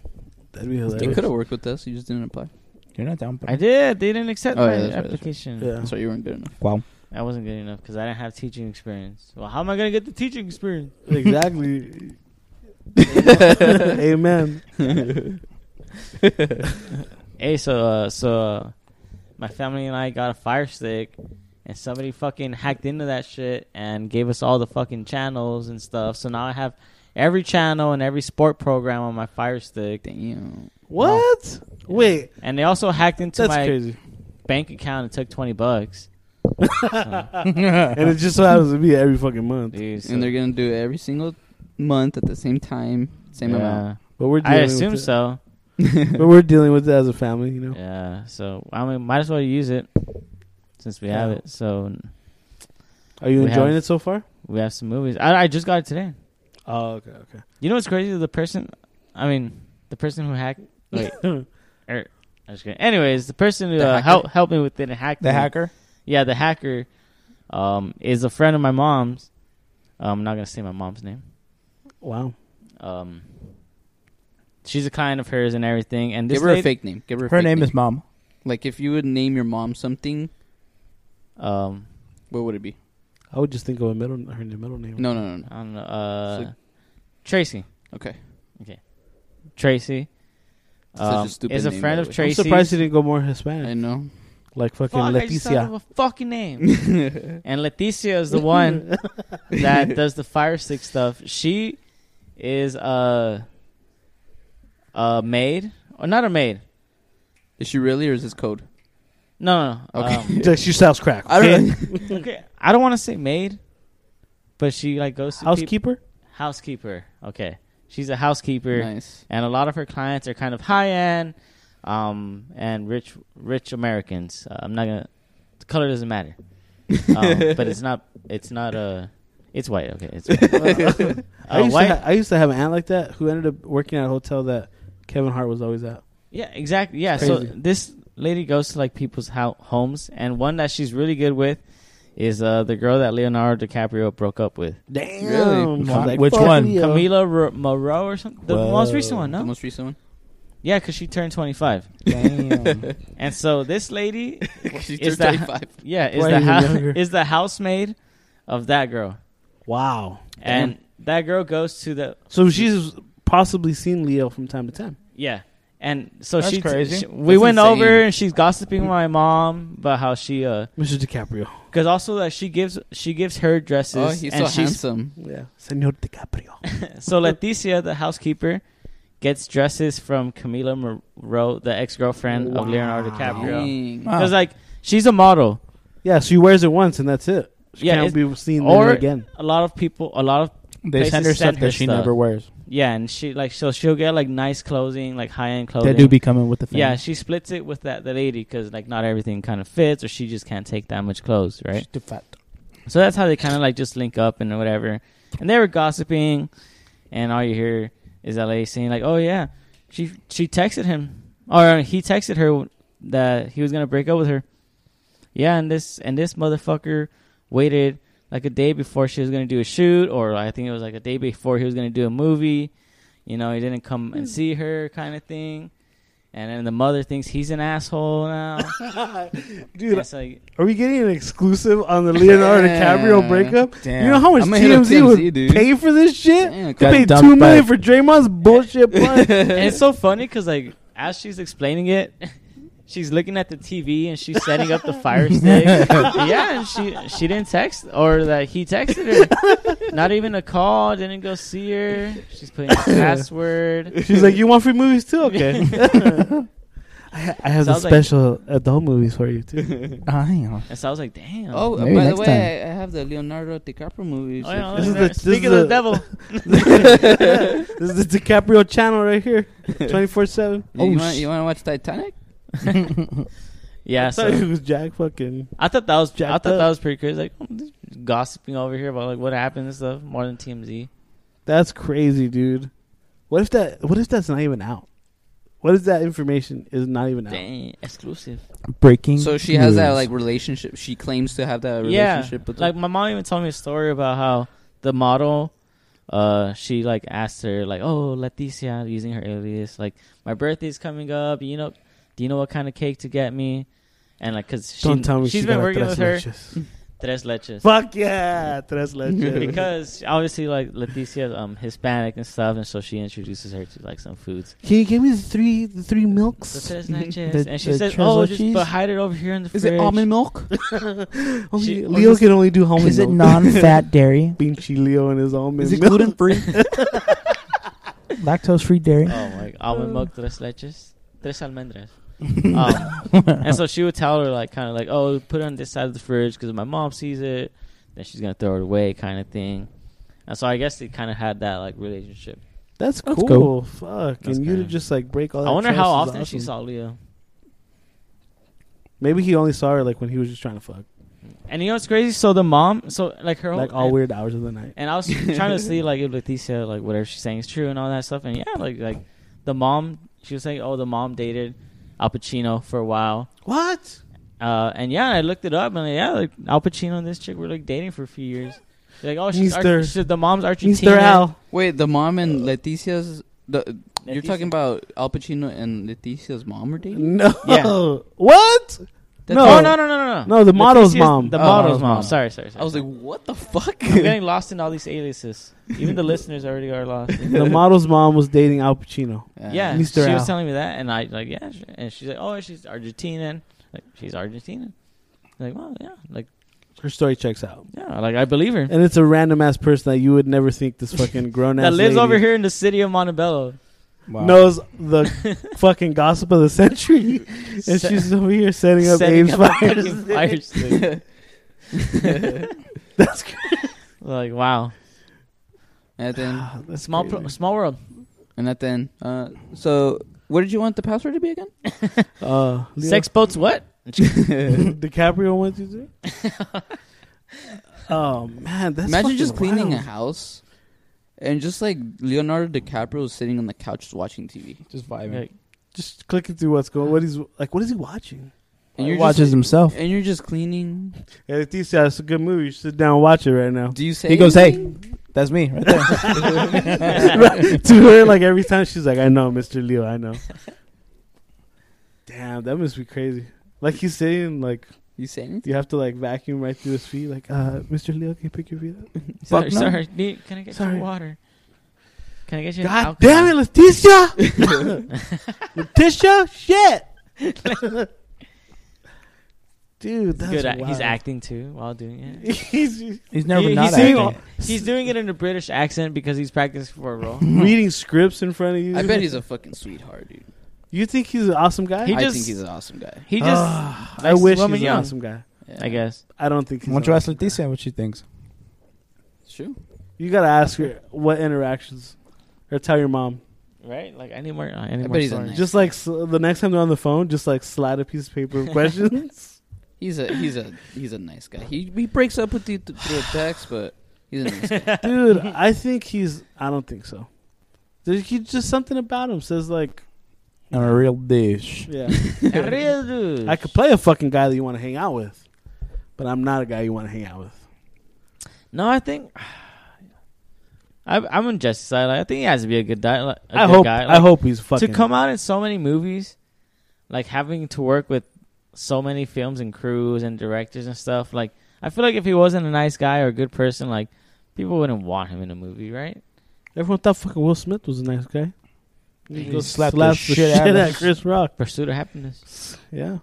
That'd be You could have worked with us. You just didn't apply. You're not down. bro. I did. They didn't accept Oh, yeah, my that's right, that's right. application. Yeah. So you weren't good enough. Wow. I wasn't good enough because I didn't have teaching experience. Well, how am I gonna get the teaching experience? exactly. Amen. Hey, so uh, so uh, my family and I got a fire stick, and somebody fucking hacked into that shit and gave us all the fucking channels and stuff. So now I have every channel and every sport program on my fire stick. Damn. What? Wait, And they also hacked into that's my crazy. bank account and took twenty bucks. And it just so happens to be every fucking month. Dude, so- And they're gonna do it every single month at the same time, same yeah. amount. But we're I dealing assume with it. so. But we're dealing with it as a family, you know. Yeah. So I mean, might as well use it since we have Yeah. it. So Are you We enjoying have- it so far? we have some movies. I, I just got it today. Oh, okay, okay. You know what's crazy? The person, I mean, the person who hacked. Wait, er, I was kidding. Anyways, the person who The uh, hacker? helped helped me with it and hacked The me- hacker. Yeah, the hacker um, is a friend of my mom's. Um, I'm not gonna say my mom's name. Wow. Um, she's a client of hers and everything. And this Give her a lady- fake name. Give her. A Her fake name is Mom. Like if you would name your mom something, Um, what would it be? I would just think of a middle her middle name. No, no, no, no. I don't know. Uh, It's like- Tracy. Okay. Tracy. Such a Um, stupid is a name, friend by of the way. I'm I'm Tracy's. surprised he didn't go more I Hispanic, know. like fucking Fuck, I just thought of Leticia. a fucking name. and Leticia is the one that does the fire stick stuff. She is a a maid, or not a maid? Is she really or is this code? No, no. no. Okay. Um, she sounds crack. I don't know. okay. I don't want to say maid, but she like goes to peop- Housekeeper. housekeeper. Okay, she's a housekeeper. nice. and a lot of her clients are kind of high end um, and rich rich Americans. Uh, I'm not gonna. The color doesn't matter, um, but it's not. It's not Uh, it's white. Okay, it's white. I, Uh, used white. to ha- I used to have an aunt like that who ended up working at a hotel that Kevin Hart was always at. yeah, exactly. Yeah. It's So crazy. this lady goes to like people's ho- homes, and one that she's really good with is uh, the girl that Leonardo DiCaprio broke up with, Damn. Really? I was Wow. Which fuck one? yeah. Camila R- Moreau or something. The Whoa. most recent one, The no? most recent one? Yeah, because she turned 25, Damn. and so this lady She's Is that- 35. Yeah, is Why the even hou- younger? is the housemaid of that girl, Wow. and that girl goes to the So she's possibly seen Leo from time to time. yeah, and so That's she, crazy. she- we That's went insane. over and she's gossiping with my mom about how she uh Mr. DiCaprio. because also that she gives she gives her dresses Oh, he's and so handsome. Yeah. Senor DiCaprio. so Leticia the housekeeper gets dresses from Camila Moreau the ex girlfriend of Leonardo Wow. DiCaprio Dang. Wow. because like she's a model yeah. She wears it once and that's it. She Yeah, can't be seen or- there again. a lot of people a lot of they send Places her send stuff her that she stuff. never wears. yeah and she like so she'll get like nice clothing like high end clothing That do be coming with the thing. Yeah, she splits it with that the lady because like not everything kind of fits, or she just can't take that much clothes, right? She's too fat. So that's how they kind of like just link up and whatever. And they were gossiping, and all you hear is that lady saying like, "Oh yeah, she she texted him, or uh, he texted her that he was gonna break up with her." Yeah, and this and this motherfucker waited like a day before she was gonna do a shoot, or I think it was like a day before he was gonna do a movie. You know, he didn't come and see her, kind of thing. and then the mother thinks he's an asshole now. Dude, It's like are we getting an exclusive on the Leonardo DiCaprio Yeah. breakup? Damn. You know how much I'ma hit up TMZ, TMZ, would dude. pay for this shit? Damn, they got paid dumped two by- million for Draymond's bullshit punt. and it's so funny because like as she's explaining it she's looking at the tv and she's setting up the fire stick yeah and she she didn't text or that he texted her not even a call didn't go see her she's putting a password She's like, "You want free movies too? Okay." I, ha- I have the Sounds like- special adult movies for you too. hang on. and so i was like damn Oh, Maybe by the next way, time. I, I have the Leonardo DiCaprio movie. Oh, so- yeah, This is look the- at that. this is speaking of the the- devil this is the DiCaprio channel right here, twenty four seven. You Oh, want sh- you want to watch Titanic? yeah I thought it so was Jack fucking. i thought that was i Jacked thought that up. was pretty crazy like gossiping over here about like what happened and stuff more than tmz That's crazy, dude. What if that? What if that's not even out? What if that information is not even out? dang exclusive Breaking. So she has that news. like relationship. She claims to have that yeah, relationship with like my mom even told me a story about how the model uh she like asked her like oh leticia using her alias like my birthday's coming up you know do you know what kind of cake to get me and like because she, Don't tell me she's she been got a working tres with her leches. tres leches Fuck yeah, tres leches. because obviously like leticia's um hispanic and stuff and so she introduces her to like some foods can you give me the three the three the milks? tres leches The- and she the says tres oh just leches? but hide it over here in the Is fridge it almond milk? Only- She- oh, Leo was- can only do homemade. Is it milk. non-fat dairy? Pinchy Leo and his almond Is it milk. gluten free? Lactose-free dairy? oh my almond milk tres leches tres almendras um, and so she would tell her like kind of like oh put it on this side of the fridge because my mom sees it then she's gonna throw it away kind of thing and so i guess they kind of had that like relationship That's That's cool. cool. Fuck. That's and you to kinda- just like break all Oh, that i wonder how trust is often she awesome. saw leo Maybe he only saw her like when he was just trying to fuck. and you know what's crazy so the mom so like her like whole, all and, weird hours of the night. and i was trying to see like if leticia like whatever she's saying is true and all that stuff and yeah like like the mom she was saying oh the mom dated al pacino for a while What? uh, and yeah, I looked it up, and yeah, like Al Pacino and this chick were like dating for a few years. They're like, oh, she's Mr. Ar- she's- the mom's Argentina. Mr. Al. Wait, the mom and uh, Leticia's. The, you're Leticia. talking about Al Pacino and Leticia's mom are dating? No. Yeah. What? That's No. Oh, all- no, no, no, no, no. No, the model's Leticia's- mom. The Oh, model's oh, mom. oh. Sorry, sorry, sorry. I was like, what the fuck? I'm getting lost in all these aliases. Even the listeners already are lost. the model's mom was dating Al Pacino. Yeah, Mr. she Al. was telling me that, and I like, yeah, she- and she's like, oh, she's Argentinian. Like, she's Argentinian. Like, well, yeah, like, Her story checks out. yeah, like I believe her. And it's a random ass person that you would never think this fucking grown ass That lives over here in the city of Montebello. Wow. knows the fucking gossip of the century. And Se- she's over here setting up setting Abe's up a fires. fucking fire stick. That's crazy. Like, wow, And then, Ah, That's small, crazy. pro- small world. and that then, uh, so what did you want the password to be again? Uh, Leo, Sex boats, what? DiCaprio went to do. oh man, that's Imagine fucking just cleaning a wild. house, and just like Leonardo DiCaprio sitting on the couch just watching TV, Just vibing. Like, Just clicking through what's going. What he's like? What is he watching? and he you're watches just, himself. and you're just cleaning. Yeah, Leticia, it's a good movie. You should sit down and watch it right now. Do you say? He goes, "Hey, anything? that's me right there." Right? to her, like every time she's like, "I know, Mr. Leo, I know." Damn, that must be crazy. Like he's saying, like You say anything?" you have to like vacuum right through his feet. Like, uh, Mr. Leo, can you pick your feet up? Sorry, no. sorry. Need- Can I get Sorry. you water? Can I get you? an God alcohol? damn it, Leticia! Leticia, shit! Dude, that's Good. at- wild. He's acting too while doing it. he's He's never He- been not he's saying acting. all- He's doing it in a British accent because he's practicing for a role. reading scripts in front of you. I bet he's a fucking sweetheart, dude. You think he's an awesome guy? He I just- think he's an awesome guy. He just, Ah, I likes wish he women was an young. awesome guy. Yeah. I guess. I don't think he's. Why don't an you ask awesome guy. Leticia what she thinks? It's true. You gotta ask her what interactions, or tell your mom. Right? Like I need more. I need I more bet he's a stories. nice- Just like sl- the next time they're on the phone, just like slide a piece of paper of questions. He's a he's a he's a nice guy. He he breaks up with you th- through a text, but he's a nice guy. Dude, I think he's. I don't think so. There's he, just something about him says like, I'm a real douche. yeah, A real dude. I could play a fucking guy that you want to hang out with, but I'm not a guy you want to hang out with. No, I think. I, I'm on Jesse's side. Like, I think he has to be a good, di- like, a I good hope. guy. I Like, hope he's fucking. to come out in so many movies like having to work with so many films and crews and directors and stuff. Like I feel like if he wasn't a nice guy or a good person, like people wouldn't want him in a movie, right? Everyone thought fucking Will Smith was a nice guy. He goes slapped the slaps shit out of us. Chris Rock. Pursuit of Happiness. Yeah.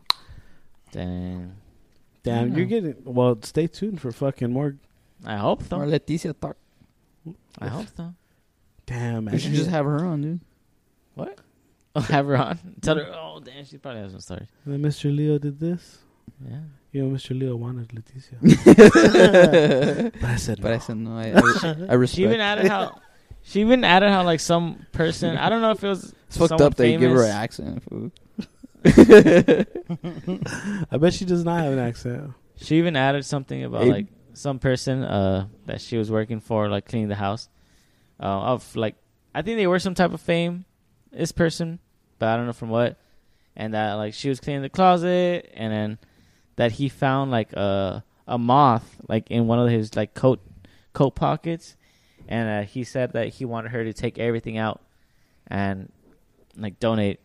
Dang. Damn, Yeah. you're getting well. Stay tuned for fucking more. I hope Or so. Leticia talk. I hope so. Damn, We should just have. have her on, dude. I'll Oh, have her on. Tell her. Oh damn, she probably has some stories. Mr. Uh, Leo did this. Yeah. You know, Mr. Leo wanted Leticia, but but I said no. I said no. I, I, re- I respect. She even added how. She even added how like some person. I don't know if it was. it's fucked someone up that you give her famous. an accent. Food. I bet she does not have an accent. She even added something about Abe? like some person uh, that she was working for, like cleaning the house. Uh, of like, I think they were some type of fame. This person, but I don't know from what. And that like she was cleaning the closet, and then that he found like a a moth like in one of his like coat coat pockets, and uh, he said that he wanted her to take everything out and like donate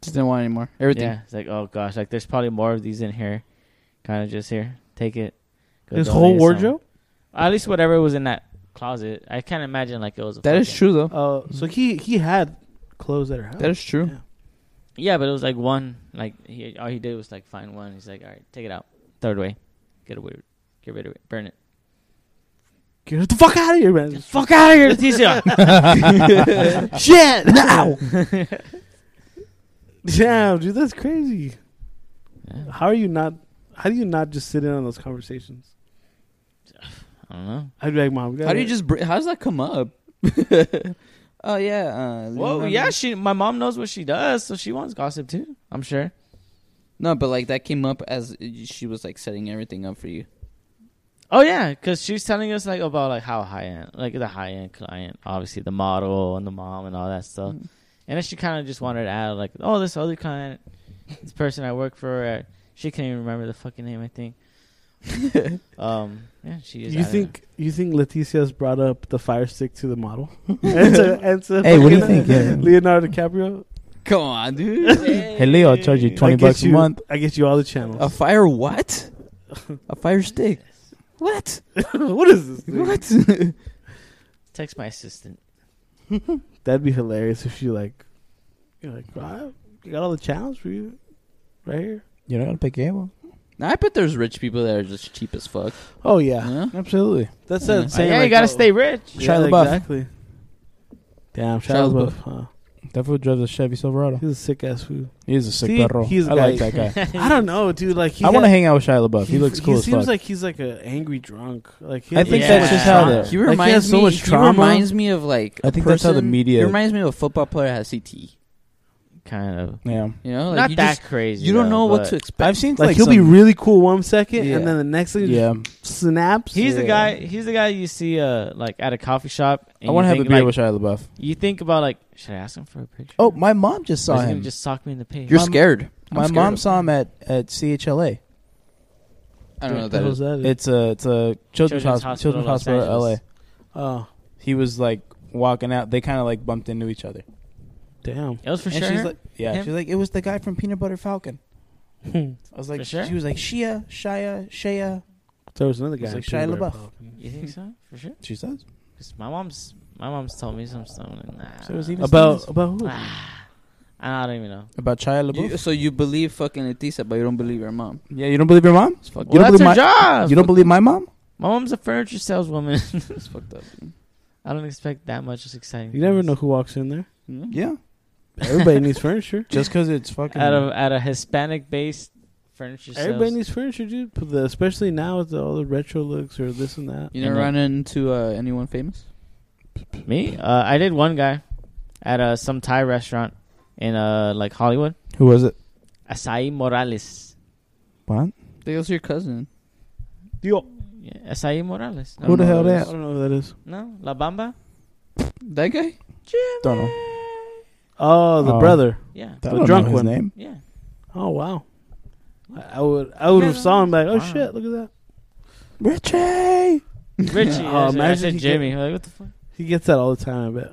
Just didn't want it anymore. Everything. yeah, it's like oh gosh, like there's probably more of these in here. Kind of just here, take it. Go His donate whole it wardrobe. somewhere. At least whatever was in that closet, I can't imagine like it was. A That is fucking- true though. Uh, so he he had clothes at her Oh. house. That is true. Yeah. Yeah, but it was like one. Like he, all he did was like find one. He's like, all right, take it out, throw it away, get away, get rid of it, burn it. Get the fuck out of here, man! Fuck out of here, Leticia. Shit! Now. Damn, dude, that's crazy. Yeah, How are you not? How do you not just sit in on those conversations? I don't know. I'd be like, mom. we How gotta- do you just? Br- how does that come up? oh yeah. Uh, Well, yeah, she. My mom knows what she does, so she wants gossip too. I'm sure. No, but like that came up as she was like setting everything up for you. Oh yeah, because she's telling us like about like how high end, like the high end client, obviously the model and the mom and all that stuff. Mhm. And then she kind of just wanted to add like, oh, this other client, this person I work for, uh, she can't even remember the fucking name, I think. um, yeah, she. Just You added it. think you think Leticia's brought up the fire stick to the model? and to, and to Hey, what do you fucking think, yeah? Leonardo DiCaprio? Come on, dude. Hey Leo, I'll charge you twenty I get bucks you, a month. I get you all the channels. a fire what? A fire stick. What? what is this? dude? What? Text my assistant. That'd be hilarious if you like. You're like, "Ah, I got all the channels for you, right here. You're not gonna pick cable. Now, I bet there's rich people that are just cheap as fuck. Oh yeah, Yeah. Absolutely. that's Yeah. that saying. yeah, like, you gotta oh, stay rich. Yeah, Shia LaBeouf. Exactly. Damn, Shia Shia LaBeouf. Huh? That fool drives a Chevy Silverado. He's a sick ass fool. He's a sick See, perro. he's I like like- that guy. I don't know, dude. Like, he I want to got- hang out with Shia LaBeouf. He, looks cool He as seems fuck. like he's like an angry drunk. Like, he I think he's that's just how drunk. the- He Like, reminds has so me. much he trauma. reminds me of like. I a think that's how the person- media- He reminds me of a football player that has CT. You Kind of. yeah. know, like, Not you that just- crazy. you don't though, know what but to expect. I've seen Like, like, he'll be some- really cool one second, Yeah. and then the next thing, yeah. yeah. snaps. He's the Yeah. guy. He's the guy you see, uh, like at a coffee shop. and I you want to have a think, beer like- with Shia LaBeouf. You think about like, should I ask him for a picture? Oh, my mom just saw Or is he gonna him. Just sock me in the page. You're My- scared. I'm my scared mom of- saw him at at CHLA. I don't know What what that was is. that? It's a it's a children's, Children's hos- Hospital, children's Los hospital, Angeles. LA. oh He was like walking out. They kind of like bumped into each other. damn. It was for and sure. she's like, yeah, Him? she's like, it was the guy from Peanut Butter Falcon. I was like, For sure? she was like, Shia, Shia, Shia. There was another guy. It's like in Shia Peter LaBeouf. Pan. you think so? For sure. She says, 'Cause my mom's my mom's told me some stuff. Like, nah. So is he- About about who? Ah, I don't even know. about Shia LaBeouf. You, so you believe fucking Leticia, but you don't believe your mom. yeah, you don't believe your mom? It's fucked. You Well, don't that's her believe job. You don't believe my mom? my mom's a furniture saleswoman. It's fucked up. dude. I don't expect that much. It's exciting. You never things. know who walks in there. Yeah. Yeah, Everybody needs furniture. just because it's fucking. At a at a Hispanic based furniture. Everybody sales. needs furniture, dude. But the, especially now with all the retro looks or this and that. You never And run into uh, anyone famous? me. Uh, I did one guy at uh, some Thai restaurant in uh like Hollywood. Who was it? Asai Morales. What? They was your cousin. Yo, Yeah, Asai Morales. I No, Who the don't hell know who I that? don't know who that is. no, La Bamba. That guy? Don't know. Oh, the Oh. brother. Yeah, I The don't know drunk his one. name. yeah. Oh wow. I, I would I would have Yeah, saw him like, oh wow. shit, look at that. Richie. Richie. Oh, I said- I imagine said he Jimmy. like, what the fuck? He gets that all the time. I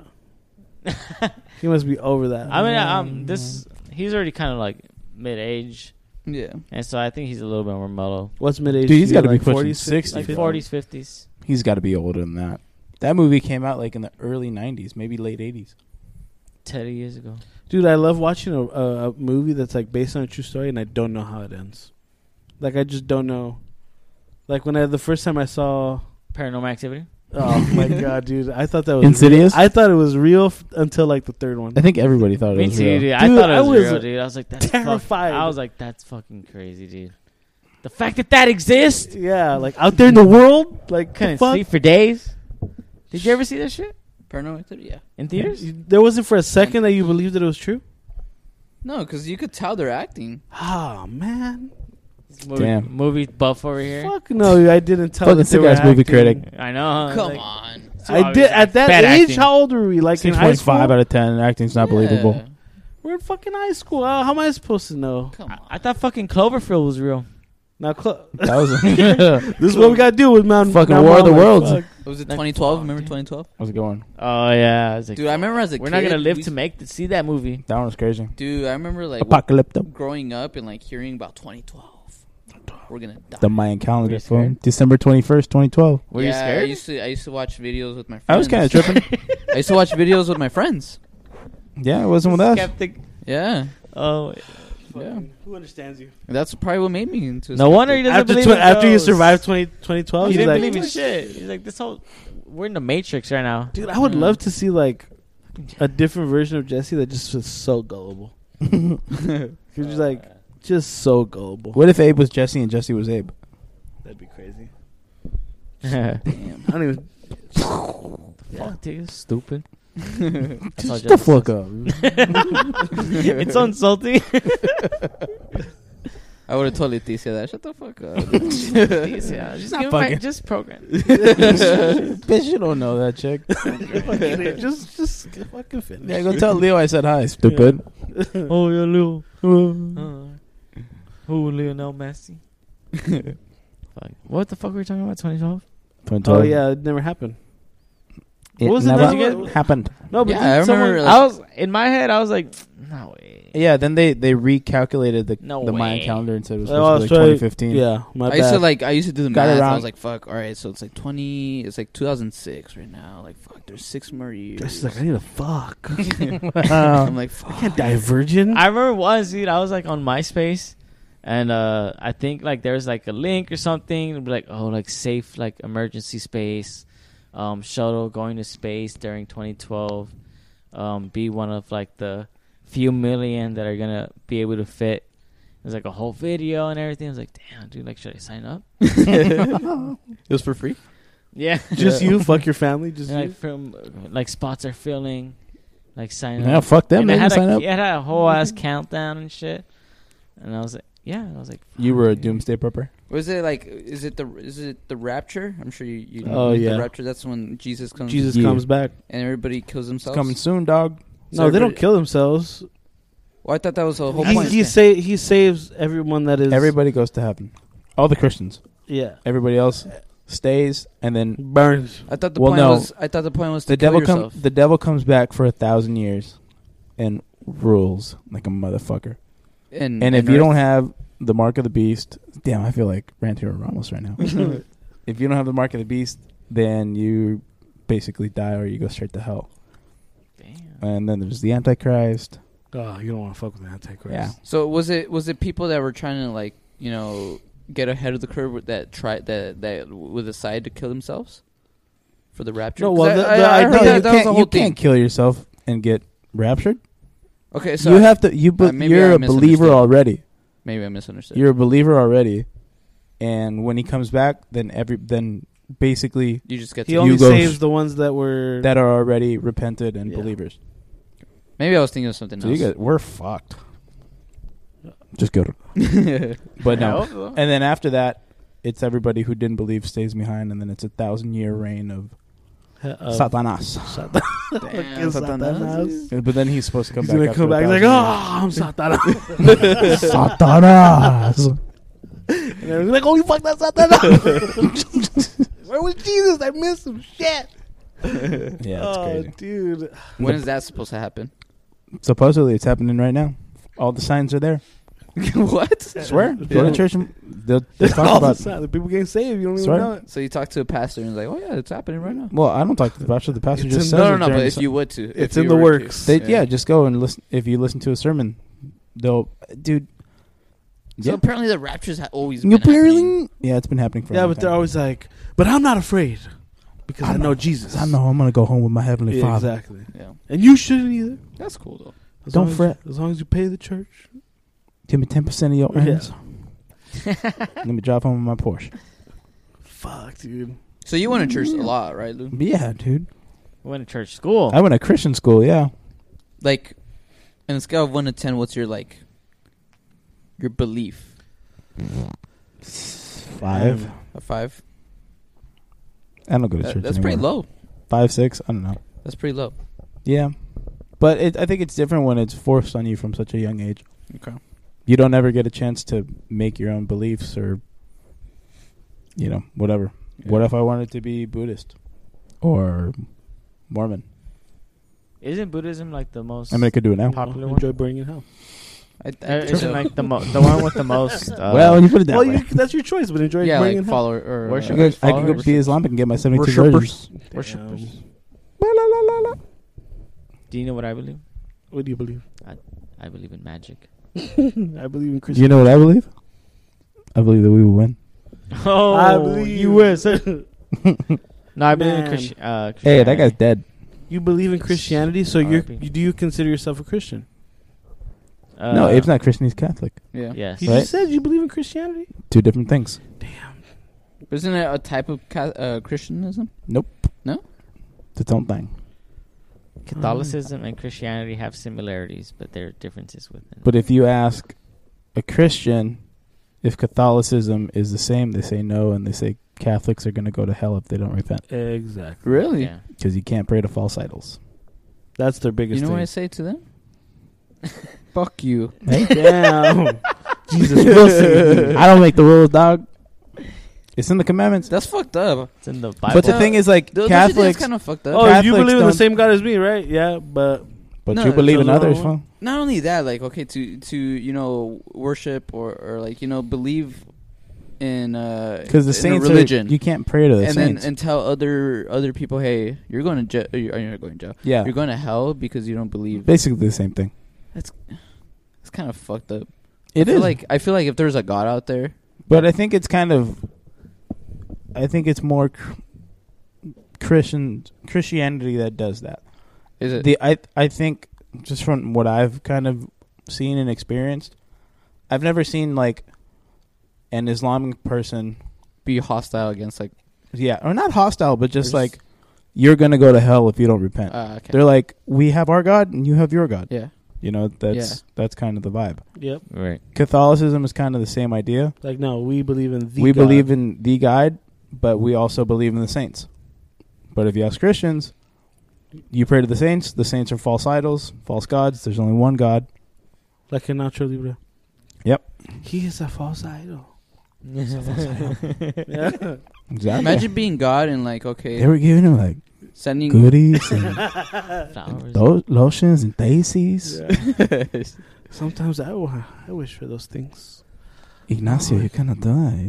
bet he must be over that. I mean, um, this he's already kind of like mid age, Yeah. and so I think he's a little bit more mellow, What's mid age? Dude, he's to got to like be pushing 40s, 60. like bro. forties, fifties. He's got to be older than that. That movie came out like in the early 90s, maybe late 80s. 30 years ago. Dude, I love watching a, a, a movie that's like based on a true story, and I don't know how it ends. Like I just don't know. Like when I the first time I saw, Paranormal Activity. oh my god, dude, I thought that was Insidious? Real. I thought it was real f- until like the third one. I think everybody thought it Me was too, real. dude. I Dude, thought it I was, was real, dude. I was like, that's fuck- terrified. I was like, that's fucking crazy, dude. The fact that that exists, Yeah, like out there in the world, like couldn't the fuck? sleep for days. Did you ever see that shit Paranormal Activity. Yeah. in theaters? You- There wasn't for a second that you believed that it was true. No, because you could tell they're acting. Ah man, Movie, Damn. movie buff over here. fuck no, I didn't tell. Fucking that they sick-ass were movie acting. critic. I know. huh? Come Uh, Like, on. it's I obvious, did at like, bad that age. acting. How old were we? Like in high 6.5 school. out of 10. Acting's not believable. Yeah. We're in fucking high school. How how am I supposed to know? Come I, on. I thought fucking Cloverfield was real. Now, cl- That was a, this is what we gotta do with Mount. Fucking Mount War of the Mama. Worlds. Fuck. Was it Like, 2012? fuck, Remember dude. 2012? how's it going? Oh yeah, I was like, Dude, I remember as a we're kid. not gonna live we- to make to see that movie. That one was crazy. Dude, I remember like Apocalypto. growing up and like hearing about 2012. We're gonna die. The Mayan calendar, Were you scared? fool. December 21st, 2012. Were yeah, you I scared? used to I used to watch videos with my friends. I was kind of tripping. I used to watch videos with my friends. yeah, it wasn't with us. Skeptic. Yeah, Oh, yeah. Who understands you? That's probably what made me into. a no wonder he skeptic. After doesn't believe tw- in after you ghosts. survived 20, 2012, He he's didn't like, believe in shit. He's like, this whole we're in the Matrix right now. dude, I would Mm. love to see like a different version of Jesse that just was so gullible. He was just like just so gullible. What if Abe was Jesse and Jesse was Abe? That'd be crazy. Fuck, I don't even. dude, stupid. That's all Shut the Jesse fuck says. up. it's so insulting. I would have told Leticia that. Shut the fuck Jeez, yeah, just give him my- fucking- just program. up. Bitch, you don't know that chick. just, just fucking finish. Yeah, go tell Leo I said hi, stupid. oh yeah, Leo. Uh, who Lionel Messi? Fuck. What the fuck were we talking about? Twenty twelve. Oh yeah, it never happened. It What was it never that you get- happened. No, but Yeah, didn't I remember, someone- like- I was in my head. I was like, no way. Yeah, then they, they recalculated the, No the Mayan way. calendar and said it was Oh, supposed to be like that's right. 2015. yeah, my I bad. used to like. I used to do the Got it math. I wrong. was like, "Fuck, all right." So it's like twenty. It's like two thousand six right now. Like, fuck, there's six more years. Jesse's like, I need a fuck. I'm like, fuck. I can't divergent. I remember once, dude, I was like on MySpace, and uh, I think like there was like a link or something. It'd be like, oh, like safe, like emergency space, um, shuttle going to space during 2012. Um, be one of like the few million that are gonna be able to fit. There's like a whole video and everything. I was like, damn, dude, like, should I sign up? It was for free. Yeah, just you, fuck your family. Just And, you. like from like spots are filling, like sign yeah, up. fuck them. And They it didn't had, sign a, up. it had a whole ass countdown and shit. And I was like, yeah. And I was like, You fuck, were a dude. doomsday prepper. Was it like? Is it the? Is it the rapture? I'm sure you. you Oh, yeah. The rapture. That's when Jesus comes. Jesus Yeah. comes back. and everybody kills It's themselves. coming soon, dog. No, they don't everybody- kill themselves. Well, I thought that was the whole He, point. he sa- he saves everyone that is Everybody goes to heaven. All the Christians. Yeah, Everybody else stays, and then burns. I thought the Well, point no. was. I thought the point was to the kill devil yourself. comes. The devil comes back for a thousand years, and rules like a motherfucker. Mm-hmm. and, And if Earth. you don't have the mark of the beast, damn, I feel like Rantero Ramos right now. if you don't have the mark of the beast, then you basically die or you go straight to hell. Damn. And then there's the Antichrist. Oh, you don't want to fuck with the Antichrist. Yeah. So was it was it people that were trying to like you know get ahead of the curve with that try that that would decide to kill themselves for the rapture? No, 'Cause well, the- I, I- the I heard idea- that, you that was can't, the you whole thing. can't kill yourself and get raptured. Okay, so you I- have to. You be, uh, maybe you're I a believer misunderstood. already. maybe I misunderstood. You're a believer already. And when he comes back, then every then basically you just get He to only You go- saves the ones that were. that are already repented and Yeah. believers. maybe I was thinking of something So you else. guys, we're fucked. Just go to. but no. And then after that, it's everybody who didn't believe stays behind, and then it's a thousand year Mm-hmm. reign of uh, Satanas. Satan- Damn, fucking Satanas. Satanas. But then he's supposed to come He's back. gonna after come a back. He's like, thousand oh, I'm Satanas. years. Satanas. and they're like, oh, you fuck that Satanas. Where was Jesus? I missed him. Shit. yeah, it's oh, crazy. dude. when is that supposed to happen? Supposedly, it's happening right now. All the signs are there. what? Swear. Go Yeah. to church. And they'll, they'll talk All the about. time. The people getting saved. You don't Swear? even know it. So you talk to a pastor and it's like, oh yeah, it's happening right now. Well, I don't talk to the pastor. The pastor It's just in- says No, it no, no. But during if some- you would to, It's if in you the were to. works. They, yeah. just go and listen. If you listen to a sermon, they'll, dude. So Yeah. apparently the raptures ha- always. You Been happening. barely- yeah, it's been happening for. a Yeah, long but they're time. always like, but I'm not afraid because i I'm know not- Jesus. I know I'm gonna go home with my heavenly Yeah, father. exactly. Yeah, And you shouldn't either. that's cool though. As Don't long as- fret. As long as you pay the church. Give me ten percent of your Yeah. earnings. Let me drive home in my Porsche. Fuck, dude. So you went to church a lot, right, Lou? But yeah, dude. Went to church school. I went to Christian school. Yeah. Like, on a scale of one to ten, what's your like, your belief? Five. A five. I don't go to That- church. that's pretty anymore. low. Five, six. I don't know. That's pretty low. Yeah, but it, I think it's different when it's forced on you from such a young age. Okay. You don't ever get a chance to make your own beliefs or, you know, whatever. What if I wanted to be Buddhist or Mormon? Isn't Buddhism like the most? I mean, I could do it now. Popular Um, Popular one? enjoy burning in hell. I, I Uh, think isn't so. like the mo- the one with the most? Uh, well, when you put it that Well, way. you, that's your choice, but enjoy yeah, burning in like hell. follower or I Worship. uh, could, I could go Followers. be Islamic and get my seventy-two Worshippers. versions. Worshippers. Damn. La, la, la, la, la. Do you know what I believe? What do you believe? I believe in magic. I believe in Do Christianity. you know what I believe? I believe that we will win. Oh, I believe you was. no, I believe in Man. Christian. Uh, Hey, that guy's dead. you believe in Christianity, so you're, R.I.P. you do you consider yourself a Christian? Uh, no, Abe's not Christian. He's Catholic. yeah. Yes. You Right. just said you believe in Christianity. Two different things. Isn't it a type of ca- uh, Christianism? Nope. No? It's its own thing. Mm-hmm. Catholicism and Christianity have similarities, but there are differences within. But if you ask a Christian if Catholicism is the same, they say no, and they say Catholics are going to go to hell if they don't repent Exactly. Really? yeah. because you can't pray to false idols. That's their You biggest know what I thing. say to them? Fuck you. Damn. Jesus Wilson. I don't make the rules, dog. It's in the commandments. That's fucked up. It's in the Bible. But the thing is, like Don't you think that's Catholics, kind of fucked up. Oh, you Catholics believe in the don't- same God as me, right? Yeah, but but No, you believe it's in a others. little- Huh? not only that like okay to to you know worship or or like you know believe in uh Because the in a saints, are- religion you can't pray to the and then saints. and tell other other people hey you're going to jail oh, you're, you're not going to jail yeah, you're going to hell because you don't believe basically the same thing. it's kind of fucked up It I is feel like i feel like if there's a god out there But I think it's kind of, I think it's more cr- Christian Christianity that does that. is it The I I think just from what I've kind of seen and experienced, I've never seen like an Islamic person, be hostile against like yeah, or not hostile, but just, Or just- like you're gonna go to hell if you don't repent. uh, okay. They're like, we have our God and you have your God. yeah You know, that's that's kind of the vibe. yep. right. Catholicism is kind of the same idea. Like no, we believe in the we God. believe in the guide, but we also believe in the saints. But if you ask Christians, you pray to the saints. The saints are false idols, false gods. There's only one God. like in Nacho Libre. Yep. He is a false idol. yeah. Yeah. Exactly. imagine being god and like okay they were giving him like sending goodies and Flowers. lo- lotions and daisies. Sometimes I, wa- I wish for those things. Ignacio, you're gonna die.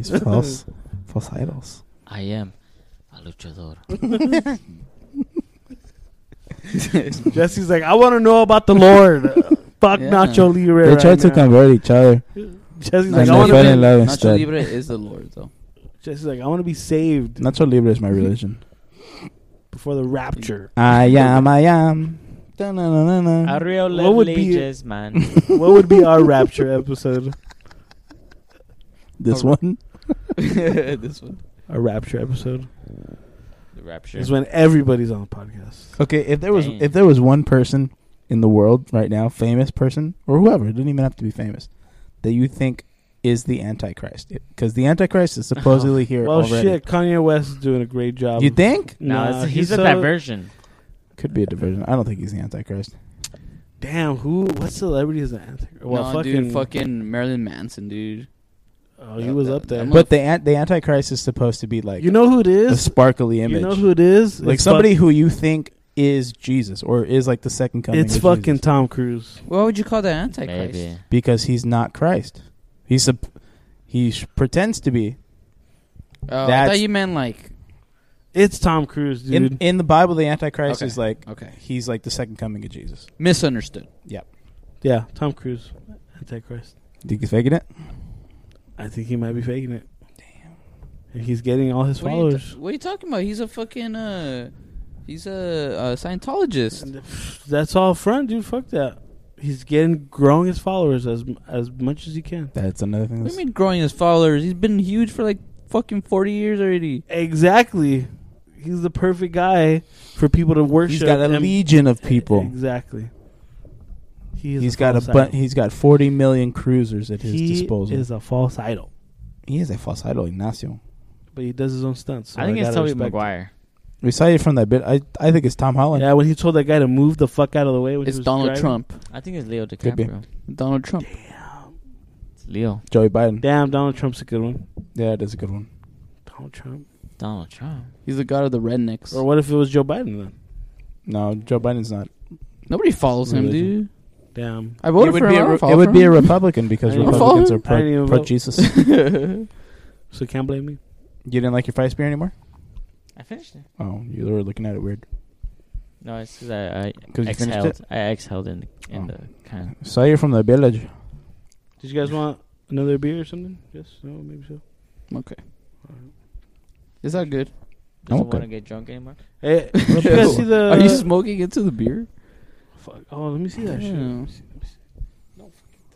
It's false, false idols. I am a luchador. Jesse's like, I want to know about the Lord. Fuck Yeah. Nacho Libre. They tried right to now. convert each other. Jesse's I like, I know. want to. fell in love Nacho instead. Libre is the Lord though. Jesse's like, I want to be saved Nacho Libre is my religion. before the rapture. I am, I am. Dun-dun-dun-dun-dun. Arreola What would be- leges, man. what would be our rapture episode? This one. this one. Our rapture episode The rapture. is when everybody's on the podcast. Okay, if there was Damn. if there was one person in the world right now, famous person or whoever, it doesn't even have to be famous, that you think is the Antichrist, because the Antichrist is supposedly here well, already. shit, Kanye West is doing a great job. You think? No, Nah, it's- he's, a so- diversion. Could be a diversion. I don't think he's the Antichrist. Damn, who? What celebrity is that? Well, no, fucking, dude, fucking Marilyn Manson, dude. Oh, he was up there. I'm But the an- the Antichrist is supposed to be like you know who it a is? sparkly image, You know who it is? like It's somebody who you think is Jesus or is like the second coming. It's of fucking Jesus. Tom Cruise. Why would you call that antichrist? Maybe. because he's not Christ. He's a he sh- pretends to be. Oh, I That's- thought you meant like It's Tom Cruise, dude. In in the Bible, the Antichrist Okay. is like okay, he's like the second coming of Jesus. misunderstood. yeah, Tom Cruise, Antichrist. Think he's faking it? I think he might be faking it. Damn. And he's getting all his What are, you followers. ta- what are you talking about? He's a fucking uh, he's a, a Scientologist. That's all front, dude. Fuck that. He's getting growing his followers as as much as he can. That's another thing. What do That's, you mean growing his followers? He's been huge for like fucking forty years already. Exactly. He's the perfect guy for people to worship. he's got a and- legion of people. Exactly. He He's got a false bun- idol. he's got forty million cruisers at his he disposal. is a false idol, he is a false idol, Ignacio. but he does his own stunts. so I think it's gotta Toby respect Maguire. We saw you from that bit. I I think it's Tom it. Holland. Yeah, when he told that guy to move the fuck out of the way, when he It's was Donald driving. Trump. I think it's Leo Could be. DiCaprio. Donald Trump. It's Leo. Joey Biden. Damn, Donald Trump's a good one. Yeah, that is a good one. Donald Trump. Donald Trump. He's the god of the rednecks. Or what if it was Joe Biden then? No, Joe Biden's not. Nobody follows him, Religion. dude. Damn. I voted it would for be him. a, I don't re- follow it would for be a him. Republican because I didn't even Republicans vote. are I didn't pro, even pro vote. Jesus. So can't blame me. You didn't like your five spear anymore? I finished it. Oh, you were looking at it weird. No, it's because I, I 'Cause you finished exhaled. I exhaled in the, in Oh. the kind. Saw you from the village. Did you guys want another beer or something? Yes. No. Maybe so. Okay. Is that good? Doesn't Okay. want to get drunk anymore. Hey, did you guys see the? Are you smoking into the beer? Fuck. Oh, let me see that shit. Yeah. Let me see, let me see.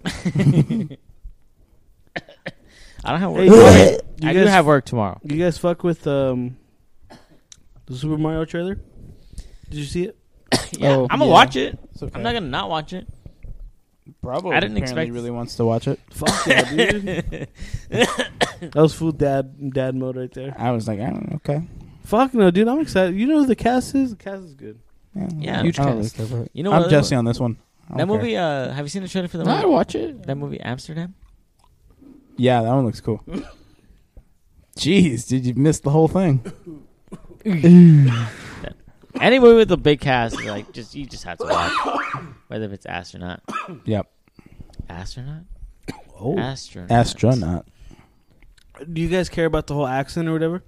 I don't have work. Hey, tomorrow. you I do guys- have work tomorrow. You guys fuck with um the Super Mario trailer? Did you see it? yeah, Oh, I'm gonna yeah. watch it. okay. I'm not gonna not watch it. Bravo. I didn't apparently expect- really wants to watch it. Fuck yeah, dude. that was full dad dad mode right there. I was like, I don't know. Okay. Fuck no, dude. I'm excited. You know who the cast is? The cast is good. Yeah. Huge I don't really cast. care for it. You know I'm what- Jesse on this one. I don't That care. movie. Uh, have you seen the trailer for the No, I movie? watch it. That movie Amsterdam. Yeah, that one looks cool. Jeez, did you miss the whole thing? Any movie with a big cast, like just you just have to watch, whether it's astronaut, Yep. astronaut, Oh. astronaut, Astronaut. Do you guys care about the whole accent or whatever?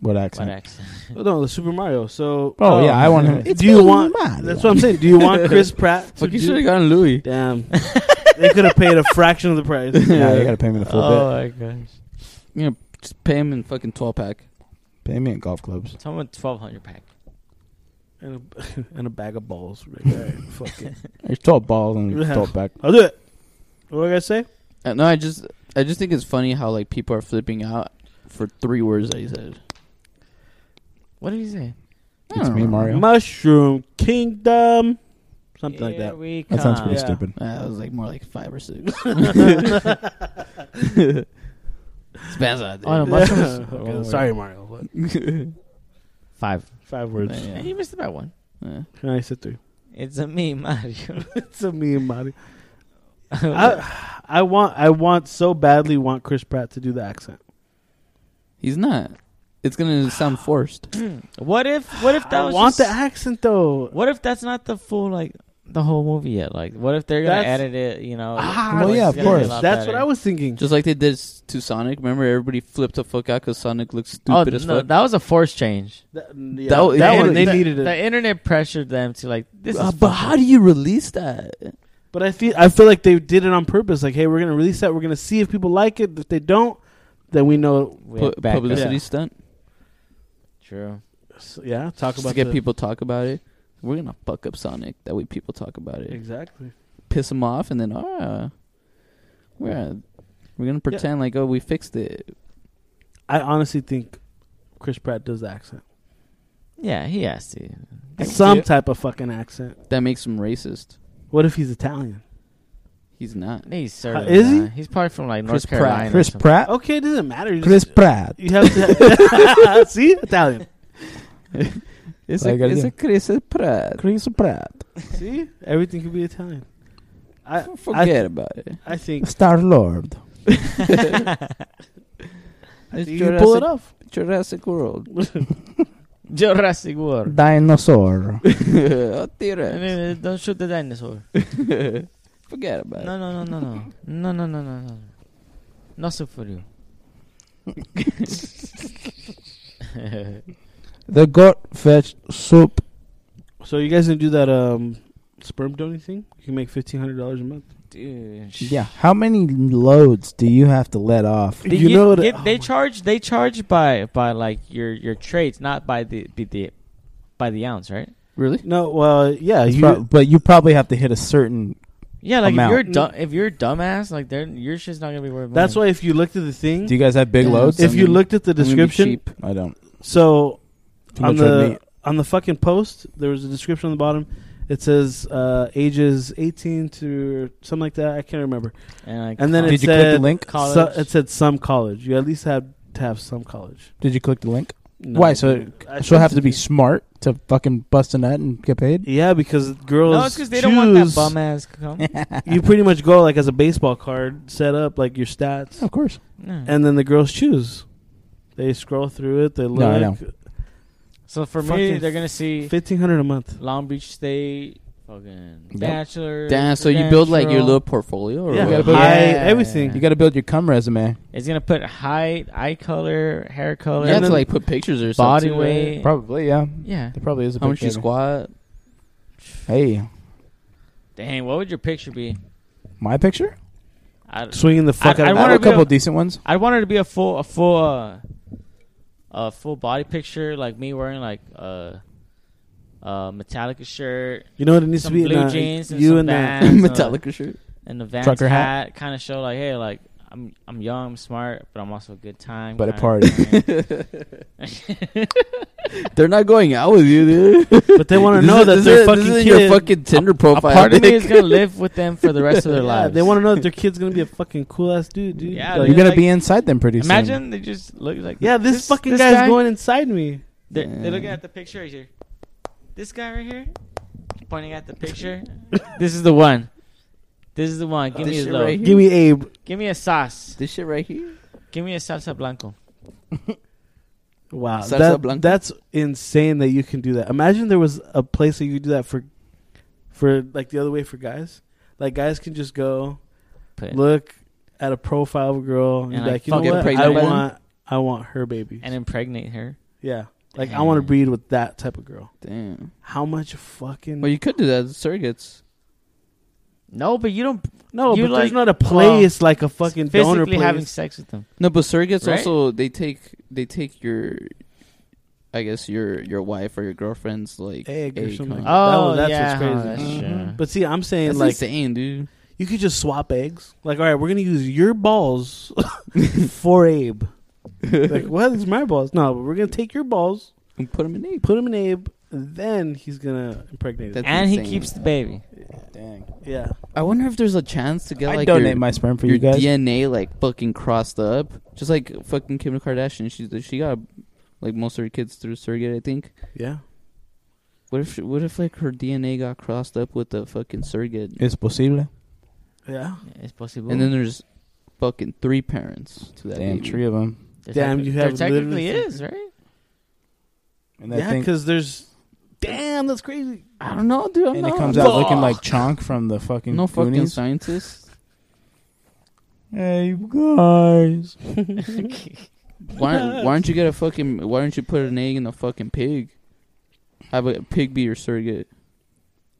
What What accent? accent? Oh, no, the Super Mario. So um, Oh, yeah, I want him. It's Do you Super want Mario. That's what I'm saying. Do you want Chris Pratt? to Fuck, you do- should have gotten Louis. Damn. they could have paid a fraction of the price. yeah, you gotta pay me the full Oh bit. my gosh! You know, just pay him in fucking twelve pack. Pay me in golf clubs. Someone twelve hundred pack. And a, and a bag of balls. Like, all right, fuck it. It's twelve balls and Yeah. twelve back. I'll do it. What do I gotta say? Uh, no, I just, I just think it's funny how like people are flipping out for three words that he said. What did he say? I It's don't me, know. Mario. Mushroom Kingdom. Something like Here that. We That sounds come. pretty Yeah. stupid. Uh, it was like more like five or six. Spaz out there. On a Yeah. mushroom. Okay, Sorry, Mario. What? Five. Five words. Yeah. You missed about one. Yeah. Can I sit through? It's a me, Mario. It's a meme, body. I, I want, I want so badly want Chris Pratt to do the accent. He's not. It's gonna sound forced. what if? What if that I was? want the just, accent though. What if that's not the full like the whole movie yet? Like, what if they're gonna That's- edit it? You know. Ah, Well, it's yeah, of gonna be a course. lot That's what better. I was thinking. Just like they did s- to Sonic. Remember, everybody flipped the fuck out because Sonic looked Oh, stupid as no, fuck. that was a forced change. That, yeah, That was- that yeah, one they the- needed it. The internet pressured them to like this. Uh, is but fucking- how do you release that? But I feel I feel like they did it on purpose. Like, hey, we're gonna release that. We're gonna see if people like it. If they don't, then we know. We Pu- have backup. publicity Yeah. stunt True. So, yeah, talk just about to get the- people talk about it. We're gonna fuck up Sonic. That way, people talk about it. Exactly. piss them off, and then ah, we're we're gonna pretend like oh we fixed it. I honestly think Chris Pratt does the accent. Yeah, he has to. Some Yeah. type of fucking accent. That makes him racist. What if he's Italian? He's not. He's certainly is he? not. He's probably from like Chris North Pratt. Carolina. or Chris something. Pratt. Okay, it doesn't matter. You Chris just- Pratt. You have to see Italian. It's What I a, gotta it's do? a Chris Pratt. Chris Pratt. See, everything could be Italian. I Forget about it. I think Star Lord. I It's think you can pull it Jurassic- off. Jurassic World. Jurassic World. Dinosaur. A I T-Rex. mean, Eh, Don't shoot the dinosaur. Forget about it. No, no, no, no, no. No, no, no, no, no. Nothing for you. the goat fetched soup. So you guys didn't do that um, sperm donor thing? You can make fifteen hundred dollars a month. Dude. Yeah. How many loads do you have to let off? They You get- know that- get- oh they my- charge they charge by by like your your traits, not by the by the by the ounce, right? Really? No, well, yeah, It's you. prob- but you probably have to hit a certain. Yeah, like Amount. if you're dumb, if you're a dumbass, like they're, your shit's not gonna be worth. that's money. why if you looked at the thing, Do you guys have big Yeah. loads? if you I'm- looked at the I'm gonna be description, cheap. I don't. so Too on much red the meat. on the fucking post, there was a description on the bottom. It says uh, ages eighteen to something like that. I can't remember. and, like, and then con- it Did you click said the link? college. so- it said some college. You at least had to have some college. Did you click the link? No, Why? So I she'll sent have to it be you. smart to fucking bust a nut and get paid. Yeah, because girls. no, it's because they don't want that choose- bum ass cum. You pretty much go like as a baseball card, set up like your stats, Of course. No. and then the girls choose. They scroll through it. They look. No, I so for me, Fucking they're gonna see Fifteen hundred a month. Long Beach State, fucking Yep. bachelor. Damn, so you build like your natural. little portfolio or Yeah, what? gotta build- high Yeah. everything. Oh, You got to build your cum resume. It's gonna put height, eye color, hair color, You have then to like put pictures or body something. right? weight. Probably, yeah. Yeah. There probably is a How much picture you of it. squat? Hey, Dang, what would your picture be? my picture? I, Swinging the fuck I out. I, of wanna have a be a- couple decent ones. I wanted to be a full, a full, uh, a full body picture, like me wearing like uh, uh, Metallica shirt You know what it needs some to be? blue Nah, jeans and you some and that. Vans, uh, Metallica shirt. and the Vans Trucker hat. hat, kind of show like, hey, like I'm I'm young, I'm smart, but I'm also a good time. But a kinda party. thing. They're not going out with you, dude. But they want to know that their fucking this is kid. your fucking Tinder profile. Part of me pic. is gonna live with them for the rest of their Yeah, lives. They want to know that their kid's gonna be a fucking cool ass dude, dude. Yeah, Like, You're going like- to be inside them pretty soon. Imagine they just look like yeah. This, fucking this guy's guy- going inside me. They're, Yeah. they're looking at the picture right here. This guy right here, pointing at the picture. this is the one. This is the one. Give This me his shit low. right here? Give me Abe. Give me a sauce. This shit right here. Give me a salsa blanco. Wow, Salsa that- blanca. that's insane that you can do that. Imagine there was a place that you could do that for, for like the other way for guys. Like guys can just go Put it. look at a profile of a girl and, And, be like, like, you know fucking what? I pregnant by them? want, I want her baby. and impregnate her. yeah, like I want to Damn. breed with that type of girl. Damn. How much fucking Well, you could do that. Surrogates. No, but you don't no? you but there's like- not a place like a fucking donor physically place. having sex with them. No, but surrogates Right? also they take they take your, I guess your your wife or your girlfriend's like Egg or something. huh? Oh, that's what's yeah, crazy. that's Mhm. true. but see, I'm saying That's like insane, dude. you could just swap eggs. Like, all right, we're gonna use your balls for Abe. like, what? It's my balls. No, but we're gonna take your balls, And put them in ape. put them in Abe, and then he's gonna impregnate it. That's and insane. he keeps the baby. Dang. Yeah, I wonder if there's a chance to get I like donate your, my sperm for your you guys. DNA like fucking crossed up, just like fucking Kim Kardashian. She she got like most of her kids through surrogate, I think. yeah. What if she, what if like her DNA got crossed up with the fucking surrogate, Es posible. Yeah. It's possible. and then there's fucking three parents to that Damn, baby. three of them. There Damn, techni- you there have technically literally- is right. And that Yeah, thing, because there's. Damn, that's crazy. I don't know, dude. I'm and not, it comes out looking Fuck. like Chonk from the fucking no fucking Goonies. scientist. Hey, you guys. Why why don't you get a fucking why don't you put an egg in a fucking pig? Have a pig be your surrogate.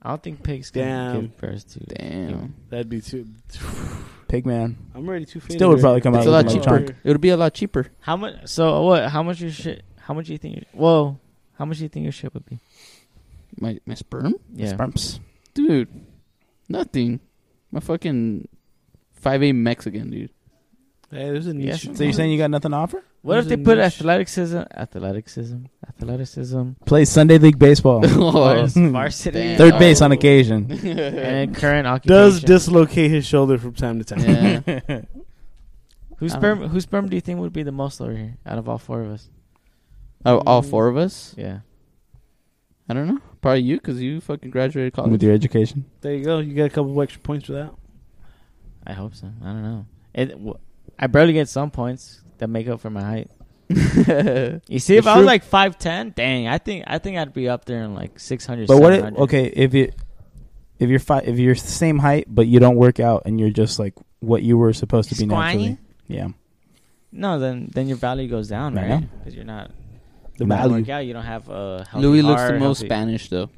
I don't think pigs can Damn. give birth to. Damn, That'd be too. Pigman. I'm already too. faded Still would already. probably come it's out a lot looking like cheaper. Chonk. It would be a lot cheaper. How much? So what? How much your shit? How much do you think? Your, whoa! How much do you think your shit would be? My my sperm, Yeah. Sperms. dude. Nothing. My fucking five A Mexican dude. Hey, there's a niche. Yes. So you're saying you got nothing to offer? What if There's they a put niche. athleticism, athleticism, athleticism, Play Sunday League Baseball. Oh, vars- varsity, uh, damn. Hmm. Third base on occasion. and current occupation? does dislocate his shoulder from time to time. Uh, yeah. whose I sperm? don't- Whose sperm do you think would be the most over here out of all four of us? Out of Oh, all four of us, Yeah. I don't know. Probably you, cause you fucking graduated With college. your education. There you go. You got a couple of extra points for that. I hope so. I don't know. It. W- I barely get some points that make up for my height. You see, if It's I was true. like five ten, dang, I think I think I'd be up there in like six hundred. But what? If, okay, if you if you're fi- if you're the same height, but you don't work out, and you're just like what you were supposed to be naturally. Squiny? Yeah, No, then then your value goes down, I right? know. Because you're not the Value. work out. You don't have a healthy Louis looks the heart, most healthy- Spanish though,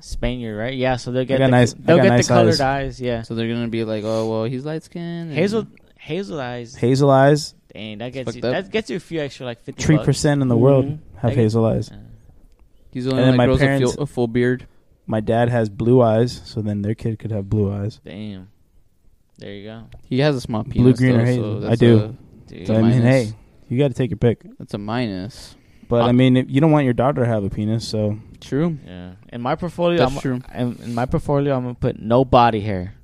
Spaniard, right? Yeah, so they'll I get got the, nice- I they'll got get nice the colored eyes. eyes. yeah. so they're gonna be like, "Oh well, he's light skinned Hazel hazel eyes. Hazel eyes. Dang, that gets fucked you, up. that gets you a few extra like fifty. Three bucks. percent in the world Mhm. have Like- hazel eyes. Uh, He's the only And then one that my grows a, parents- full, a full beard." My dad has blue eyes, so then their kid could have blue eyes. Damn, there you go. He has a small penis. Blue, green, though, or So hazel. that's I do. A, Dude, So I mean, minus. hey, you got to take your pick. that's a minus. But Uh, I mean, if you don't want your daughter to have a penis, so True. yeah. In my portfolio, That's I'm, true. I'm- in my portfolio, I'm gonna put no body hair.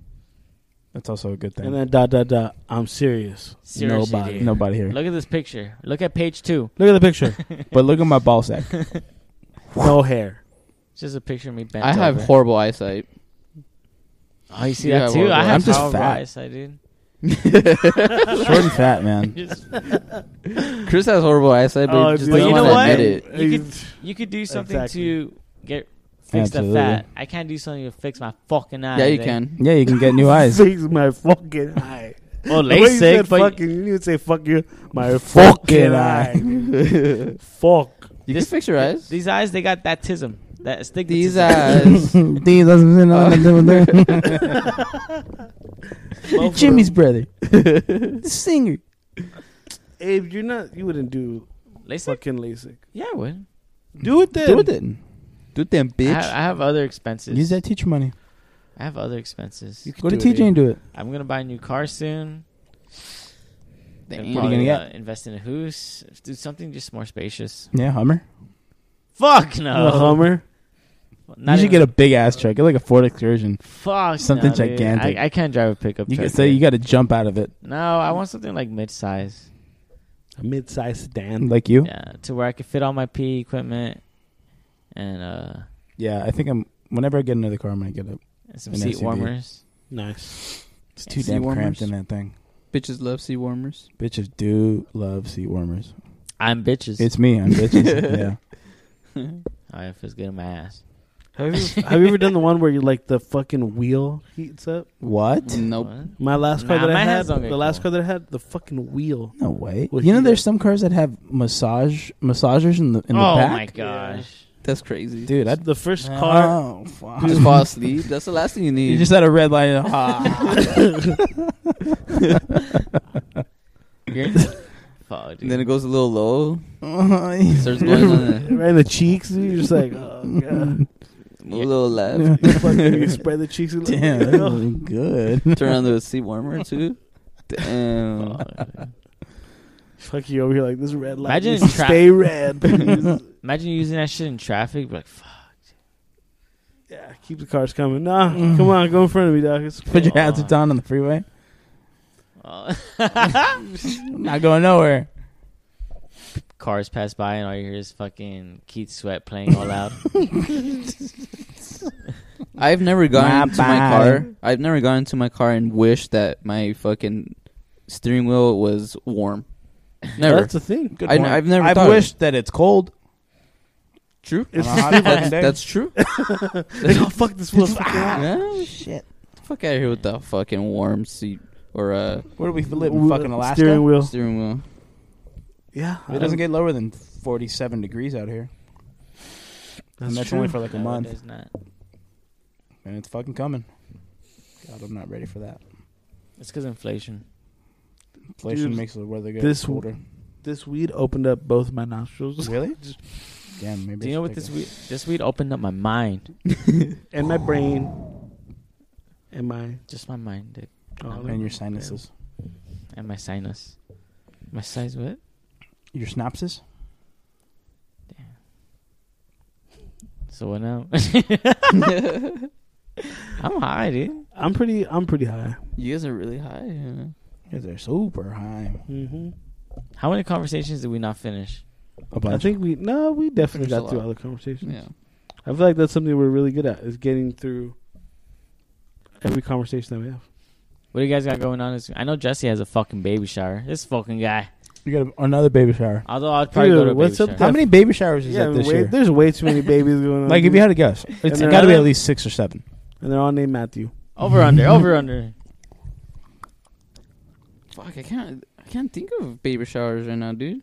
that's also a good thing. And then dot dot dot. I'm serious. Seriously, Nobody. dude. Nobody here. Look at this picture. Look at page two. Look at the picture. but look at my ball sack. no hair. It's just a picture of me bent I have over. horrible eyesight. Oh, you see You have that too? horrible I eyes. have I'm just horrible fat. eyesight, dude. Short and fat, man. Chris has horrible eyesight, but he Oh, just dude, But you doesn't know want what? to admit it. You could you could do something Exactly. to get fix Absolutely. the fat. I can't do something to fix my fucking eh? eye. Yeah, you dude. can. Yeah, you can get new eyes. Fix my fucking eye. Well, The way you said LASIK, but fucking, you need to say fuck you. My fucking eye. you Fuck. can fix your eyes. these eyes they got that tism, that stigmatism. These eyes. These doesn't Jimmy's brother, the singer. Abe, you're not. You wouldn't do LASIK. fucking LASIK. Yeah, I would. Do it then. Do it then. Do it then, I bitch. have, I have other expenses. Use that teacher money. I have other expenses. You can Go to do it, TJ and do it. I'm gonna buy a new car soon. Damn. Gonna What are probably, you gonna uh, invest in a house. Do something just more spacious. Yeah, Hummer. Fuck Abe. A no. Hummer. Not you should even- get a big ass truck. Get like a Ford Excursion. Fuck Something no, dude. gigantic. I, I can't drive a pickup. You truck, get, so you dude. got to jump out of it, No, I want something like mid-size. A mid-sized sedan. like you. Yeah, to where I could fit all my PE equipment and uh Yeah, I think I'm. Whenever I get another car, I'm gonna get it. and some An seat SUV. warmers. Nice. It's too Seat damn warmers. cramped in that thing. Bitches love sea warmers. Bitches do love seat warmers. I'm bitches. It's me. I'm bitches. yeah. all right, feels good in my ass. Have you, have you ever done the one where you like the fucking wheel heats up? What? Nope. My last car Nah, that I my had, hands don't the get last cold. car that I had, the fucking wheel. No way. Well, you know, he- there's some cars that have massage massagers in the in the oh back. my gosh! That's crazy. Dude, I The first car, Oh, fuck. Just fall asleep. That's the last thing you need. You just had a red light. Ah. You're- Fuck, dude. and then it goes a little low. Starts going on right in the cheeks. You're just like, oh god, a little left. fucking, you spread the cheeks. and look- Oh, Damn, that was good. Turn on the sea warmer too. Damn. Fuck, dude. Fuck you over here like this red light. Imagine Imagine tra- stay red. please. Imagine using that shit in traffic. be Like, fuck. yeah, keep the cars coming. Nah, Mm. come on, go in front of me, dog. It's Put your hazards on on the freeway. Oh. Not going nowhere. Cars pass by and all you hear is fucking Keith Sweat playing all loud. I've never My gone into my bad. car. I've never gone into my car and wished that my fucking steering wheel was warm. Never. That's the thing. I, have never. I've thought of it. wished that it's cold. True. on a It's- hot That's, fucking day. that's true. Like, oh fuck, this wheel's fucking hot. yeah. Shit. Fuck out of here with the fucking warm seat or uh, Where do we live? in Fucking Alaska. Steering wheel. steering wheel. Yeah, I It don't- doesn't get lower than 47 degrees out here, and that's only for like a No, it month. does not. And it's fucking coming. God, I'm not ready for that. It's because inflation. Inflation Dude, makes the weather get this colder. This weed opened up both my nostrils Really? Damn, maybe. Do I you should know what take this a- weed? This weed opened up my mind. and my brain and my Just my mind, dude. oh, And your sinuses. and my sinus. My size what? Your synapses? So what now? I'm high, dude. I'm pretty. I'm pretty high. You guys are really high. Yeah. Because they're super high. Mm-hmm. How many conversations did we not finish? A I bunch. think we no, we definitely There's a got through lot. all the conversations. yeah. I feel like that's something we're really good at is getting through every conversation that we have. What do you guys got going on? This- I know Jesse has a fucking baby shower. This fucking guy. You got a- another baby shower. Although I'd probably go to a Dude, what's baby up shower. How Def- many baby showers is yeah, that this way, year? there's way too many babies going on. Like, if you had a guess, it's they're got to be not- at least six or seven. and they're all named Matthew. Over under, over under. Fuck, I can't. I can't think of baby showers right now, dude.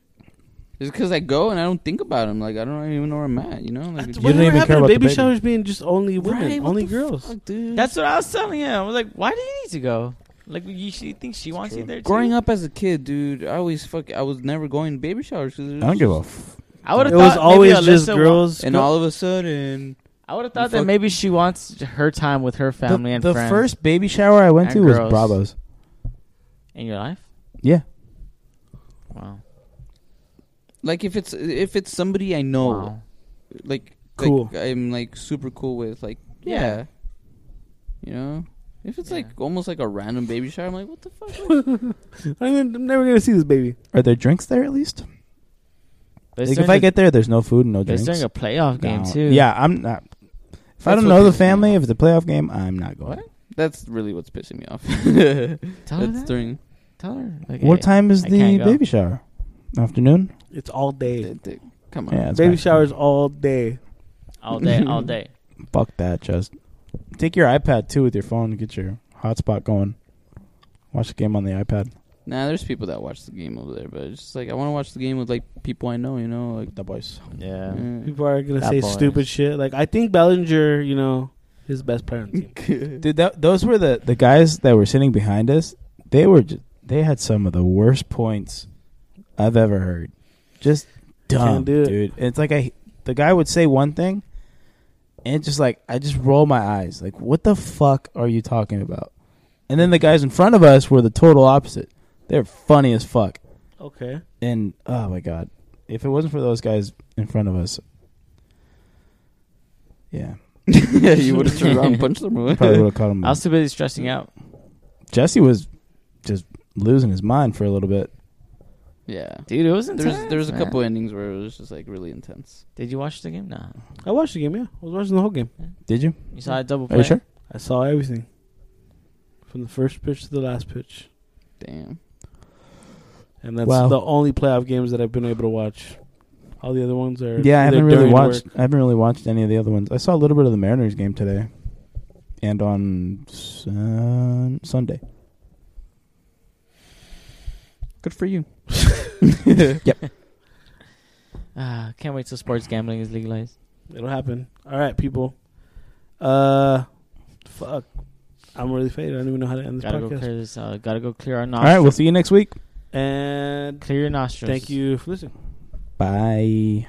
It's because I go and I don't think about them. Like I don't even know where I'm at. You know, like You don't even care to about the baby baby. showers being just only women, Right, what only the girls. fuck, dude. That's what I was telling him. I was like, why do you need to go? Like, you she thinks she wants you there. growing too? up as a kid, dude. I always fuck. I was never going to baby showers. 'cause it was I don't give a just- f- I would have it was thought maybe always just Alyssa wa- girls. And go- all of a sudden, I would have You thought that fuck- maybe she wants her time with her family the, and the friends. first baby shower I went And to girls. was Bravo's. in your life. Yeah. Wow. like if it's if it's somebody I Oh. know, Wow. like Cool. like, I'm like super cool with, like yeah, Yeah. you know. If it's Yeah. like almost like a random baby shower, I'm like, what the fuck? I'm gonna- I'm never gonna see this baby. Are there drinks there at least? But it's Like, if during I the- get there, there's no food and no it's drinks. during a playoff game No. too. Yeah, I'm not. If I That's don't what know the pisses me family, off. if it's a playoff game, I'm not going. What, That's really what's pissing me off. Tell her That's that. during Tell her. Like, hey, time is I the can't go. baby shower? Afternoon. It's all day. that- that- come on. Yeah, it's Baby fine. showers all day. All day, all day. Fuck that, just take your iPad too with your phone. Get your hotspot going. Watch the game on the iPad. Nah, there's people that watch the game over there, but it's just like I want to watch the game with like people I know, you know, like eh. The boys. Yeah. People are gonna That say boy. stupid shit. Like I think Bellinger, you know, his best player on Mm. the team. yeah. Dude, that, those were the the guys that were sitting behind us. They were just, they had some of the worst points I've ever heard. Just dumb, Can't do it. dude. It's like I the guy would say one thing, and it's just like I just roll my eyes. Like, what the fuck are you talking about? And then the guys in front of us were the total opposite. They're funny as fuck. Okay. And oh my god, if it wasn't for those guys in front of us, yeah, yeah, you would have turned around and punched them. probably would away. have caught him. I was too busy stressing out. Jesse was just losing his mind for a little bit. yeah. Dude, it was intense. There's there's a man. couple endings where it was just like really intense. Did you watch the game? Nah. I watched the game. Yeah, I was watching the whole game. Did you? You saw a double Are play? you sure? I saw everything from the first pitch to the last pitch, Damn. and that's Wow. the only playoff games that I've been able to watch. All the other ones are Yeah, I either haven't really during watched. work- I haven't really watched any of the other ones. I saw a little bit of the Mariners game today, and on sun, Sunday. Good for you. Ah, can't wait till sports gambling is legalized. It'll happen. All right, people. Uh, fuck. I'm really faded. I don't even know how to end this Gotta go podcast. clear this out. Gotta go clear our All nostrils. right, we'll see you next week. And Clear your nostrils. thank you for listening. Bye.